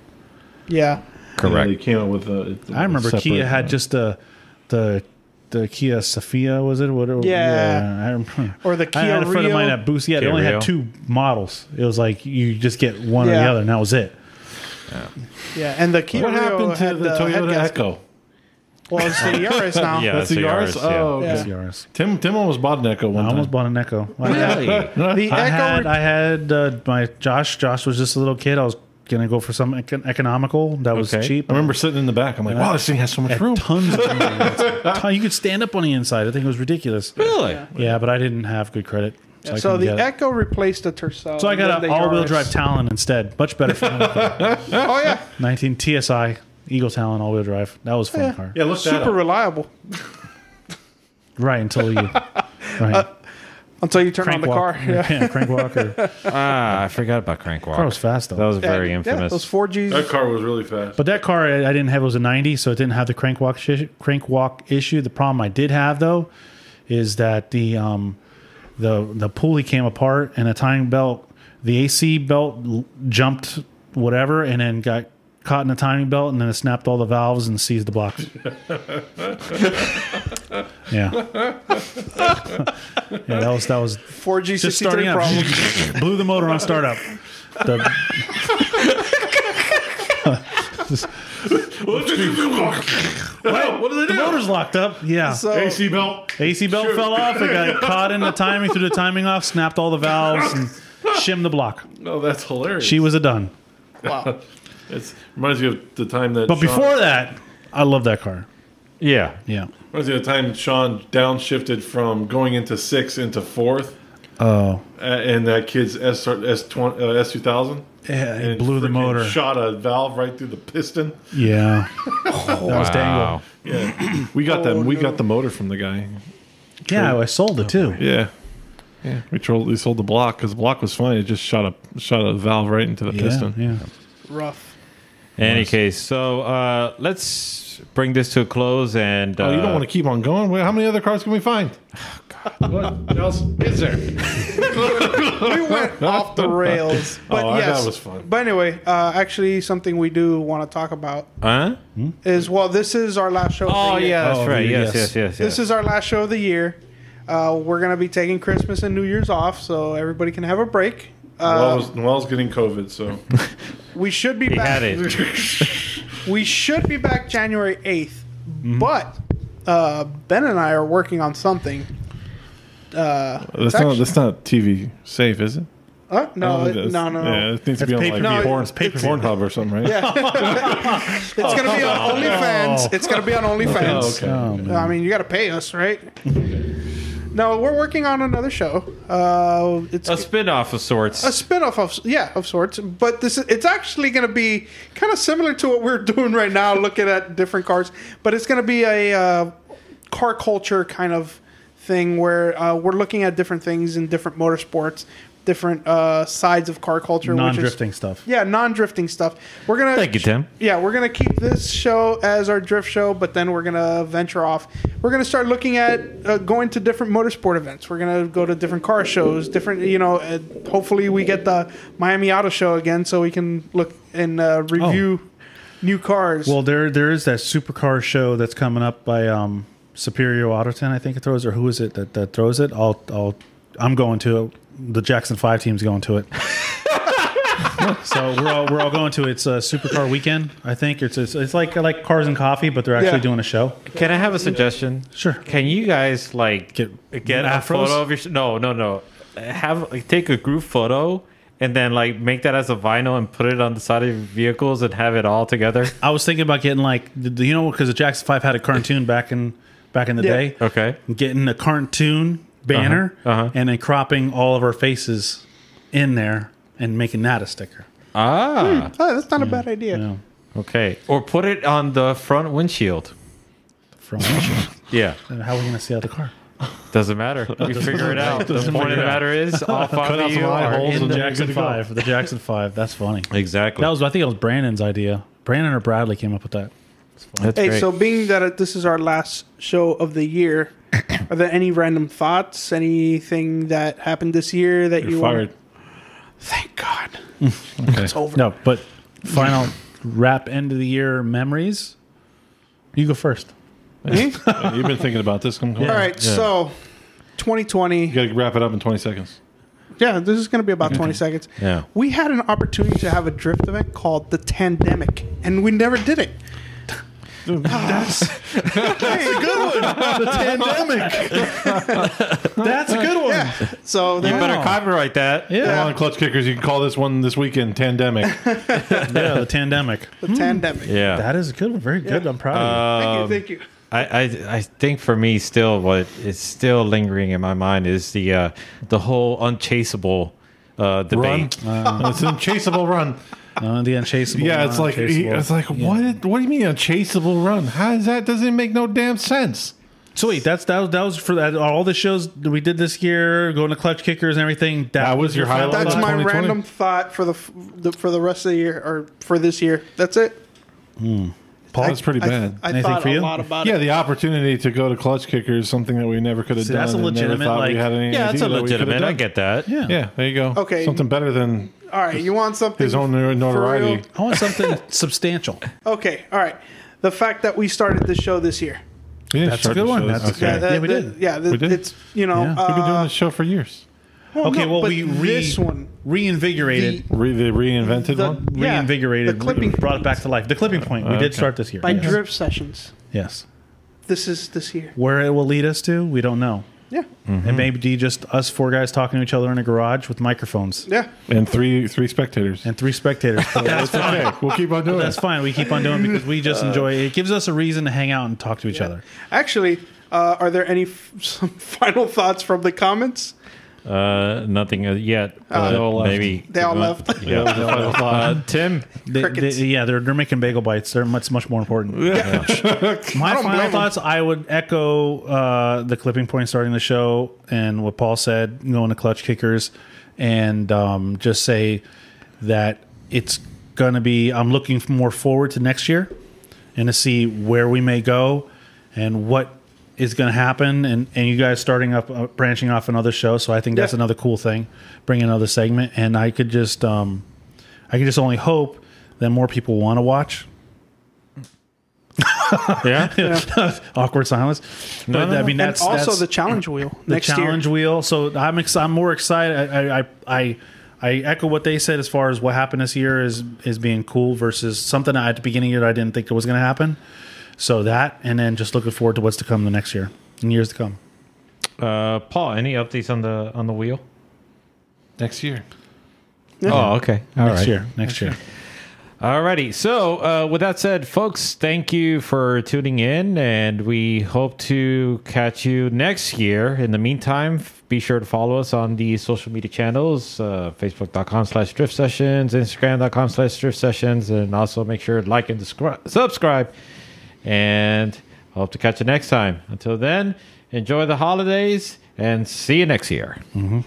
Speaker 4: Yeah.
Speaker 1: And they came out with a. it's a
Speaker 3: I remember
Speaker 1: separate,
Speaker 3: Kia
Speaker 1: uh,
Speaker 3: had just the the the Kia Sophia was it? What? it-
Speaker 4: Yeah.
Speaker 3: I remember.
Speaker 4: Or the
Speaker 3: I had a
Speaker 4: Kia
Speaker 3: friend of mine
Speaker 4: Rio.
Speaker 3: at Boost. Yeah, they
Speaker 2: Kia
Speaker 3: only
Speaker 2: Rio.
Speaker 3: had two models. It was like you just get one or the
Speaker 4: Yeah.
Speaker 3: other, and that was it.
Speaker 4: Yeah. And the Kia
Speaker 1: What
Speaker 4: Rio
Speaker 1: happened to
Speaker 4: had
Speaker 1: the
Speaker 4: head
Speaker 1: Toyota
Speaker 4: gasket.
Speaker 1: Echo?
Speaker 4: Well, it's the Yaris now.
Speaker 2: Yeah.
Speaker 1: That's the
Speaker 2: it's a
Speaker 1: Yaris.
Speaker 2: Yaris, yeah.
Speaker 1: Oh, okay.
Speaker 4: Yeah.
Speaker 3: Yaris.
Speaker 1: Tim Tim almost bought an Echo
Speaker 3: I
Speaker 1: one
Speaker 3: almost
Speaker 1: time.
Speaker 3: bought an Echo. I had,
Speaker 1: [laughs]
Speaker 2: really.
Speaker 4: The
Speaker 3: I
Speaker 4: Echo.
Speaker 3: had,
Speaker 4: re-
Speaker 3: I had uh, my Josh. Josh was just a little kid. I was gonna go for something econ- economical that was
Speaker 2: Okay.
Speaker 3: cheap.
Speaker 1: I remember sitting in the back. I'm like, "Wow, this thing has so much
Speaker 3: Had
Speaker 1: room."
Speaker 2: [laughs]
Speaker 3: tons of money. Ton- you could stand up on the inside. I think it was ridiculous.
Speaker 2: Really?
Speaker 3: Yeah, but I didn't have good credit. So, I
Speaker 4: so
Speaker 3: couldn't
Speaker 4: the
Speaker 3: get it.
Speaker 4: Echo replaced the Tercel.
Speaker 3: So I got
Speaker 4: and
Speaker 3: an
Speaker 4: then the
Speaker 3: all-wheel
Speaker 4: Yaris.
Speaker 3: drive Talon instead. Much better for
Speaker 4: [laughs]
Speaker 3: me.
Speaker 4: Oh yeah.
Speaker 3: 19 TSI Eagle Talon all-wheel drive. That was a fun
Speaker 4: Yeah.
Speaker 3: car.
Speaker 1: Yeah, look that
Speaker 4: Super
Speaker 1: up.
Speaker 4: reliable
Speaker 3: Right until
Speaker 4: [laughs]
Speaker 3: you right.
Speaker 4: Uh, until you turn on the
Speaker 2: [laughs]
Speaker 3: walk. [laughs]
Speaker 4: car.
Speaker 3: Yeah. crank walker.
Speaker 2: Ah, I forgot about Crank Walk.
Speaker 3: Car was fast though.
Speaker 2: That was very
Speaker 4: yeah,
Speaker 2: infamous.
Speaker 4: Yeah, those four Gs.
Speaker 1: That car was really fast.
Speaker 3: But that car I I didn't have it was a 90, so it didn't have the crank walk shi- crank walk issue. The problem I did have though is that the um the the pulley came apart and the timing belt, the AC belt l- jumped whatever and then got caught in the timing belt and then it snapped all the valves and seized
Speaker 2: [laughs]
Speaker 3: the blocks. yeah. [laughs] yeah, that was that was
Speaker 4: Four G
Speaker 3: just
Speaker 4: sixty
Speaker 3: starting
Speaker 4: three
Speaker 3: up. [laughs]
Speaker 4: problem.
Speaker 3: Blew the motor on startup. The
Speaker 1: [laughs] what did they
Speaker 3: The
Speaker 1: do?
Speaker 3: motor's locked up. Yeah.
Speaker 4: So
Speaker 1: [laughs] AC belt.
Speaker 3: AC belt fell off. It got caught in the timing, threw the timing off, snapped all the valves, and shimmed the block.
Speaker 1: Oh, that's hilarious.
Speaker 3: She was a done.
Speaker 4: wow.
Speaker 1: It's, reminds me of the time that.
Speaker 3: But
Speaker 1: Sean-
Speaker 3: before that, I love that car.
Speaker 2: yeah.
Speaker 3: Yeah.
Speaker 1: reminds me of the time Sean downshifted from going into sixth into fourth,
Speaker 3: Oh,
Speaker 1: uh, and that kid's S S twenty uh, S two thousand.
Speaker 3: yeah, it blew the motor.
Speaker 1: Shot a valve right through the piston.
Speaker 3: Yeah. that was dangle.
Speaker 2: Wow.
Speaker 1: Oh, Yeah, we got them. We got the motor from the guy.
Speaker 3: Yeah, I sold it too.
Speaker 1: Yeah, Yeah, we trolled. We sold the block because the block was fine. It just shot a shot a valve right into the
Speaker 3: Yeah,
Speaker 1: piston.
Speaker 3: yeah.
Speaker 4: Rough.
Speaker 2: In any case, so uh, let's bring this to a close. And uh,
Speaker 1: Oh, you don't want to keep on going. Wait, How many other cars can we find? What else is there?
Speaker 4: we went
Speaker 3: [laughs]
Speaker 4: off the rails. But
Speaker 1: Oh, I-
Speaker 4: yes,
Speaker 1: that was fun.
Speaker 4: But anyway, uh, actually, something we do want to talk about
Speaker 2: Huh?
Speaker 4: is well, this is our last show. of
Speaker 2: Oh
Speaker 4: the year.
Speaker 2: yeah, that's
Speaker 3: Oh,
Speaker 2: right.
Speaker 3: dude,
Speaker 2: Yes, yes,
Speaker 3: yes.
Speaker 2: yes. yes.
Speaker 4: This is our last show of the year. Uh, we're gonna be taking Christmas and New Year's off, so everybody can have a break. Uh,
Speaker 1: Noel's, Noel's getting COVID, so
Speaker 4: we should be
Speaker 2: he
Speaker 4: back.
Speaker 2: had it.
Speaker 4: [laughs] We should be back January 8th, but uh, Ben and I are working on something. Uh,
Speaker 1: [laughs] that's not that's not TV safe, is it?
Speaker 4: uh,
Speaker 3: Oh,
Speaker 4: no, it-
Speaker 1: It is.
Speaker 4: no, no, no.
Speaker 1: Yeah, it needs to be on like
Speaker 3: pay-per-view.
Speaker 4: No,
Speaker 1: porn,
Speaker 4: it's
Speaker 1: porn, Pornhub or something, right?
Speaker 4: It's gonna be on OnlyFans. It's gonna be on OnlyFans.
Speaker 1: Oh, okay.
Speaker 3: Oh, man.
Speaker 4: I mean, you got to pay us, right? [laughs] no, we're working on another show. Uh, it's
Speaker 2: A
Speaker 4: a,
Speaker 2: spin-off of
Speaker 4: [laughs]
Speaker 2: sorts.
Speaker 4: spin-off of yeah, of sorts. But this is, it's actually going to be kind of similar to what we're [laughs] doing right now, looking at different cars. But it's going to be a uh, car culture kind of thing where uh, we're looking at different things in different motorsports, different uh, sides of car culture, which is-
Speaker 3: non-drifting stuff.
Speaker 4: yeah, non-drifting stuff. We're gonna
Speaker 2: Thank you, Tim.
Speaker 4: Yeah, we're gonna keep this show as our drift show, but then we're gonna venture off. We're gonna start looking at uh, going to different motorsport events. We're gonna go to different car shows, different. You know, uh, hopefully we get the Miami Auto Show again, so we can look and uh, review new cars.
Speaker 3: Well, there there is that supercar show that's coming up by um, Superior Autoton, I think it throws, or who is it that, that throws it? I'll I'll I'm going to it. The Jackson Five team's going to it. [laughs] so we're all we're all going to it. it's a supercar weekend. I think it's it's, it's like like cars and coffee, but they're actually
Speaker 4: Yeah.
Speaker 3: doing a show.
Speaker 2: Can I have a suggestion?
Speaker 3: Sure.
Speaker 2: Can you guys like
Speaker 3: Get-
Speaker 2: get, a
Speaker 3: afros?
Speaker 2: photo of your? No, no, no. Have like, take a group photo and then like make that as a vinyl and put it on the side of your vehicles and have it all together.
Speaker 3: I was thinking about getting like the- the- you know because the Jackson Five had a cartoon back in back in the
Speaker 4: Yeah.
Speaker 3: day.
Speaker 2: Okay.
Speaker 3: Getting a cartoon banner
Speaker 2: Uh-huh, uh-huh.
Speaker 3: and then cropping all of our faces in there and making that a sticker.
Speaker 2: Ah.
Speaker 4: Oh, that's not a bad idea.
Speaker 3: You know.
Speaker 2: Okay. Or put it on the front windshield.
Speaker 3: from Russia. [laughs]
Speaker 2: Yeah.
Speaker 3: How are we going to see out the car?
Speaker 2: Doesn't
Speaker 3: [laughs]
Speaker 2: matter. You figure it out. The point of the matter is, all five
Speaker 1: out
Speaker 2: of
Speaker 1: some
Speaker 2: you
Speaker 1: eye
Speaker 2: are
Speaker 1: holes
Speaker 2: in
Speaker 1: and
Speaker 2: the-
Speaker 1: jack- Jackson Five.
Speaker 3: The Jackson Five. That's funny.
Speaker 2: Exactly.
Speaker 3: That was. I think it was Brandon's idea. Brandon or Bradley came up with that.
Speaker 2: That's
Speaker 4: Hey,
Speaker 2: great.
Speaker 4: so being that it- this is our last show of the year, are there any random thoughts? Anything that happened this year that
Speaker 1: You're
Speaker 4: you wanna-
Speaker 1: fired.
Speaker 4: Thank God,
Speaker 1: Okay.
Speaker 4: it's over.
Speaker 3: No, but
Speaker 1: [laughs]
Speaker 3: final wrap end of the year memories. You
Speaker 1: [laughs]
Speaker 3: go first.
Speaker 4: Hmm?
Speaker 1: You've been thinking about this.
Speaker 4: [laughs]
Speaker 1: Come on.
Speaker 4: All right, so 2020.
Speaker 1: You got to wrap it up in 20 seconds.
Speaker 4: Yeah, this is going to be about 20 seconds.
Speaker 2: Yeah.
Speaker 4: We had an opportunity to have a drift event called the Tandemic, and we never
Speaker 1: [laughs]
Speaker 4: did it. [laughs]
Speaker 3: [laughs] That's a good one.
Speaker 4: So there-
Speaker 2: better copyright that.
Speaker 1: Come
Speaker 4: Yeah.
Speaker 1: on, clutch kickers. You can call this one this weekend Tandemic.
Speaker 3: Yeah, the tandemic.
Speaker 4: the Tandemic.
Speaker 2: Yeah.
Speaker 3: That is a good one. Very good. I'm proud of
Speaker 4: Thank you, thank you.
Speaker 2: I, I I think for me still what is still lingering in my mind is the uh, the whole unchaseable uh,
Speaker 1: [laughs] Run. Uh,
Speaker 2: debate.
Speaker 1: [laughs] it's an unchaseable run.
Speaker 3: you. No, the unchaseable.
Speaker 1: Uh, Yeah, it's like
Speaker 3: non-chaseable.
Speaker 1: it's like what? What do you mean a chaseable run? How is that? Doesn't make no damn sense.
Speaker 3: so. Wait, that's that was, that was for that, all the shows that we did this year, going to clutch kickers and everything. That,
Speaker 1: was your
Speaker 3: final
Speaker 1: highlight?
Speaker 4: That's
Speaker 1: Well,
Speaker 3: thought?
Speaker 4: my
Speaker 1: 2020.
Speaker 4: random thought for the, f- the for the rest of the year or for this year. That's it.
Speaker 1: Paul, that's pretty
Speaker 4: I,
Speaker 1: bad.
Speaker 4: I
Speaker 3: Anything
Speaker 4: thought
Speaker 3: for
Speaker 4: a
Speaker 3: you?
Speaker 4: lot about
Speaker 1: yeah,
Speaker 4: it.
Speaker 1: the opportunity to go to clutch kickers is something that we never could have
Speaker 3: See,
Speaker 1: done.
Speaker 3: that's a
Speaker 1: and never
Speaker 3: legitimate,
Speaker 1: thought we
Speaker 3: like-
Speaker 1: had any
Speaker 2: Yeah, that's
Speaker 1: idea
Speaker 2: a
Speaker 1: that we could have
Speaker 2: legitimate. I
Speaker 1: done.
Speaker 2: get that.
Speaker 3: Yeah.
Speaker 1: Yeah, there you go.
Speaker 4: Okay.
Speaker 1: something better than
Speaker 4: All right, you want something?
Speaker 1: his own notoriety.
Speaker 3: I want something [laughs] substantial.
Speaker 4: Okay, all right. The fact that we started this show this year.
Speaker 1: We didn't
Speaker 3: That's a
Speaker 1: start
Speaker 3: good
Speaker 1: the
Speaker 3: one.
Speaker 1: show
Speaker 3: That's
Speaker 1: this
Speaker 3: a
Speaker 1: year.
Speaker 3: good-
Speaker 4: that-
Speaker 3: Yeah, we
Speaker 4: that-
Speaker 3: did.
Speaker 4: Yeah, that-
Speaker 1: We did.
Speaker 4: it's you know.
Speaker 3: Yeah. We've
Speaker 1: We've been doing
Speaker 4: uh,
Speaker 1: this show for years.
Speaker 3: Okay,
Speaker 4: no,
Speaker 3: well,
Speaker 4: but
Speaker 3: we re-
Speaker 4: this one.
Speaker 3: reinvigorated,
Speaker 1: Re- the reinvented
Speaker 4: The-
Speaker 1: one.
Speaker 4: yeah,
Speaker 3: reinvigorated,
Speaker 4: the clipping
Speaker 3: brought it back to life. The clipping point we did
Speaker 1: okay.
Speaker 3: start this year
Speaker 4: by
Speaker 3: yes.
Speaker 4: drift sessions.
Speaker 3: Yes,
Speaker 4: This is this year.
Speaker 3: where it will lead us to, we don't know.
Speaker 4: Yeah,
Speaker 3: It may be just us four guys talking to each other in a garage with microphones
Speaker 4: yeah.
Speaker 1: and three three spectators.
Speaker 3: and three spectators. But that's fine.
Speaker 1: okay, we'll keep on doing
Speaker 3: That's
Speaker 1: it.
Speaker 3: fine. We keep on doing it because we just enjoy. It It gives us a reason to hang out and talk to each other.
Speaker 4: [laughs] Actually, uh, are there any f- some final thoughts from the comments?
Speaker 2: Uh, nothing uh, yet. but
Speaker 1: they all left.
Speaker 2: maybe
Speaker 4: They all left.
Speaker 2: Yeah. uh, Tim,
Speaker 3: They- they-
Speaker 4: Crickets.
Speaker 3: yeah, they're they're making bagel bites. They're much much more important.
Speaker 4: [laughs]
Speaker 3: My
Speaker 4: don't blame
Speaker 3: final
Speaker 4: 'em.
Speaker 3: thoughts. I would echo uh, the clipping point starting the show and what Paul said, going to clutch kickers, and um, just say that it's going to be. I'm looking more forward to next year and to see where we may go and what is going to happen. And and you guys starting up, uh, branching off another show. So I think that's
Speaker 4: Yeah.
Speaker 3: another cool thing. Bring another segment, and I could just. Um, I can just only hope that more people want to watch. [laughs]
Speaker 2: yeah,
Speaker 3: Awkward silence. but I mean,
Speaker 4: and
Speaker 3: that's
Speaker 4: also
Speaker 3: that's
Speaker 4: the challenge wheel
Speaker 3: the
Speaker 4: next
Speaker 3: challenge
Speaker 4: year.
Speaker 3: wheel. So I'm ex- I'm more excited. I I, I I I echo what they said as far as what happened this year is is being cool versus something I- at the beginning of the year I didn't think it was going to happen. So that, and then just looking forward to what's to come the next year and years to come.
Speaker 2: uh, Paul. Any updates on the on the wheel?
Speaker 1: next year.
Speaker 2: Oh, okay. All right.
Speaker 3: Next year, next year.
Speaker 2: Alrighty. So, uh, with that said, folks, thank you for tuning in, and we hope to catch you next year. In the meantime, f- be sure to follow us on the social media channels uh, Facebook.com slash drift sessions, Instagram.com slash drift sessions, and also make sure to like and descri- subscribe. And hope to catch you next time. Until then, enjoy the holidays and see you next year.